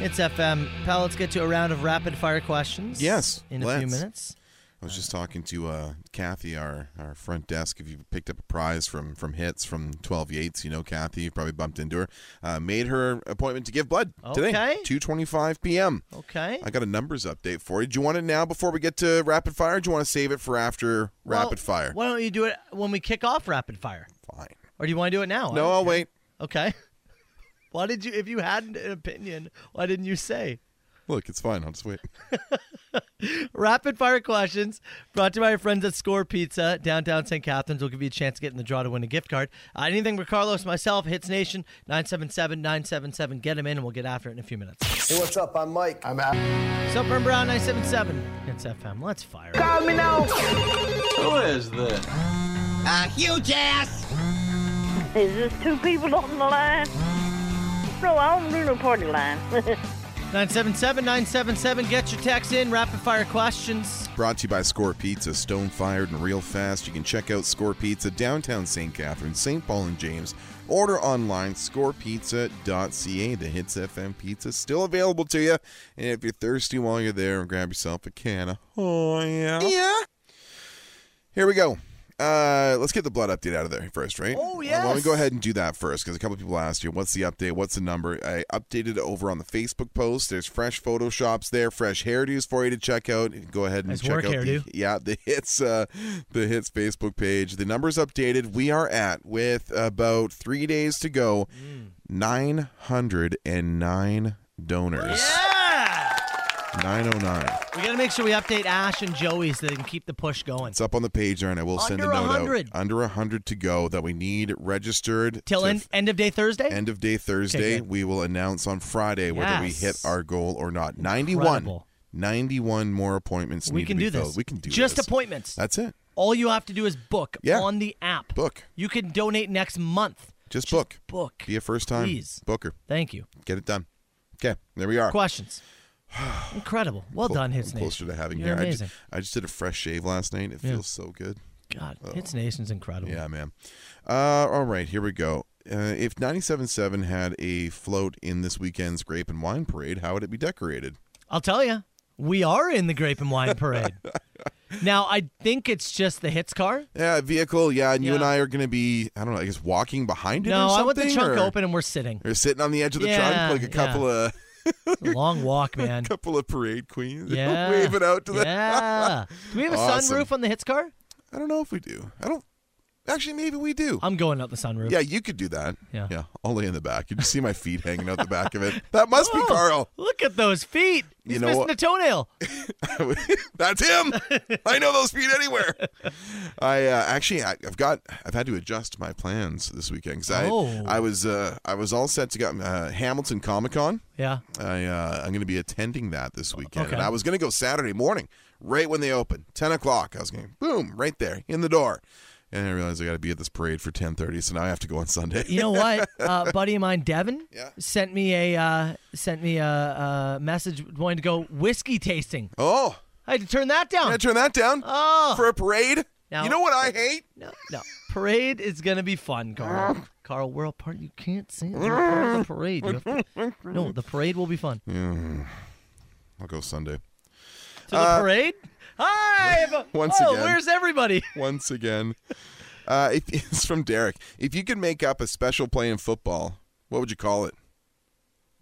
Speaker 5: It's FM. Pal, let's get to a round of rapid fire questions.
Speaker 6: Yes,
Speaker 5: In a few
Speaker 6: let's.
Speaker 5: minutes.
Speaker 6: I was just talking to uh, Kathy, our, our front desk. If you picked up a prize from from hits from 12 Yates, you know Kathy. You probably bumped into her. Uh, made her appointment to give blood today,
Speaker 5: Okay.
Speaker 6: 2:25 p.m.
Speaker 5: Okay.
Speaker 6: I got a numbers update for you. Do you want it now before we get to rapid fire? Or do you want to save it for after rapid fire?
Speaker 5: Why don't you do it when we kick off rapid fire?
Speaker 6: Fine.
Speaker 5: Or do you want to do it now? I
Speaker 6: No,
Speaker 5: don't
Speaker 6: I'll
Speaker 5: care.
Speaker 6: wait.
Speaker 5: Okay. Why did you if you had an opinion, why didn't you say?
Speaker 6: Look, it's fine. I'll just wait.
Speaker 5: Rapid fire questions brought to you by our friends at Score Pizza, downtown St. Catharines. will give you a chance to get in the draw to win a gift card. Uh, anything for Carlos, myself, Hits Nation, 977 977. Get him in, and we'll get after it in a few minutes.
Speaker 18: Hey, what's up? I'm Mike. I'm out.
Speaker 5: Supper and Brown 977. It's FM. Let's fire.
Speaker 18: Call me now.
Speaker 5: Who is this?
Speaker 18: A huge ass.
Speaker 19: Is this two people on the line? No, I don't do no party line.
Speaker 5: 977 977. Get your text in. Rapid fire questions.
Speaker 6: Brought to you by Score Pizza, stone fired and real fast. You can check out Score Pizza downtown St. Catharines, St. Paul and James. Order online, scorepizza.ca. The Hits FM pizza is still available to you. And if you're thirsty while you're there, grab yourself a can of. Oh, yeah. Yeah. Here we go. Uh, let's get the blood update out of there first, right?
Speaker 5: Oh,
Speaker 6: yeah. Let me
Speaker 5: yes.
Speaker 6: go ahead and do that first because a couple people asked you, what's the update? What's the number? I updated it over on the Facebook post. There's fresh photoshops there, fresh hairdos for you to check out. Go ahead and
Speaker 5: Nice
Speaker 6: check
Speaker 5: work,
Speaker 6: out the,
Speaker 5: hairdo.
Speaker 6: yeah the hits uh, the hits Facebook page. The number's updated. We are at with about three days to go, nine hundred and nine donors. Nine oh nine.
Speaker 5: We got to make sure we update Ash and Joey so they can keep the push going.
Speaker 6: It's up on the page there, and I will send a
Speaker 5: Under
Speaker 6: note
Speaker 5: 100.
Speaker 6: out. Under 100 to go that we need registered.
Speaker 5: Till
Speaker 6: to
Speaker 5: end, end of day Thursday?
Speaker 6: end of day Thursday. we will announce on Friday whether we hit
Speaker 5: Yes.
Speaker 6: our goal or not. 91.
Speaker 5: Incredible.
Speaker 6: 91 more appointments
Speaker 5: We
Speaker 6: need
Speaker 5: can
Speaker 6: to be
Speaker 5: do this.
Speaker 6: filled. We can do
Speaker 5: Just
Speaker 6: this.
Speaker 5: appointments.
Speaker 6: That's it.
Speaker 5: All you have to do is book on the app.
Speaker 6: Book.
Speaker 5: You can donate next month.
Speaker 6: Just book.
Speaker 5: book.
Speaker 6: Be a first time
Speaker 5: Please.
Speaker 6: booker.
Speaker 5: Thank you.
Speaker 6: Get it done. Okay, there we are.
Speaker 5: Questions. Incredible. Well
Speaker 6: Clo-
Speaker 5: done, Hits
Speaker 6: I'm
Speaker 5: Nation.
Speaker 6: Closer to having
Speaker 5: You're
Speaker 6: hair. I
Speaker 5: amazing.
Speaker 6: just, I just did a fresh shave last night. It
Speaker 5: Yeah.
Speaker 6: feels so good.
Speaker 5: God, Hits Nation's incredible.
Speaker 6: Oh. Yeah, man. Uh, all right, here we go. Uh, if 97.7 had a float in this weekend's grape and wine parade, how would it be decorated?
Speaker 5: I'll tell you, we are in the Grape and Wine Parade. now, I think it's just the Hits car.
Speaker 6: Yeah, a vehicle. Yeah, and you and
Speaker 5: Yeah.
Speaker 6: I are going to be, I don't know, I guess walking behind it
Speaker 5: No,
Speaker 6: or something?
Speaker 5: I want the trunk
Speaker 6: or,
Speaker 5: open and we're sitting.
Speaker 6: Or sitting on the edge of the
Speaker 5: Yeah,
Speaker 6: trunk like a
Speaker 5: yeah.
Speaker 6: couple of
Speaker 5: It's a long walk, man.
Speaker 6: couple of parade queens.
Speaker 5: Yeah.
Speaker 6: Wave it out to the
Speaker 5: Yeah. Do we have a
Speaker 6: Awesome.
Speaker 5: sunroof on the Hits car?
Speaker 6: I don't know if we do. I don't. Actually, maybe we do.
Speaker 5: I'm going out the sunroof.
Speaker 6: Yeah, you could do that.
Speaker 5: Yeah.
Speaker 6: Yeah. I'll lay in the back. You just see my feet hanging out the back of it. That must
Speaker 5: Oh.
Speaker 6: be Carl.
Speaker 5: Look at those feet.
Speaker 6: You
Speaker 5: He's
Speaker 6: know
Speaker 5: missing
Speaker 6: what?
Speaker 5: a toenail.
Speaker 6: That's him. I know those feet anywhere. I uh, actually, I, I've got, I've had to adjust my plans this weekend because I,
Speaker 5: Oh.
Speaker 6: I was, uh, I was all set to go uh, Hamilton Comic Con.
Speaker 5: Yeah.
Speaker 6: I, uh, I'm going to be attending that this weekend,
Speaker 5: Okay.
Speaker 6: and I was going to go Saturday morning, right when they open, ten o'clock. I was going, boom, right there in the door, and I realized I got to be at this parade for ten thirty, so now I have to go on Sunday.
Speaker 5: You know what? Uh, a buddy of mine, Devin, sent me a uh, sent me a, uh message wanting to go whiskey tasting.
Speaker 6: Oh,
Speaker 5: I had to turn that down. I had
Speaker 6: to turn that down.
Speaker 5: Oh,
Speaker 6: for a parade.
Speaker 5: Now-
Speaker 6: you know what I hate?
Speaker 5: no, parade is gonna be fun, Carl. Carl, we're all part. You can't sing. We're part of the parade. You have to- no, the parade will be fun.
Speaker 6: Yeah. I'll go Sunday.
Speaker 5: To the
Speaker 6: Uh,
Speaker 5: parade. Hi. ev-
Speaker 6: Once
Speaker 5: oh,
Speaker 6: again.
Speaker 5: where's everybody?
Speaker 6: Once again. Uh, if, it's from Derek. If you could make up a special play in football, what would you call it?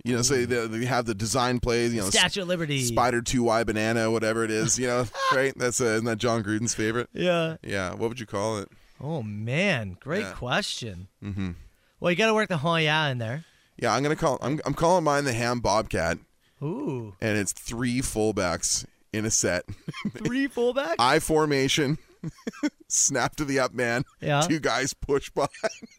Speaker 6: You know, say they, they have the design plays, you know,
Speaker 5: Statue of Liberty.
Speaker 6: Spider 2Y Banana, whatever it is, you know, right? That's uh isn't that John Gruden's favorite?
Speaker 5: Yeah.
Speaker 6: Yeah. What would you call it?
Speaker 5: Oh man, great
Speaker 6: Yeah.
Speaker 5: question.
Speaker 6: Mm-hmm.
Speaker 5: Well, you got to work the "huh yeah" in there.
Speaker 6: Yeah, I'm gonna call. I'm, I'm calling mine the Ham Bobcat,
Speaker 5: Ooh,
Speaker 6: and it's three fullbacks in a set.
Speaker 5: three fullbacks.
Speaker 6: I formation, snap to the up man.
Speaker 5: Yeah.
Speaker 6: Two guys push by.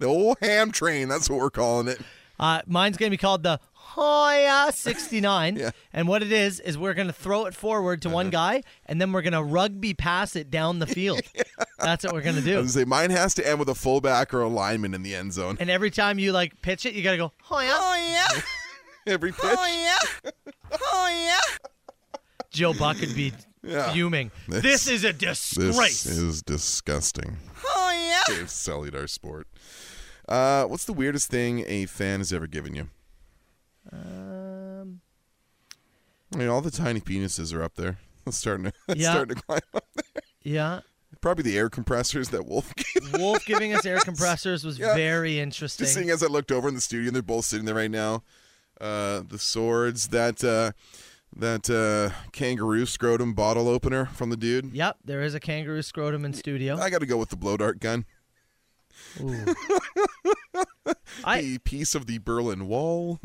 Speaker 6: the old ham train. That's what we're calling it.
Speaker 5: Uh, mine's gonna be called the Hoya 69. And what it is, is we're going to throw it forward to
Speaker 6: Uh-huh.
Speaker 5: one guy, and then we're going to rugby pass it down the field. That's what we're going to
Speaker 6: I
Speaker 5: do.
Speaker 6: was gonna say, mine has to end with a fullback or a lineman in the end zone.
Speaker 5: And every time you like pitch it, you got to go, Hoya. Hoya.
Speaker 6: Every pitch.
Speaker 5: yeah. Hoya. Joe Buck would be fuming. This, is a disgrace.
Speaker 6: This is disgusting.
Speaker 5: Hoya.
Speaker 6: They've sullied our sport. Uh, what's the weirdest thing a fan has ever given you?
Speaker 5: Um,
Speaker 6: I mean, all the tiny penises are up there. It's starting to, it's
Speaker 5: Yeah.
Speaker 6: starting to climb up there.
Speaker 5: Yeah.
Speaker 6: Probably the air compressors that Wolf gave.
Speaker 5: Wolf giving us air compressors was
Speaker 6: Yeah.
Speaker 5: very interesting.
Speaker 6: Just seeing as I looked over in the studio, they're both sitting there right now. Uh, the swords that uh, that uh, kangaroo scrotum bottle opener from the dude.
Speaker 5: Yep, there is a kangaroo scrotum in studio.
Speaker 6: I got to go with the blow dart gun.
Speaker 5: Ooh.
Speaker 6: the piece of the Berlin Wall.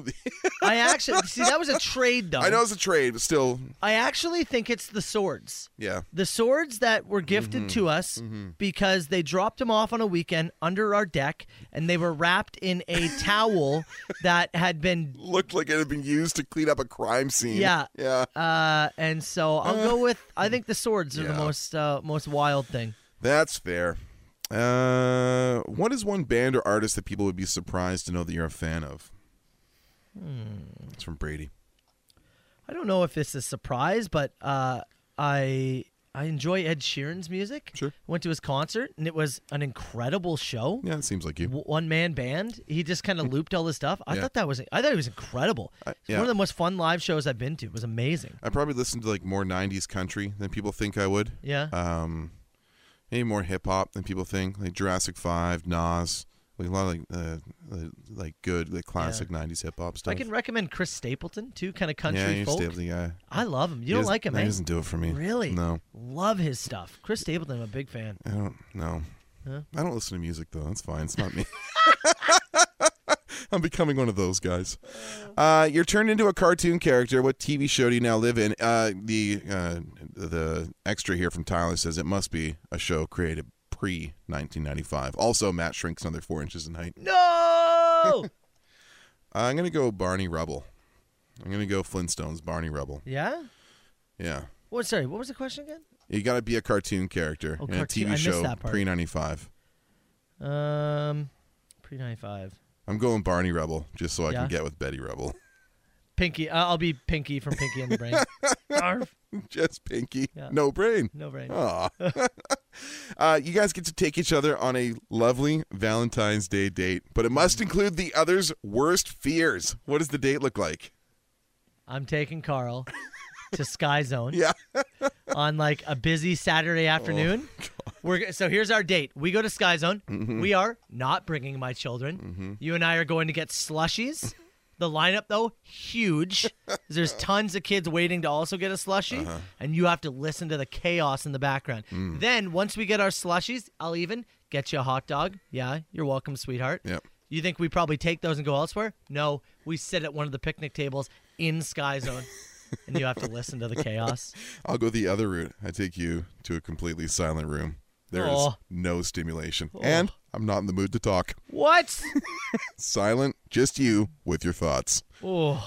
Speaker 5: I actually see that was a trade though.
Speaker 6: I know it's a trade, but still,
Speaker 5: I actually think it's the swords.
Speaker 6: yeah.
Speaker 5: The swords that were gifted
Speaker 6: Mhm,
Speaker 5: to us
Speaker 6: mhm.
Speaker 5: because they dropped them off on a weekend under our deck and they were wrapped in a towel that had been
Speaker 6: Looked like it had been used to clean up a crime scene.
Speaker 5: yeah.
Speaker 6: yeah.
Speaker 5: Uh, and so I'll go with I think the swords are the
Speaker 6: Uh. Yeah.
Speaker 5: most uh, most wild thing.
Speaker 6: That's fair. Uh, what is one band or artist that people would be surprised to know that you're a fan of?
Speaker 5: Hmm.
Speaker 6: It's from Brady.
Speaker 5: I don't know if this is a surprise, but uh, I I enjoy Ed Sheeran's music. Sure. Went to his concert and it was an incredible show.
Speaker 6: Yeah, it seems like you.
Speaker 5: One man band. He just kind of looped all this stuff. I
Speaker 6: Mm. Yeah. Uh,
Speaker 5: thought that was I thought it was incredible. It's
Speaker 6: yeah. Uh,
Speaker 5: One of the most fun live shows I've been to. It was amazing.
Speaker 6: I probably listen to like more '90s country than people think I would.
Speaker 5: Yeah.
Speaker 6: Um, maybe more hip hop than people think. Like Jurassic Five, Nas, like a lot of like uh, uh, like good like classic '90s hip hop stuff.
Speaker 5: I can recommend Chris Stapleton too, kind of country
Speaker 6: yeah, you're
Speaker 5: folk.
Speaker 6: Stapleton guy.
Speaker 5: I love him. You
Speaker 6: He
Speaker 5: don't
Speaker 6: doesn't-
Speaker 5: like him,
Speaker 6: no,
Speaker 5: eh?
Speaker 6: He doesn't do it for me.
Speaker 5: Really?
Speaker 6: No,
Speaker 5: Love his stuff. Chris Stapleton, I'm a big fan.
Speaker 6: I don't. No,
Speaker 5: Huh?
Speaker 6: I don't listen to music though. That's fine. It's not me. I'm becoming one of those guys.
Speaker 5: Oh.
Speaker 6: Uh, you're turned into a cartoon character. What TV show do you now live in? Uh, the uh, the extra here from Tyler says it must be a show created pre 1995. Also, Matt shrinks another four inches in height.
Speaker 5: No.
Speaker 6: I'm gonna go Barney Rubble. I'm gonna go Flintstones Barney Rubble.
Speaker 5: yeah.
Speaker 6: Yeah,
Speaker 5: What? Sorry. What was the question again?
Speaker 6: you got to be a cartoon character
Speaker 5: Oh,
Speaker 6: in a
Speaker 5: cartoon- I
Speaker 6: TV
Speaker 5: missed
Speaker 6: show
Speaker 5: that part.
Speaker 6: pre 95.
Speaker 5: Um, pre ninety five.
Speaker 6: I'm going Barney Rubble just so I
Speaker 5: Yeah.
Speaker 6: can get with Betty Rubble.
Speaker 5: Pinky. I- I'll be Pinky from Pinky and the Brain. Arf.
Speaker 6: Just Pinky.
Speaker 5: Yeah.
Speaker 6: No brain.
Speaker 5: No brain.
Speaker 6: Aw. uh, you guys get to take each other on a lovely Valentine's Day date, but it must include the other's worst fears. What does the date look like?
Speaker 5: I'm taking Carl to Sky Zone.
Speaker 6: Yeah.
Speaker 5: on like a busy Saturday
Speaker 6: Oh,
Speaker 5: afternoon. We're go- so here's our date. We go to Sky Zone.
Speaker 6: Mhm.
Speaker 5: We are not bringing my children.
Speaker 6: Mm-hmm.
Speaker 5: You and I are going to get slushies. The lineup though huge. There's tons of kids waiting to also get a slushie, and you have to listen to the chaos in the background.
Speaker 6: Uh-huh. Mm.
Speaker 5: Then once we get our slushies, I'll even get you a hot dog. Yeah, you're welcome, sweetheart.
Speaker 6: Yep.
Speaker 5: You think we probably take those and go elsewhere? No, we sit at one of the picnic tables in Sky Zone, and you have to listen to the chaos.
Speaker 6: I'll go the other route. I take you to a completely silent room. There is
Speaker 5: Aw.
Speaker 6: no stimulation.
Speaker 5: Aw.
Speaker 6: And I'm not in the mood to talk.
Speaker 5: What?
Speaker 6: Silent, just you with your thoughts.
Speaker 5: Oh,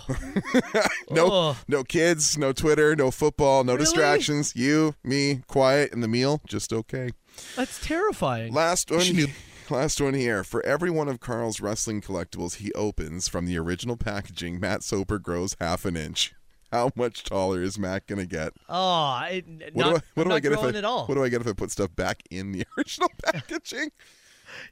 Speaker 6: No,
Speaker 5: Oh.
Speaker 6: no kids, no Twitter, no football, no
Speaker 5: Really?
Speaker 6: distractions. You, me, quiet, and the meal just okay.
Speaker 5: that's terrifying.
Speaker 6: Last one, last one here. For every one of Carl's wrestling collectibles he opens from the original packaging, Matt Soper grows half an inch. How much taller is Matt gonna get?
Speaker 5: Oh, it, not,
Speaker 6: What do I, what
Speaker 5: I'm
Speaker 6: do
Speaker 5: not
Speaker 6: I get if I,
Speaker 5: growing at all.
Speaker 6: What do I get if I put stuff back in the original packaging?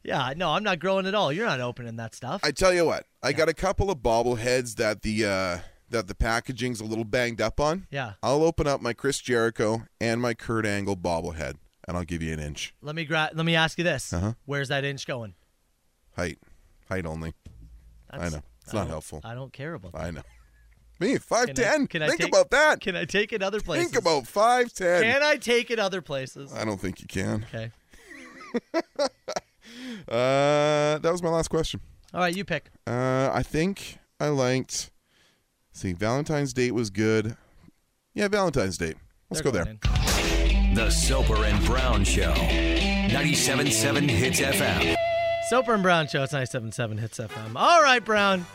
Speaker 5: yeah, no, I'm not growing at all. You're not opening that stuff.
Speaker 6: I tell you what, I got a couple of bobbleheads that the uh, that the packaging's a little banged up on.
Speaker 5: Yeah.
Speaker 6: I'll open up my Chris Jericho and my Kurt Angle bobblehead, and I'll give you an inch
Speaker 5: let me gra- let me ask you this.
Speaker 6: Uh-huh.
Speaker 5: Where's that inch going?
Speaker 6: height, height only. I know Uh, it's
Speaker 5: I
Speaker 6: not
Speaker 5: don't-
Speaker 6: helpful.
Speaker 5: I don't care about that.
Speaker 6: I know. Me, five
Speaker 5: Can I-
Speaker 6: ten.
Speaker 5: can I
Speaker 6: Think
Speaker 5: take-
Speaker 6: about that.
Speaker 5: Can I take it other places?
Speaker 6: Think about Uh, five ten.
Speaker 5: Can I take it other places?
Speaker 6: I don't think you can.
Speaker 5: Okay.
Speaker 6: Uh, that was my last question.
Speaker 5: All right, you pick.
Speaker 6: Uh, I think I liked. See, Valentine's date was good. Yeah, Valentine's date. Let's
Speaker 4: They're
Speaker 6: go there.
Speaker 4: going The Soper and Brown Show. 97.7 Hits FM.
Speaker 5: Soper and Brown Show. It's 97.7 Hits FM. All right, Brown.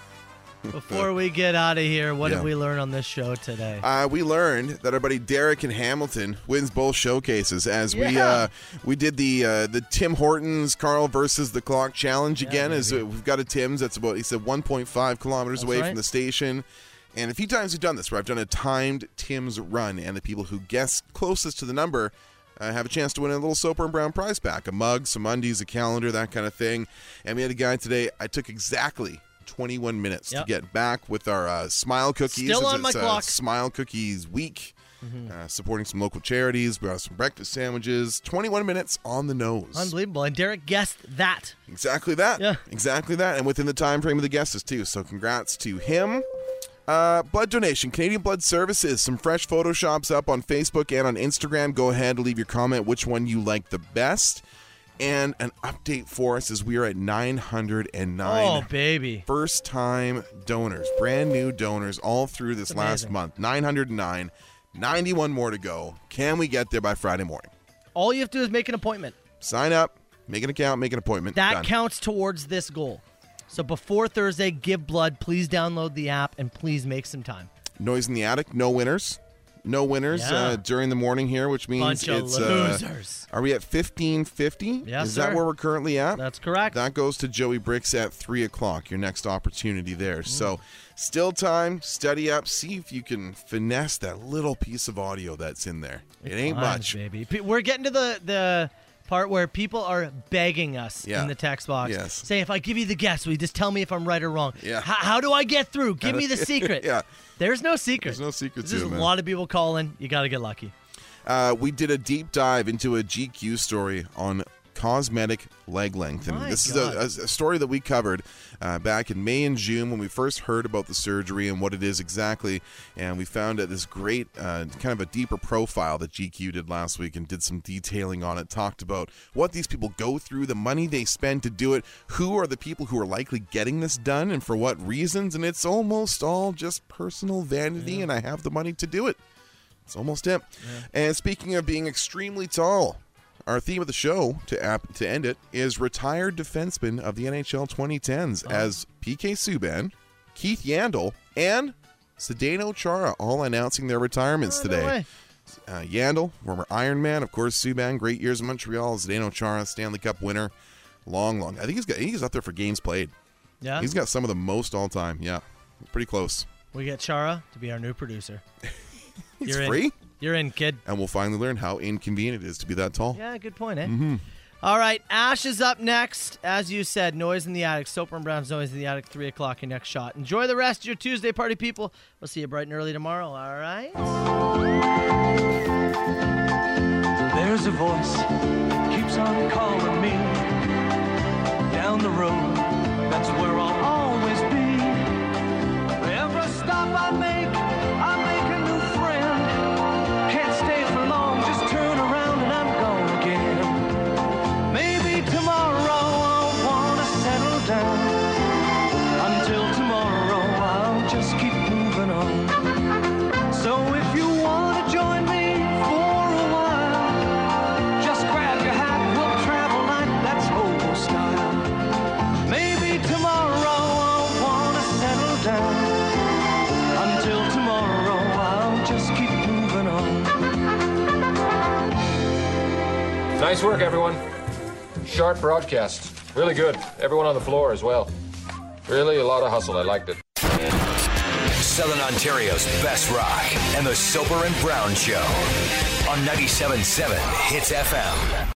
Speaker 5: Before we get out of here, what
Speaker 6: Yeah.
Speaker 5: did we learn on this show today?
Speaker 6: Uh, we learned that our buddy Derek in Hamilton wins both showcases as we
Speaker 5: Yeah.
Speaker 6: uh, we did the uh, the Tim Hortons Carl versus the clock challenge again. As uh, we've got a Tim's that's about he said 1.5 kilometers away
Speaker 5: right.
Speaker 6: from the station. And a few times we've done this where I've done a timed Tim's run, and the people who guess closest to the number uh, have a chance to win a little Soper and Brown prize pack a mug, some undies, a calendar, that kind of thing. And we had a guy today, I took exactly 21 minutes
Speaker 5: Yep.
Speaker 6: to get back with our uh, smile cookies.
Speaker 5: Still
Speaker 6: as
Speaker 5: on my
Speaker 6: it's, uh,
Speaker 5: clock. Mm-hmm.
Speaker 6: Smile Cookies Week, uh, supporting some local charities. We got some breakfast sandwiches. 21 minutes on the nose.
Speaker 5: Unbelievable. And Derek guessed that.
Speaker 6: Exactly that. Yeah. Exactly that. And within the time frame of the guesses too. So congrats to him. Uh, blood donation, Canadian Blood Services. Some fresh photoshops up on Facebook and on Instagram. Go ahead, leave your comment which one you like the best. And an update for us is we are at 909
Speaker 5: Oh, baby.
Speaker 6: first time donors, brand new donors all through this last month. 909, 91 more to go. Can we get there by Friday morning?
Speaker 5: All you have to do is make an appointment.
Speaker 6: Sign up, make an account, make an appointment.
Speaker 5: That
Speaker 6: Done.
Speaker 5: counts towards this goal. So before Thursday, give blood. Please download the app and please make some time.
Speaker 6: Noise in the attic. No winners. No winners
Speaker 5: Yeah.
Speaker 6: uh, during the morning here, which means
Speaker 5: Bunch of
Speaker 6: it's uh,
Speaker 5: losers.
Speaker 6: are we at fifteen fifty?
Speaker 5: Yes,
Speaker 6: Is
Speaker 5: sir.
Speaker 6: that where we're currently at?
Speaker 5: That's correct.
Speaker 6: That goes to Joey Bricks at three o'clock. Your next opportunity there.
Speaker 5: Mm.
Speaker 6: So, still time. Study up. See if you can finesse that little piece of audio that's in there. It ain't
Speaker 5: Fine,
Speaker 6: much.
Speaker 5: baby. Pe- We're getting to the the part where people are begging us
Speaker 6: Yeah.
Speaker 5: in the text box,
Speaker 6: Yes.
Speaker 5: saying, "If I give you the guess, will you just tell me if I'm right or wrong?
Speaker 6: Yeah.
Speaker 5: H- how do I get through? Give me the secret."
Speaker 6: yeah.
Speaker 5: There's no secret.
Speaker 6: There's no secret
Speaker 5: There's
Speaker 6: to it,
Speaker 5: just a
Speaker 6: man.
Speaker 5: lot of people calling. You got to get lucky.
Speaker 6: Uh, we did a deep dive into a GQ story on cosmetic leg length. And
Speaker 5: My
Speaker 6: this
Speaker 5: God.
Speaker 6: is a- a, a story that we covered uh, back in May and June when we first heard about the surgery and what it is exactly. And we found out this great, uh, kind of a deeper profile that GQ did last week and did some detailing on it, talked about what these people go through, the money they spend to do it, who are the people who are likely getting this done, and for what reasons. And it's almost all just personal vanity, and I have the money to do it. It's almost it. And speaking of being extremely tall, our theme of the show to app, to end it is retired defensemen of the NHL 2010s
Speaker 5: Uh-huh.
Speaker 6: as PK Subban, Keith Yandel, and Sedano Chara all announcing their retirements today.
Speaker 5: way.
Speaker 6: Uh, Yandel, former Ironman, of course, Subban, great years in Montreal, Zdeno Chara, Stanley Cup winner, long, long. I think he's got he's up there for games played.
Speaker 5: Yeah.
Speaker 6: he's got some of the most all time. Yeah, pretty close.
Speaker 5: We get Chara to be our new producer.
Speaker 6: He's
Speaker 5: You're in.
Speaker 6: free,
Speaker 5: You're in, kid.
Speaker 6: and we'll finally learn how inconvenient it is to be that tall.
Speaker 5: Yeah, good point, eh?
Speaker 6: Mm-hmm.
Speaker 5: All right, Ash is up next. As you said, Noise in the Attic, Soper and Brown's Noise in the Attic, 3 o'clock, your next shot. Enjoy the rest of your Tuesday party, people. We'll see you bright and early tomorrow, all right?
Speaker 20: There's a voice keeps on calling me down the road. That's where I'll always be. Every stop I make, I make a new friend. Can't stay for long, just turn around and I'm gone again. Maybe tomorrow I'll wanna settle down. Until tomorrow I'll just keep moving on. So if you wanna join me for a while. Just grab your hat, we'll travel like that's old style. Maybe tomorrow I'll wanna settle down. Until tomorrow I'll just keep moving on.
Speaker 21: Nice work, everyone. Sharp broadcast. Really good. Everyone on the floor as well. Really a lot of hustle. I liked it.
Speaker 4: Southern Ontario's best rock and the Soper and Brown Show on 97.7 Hits FM.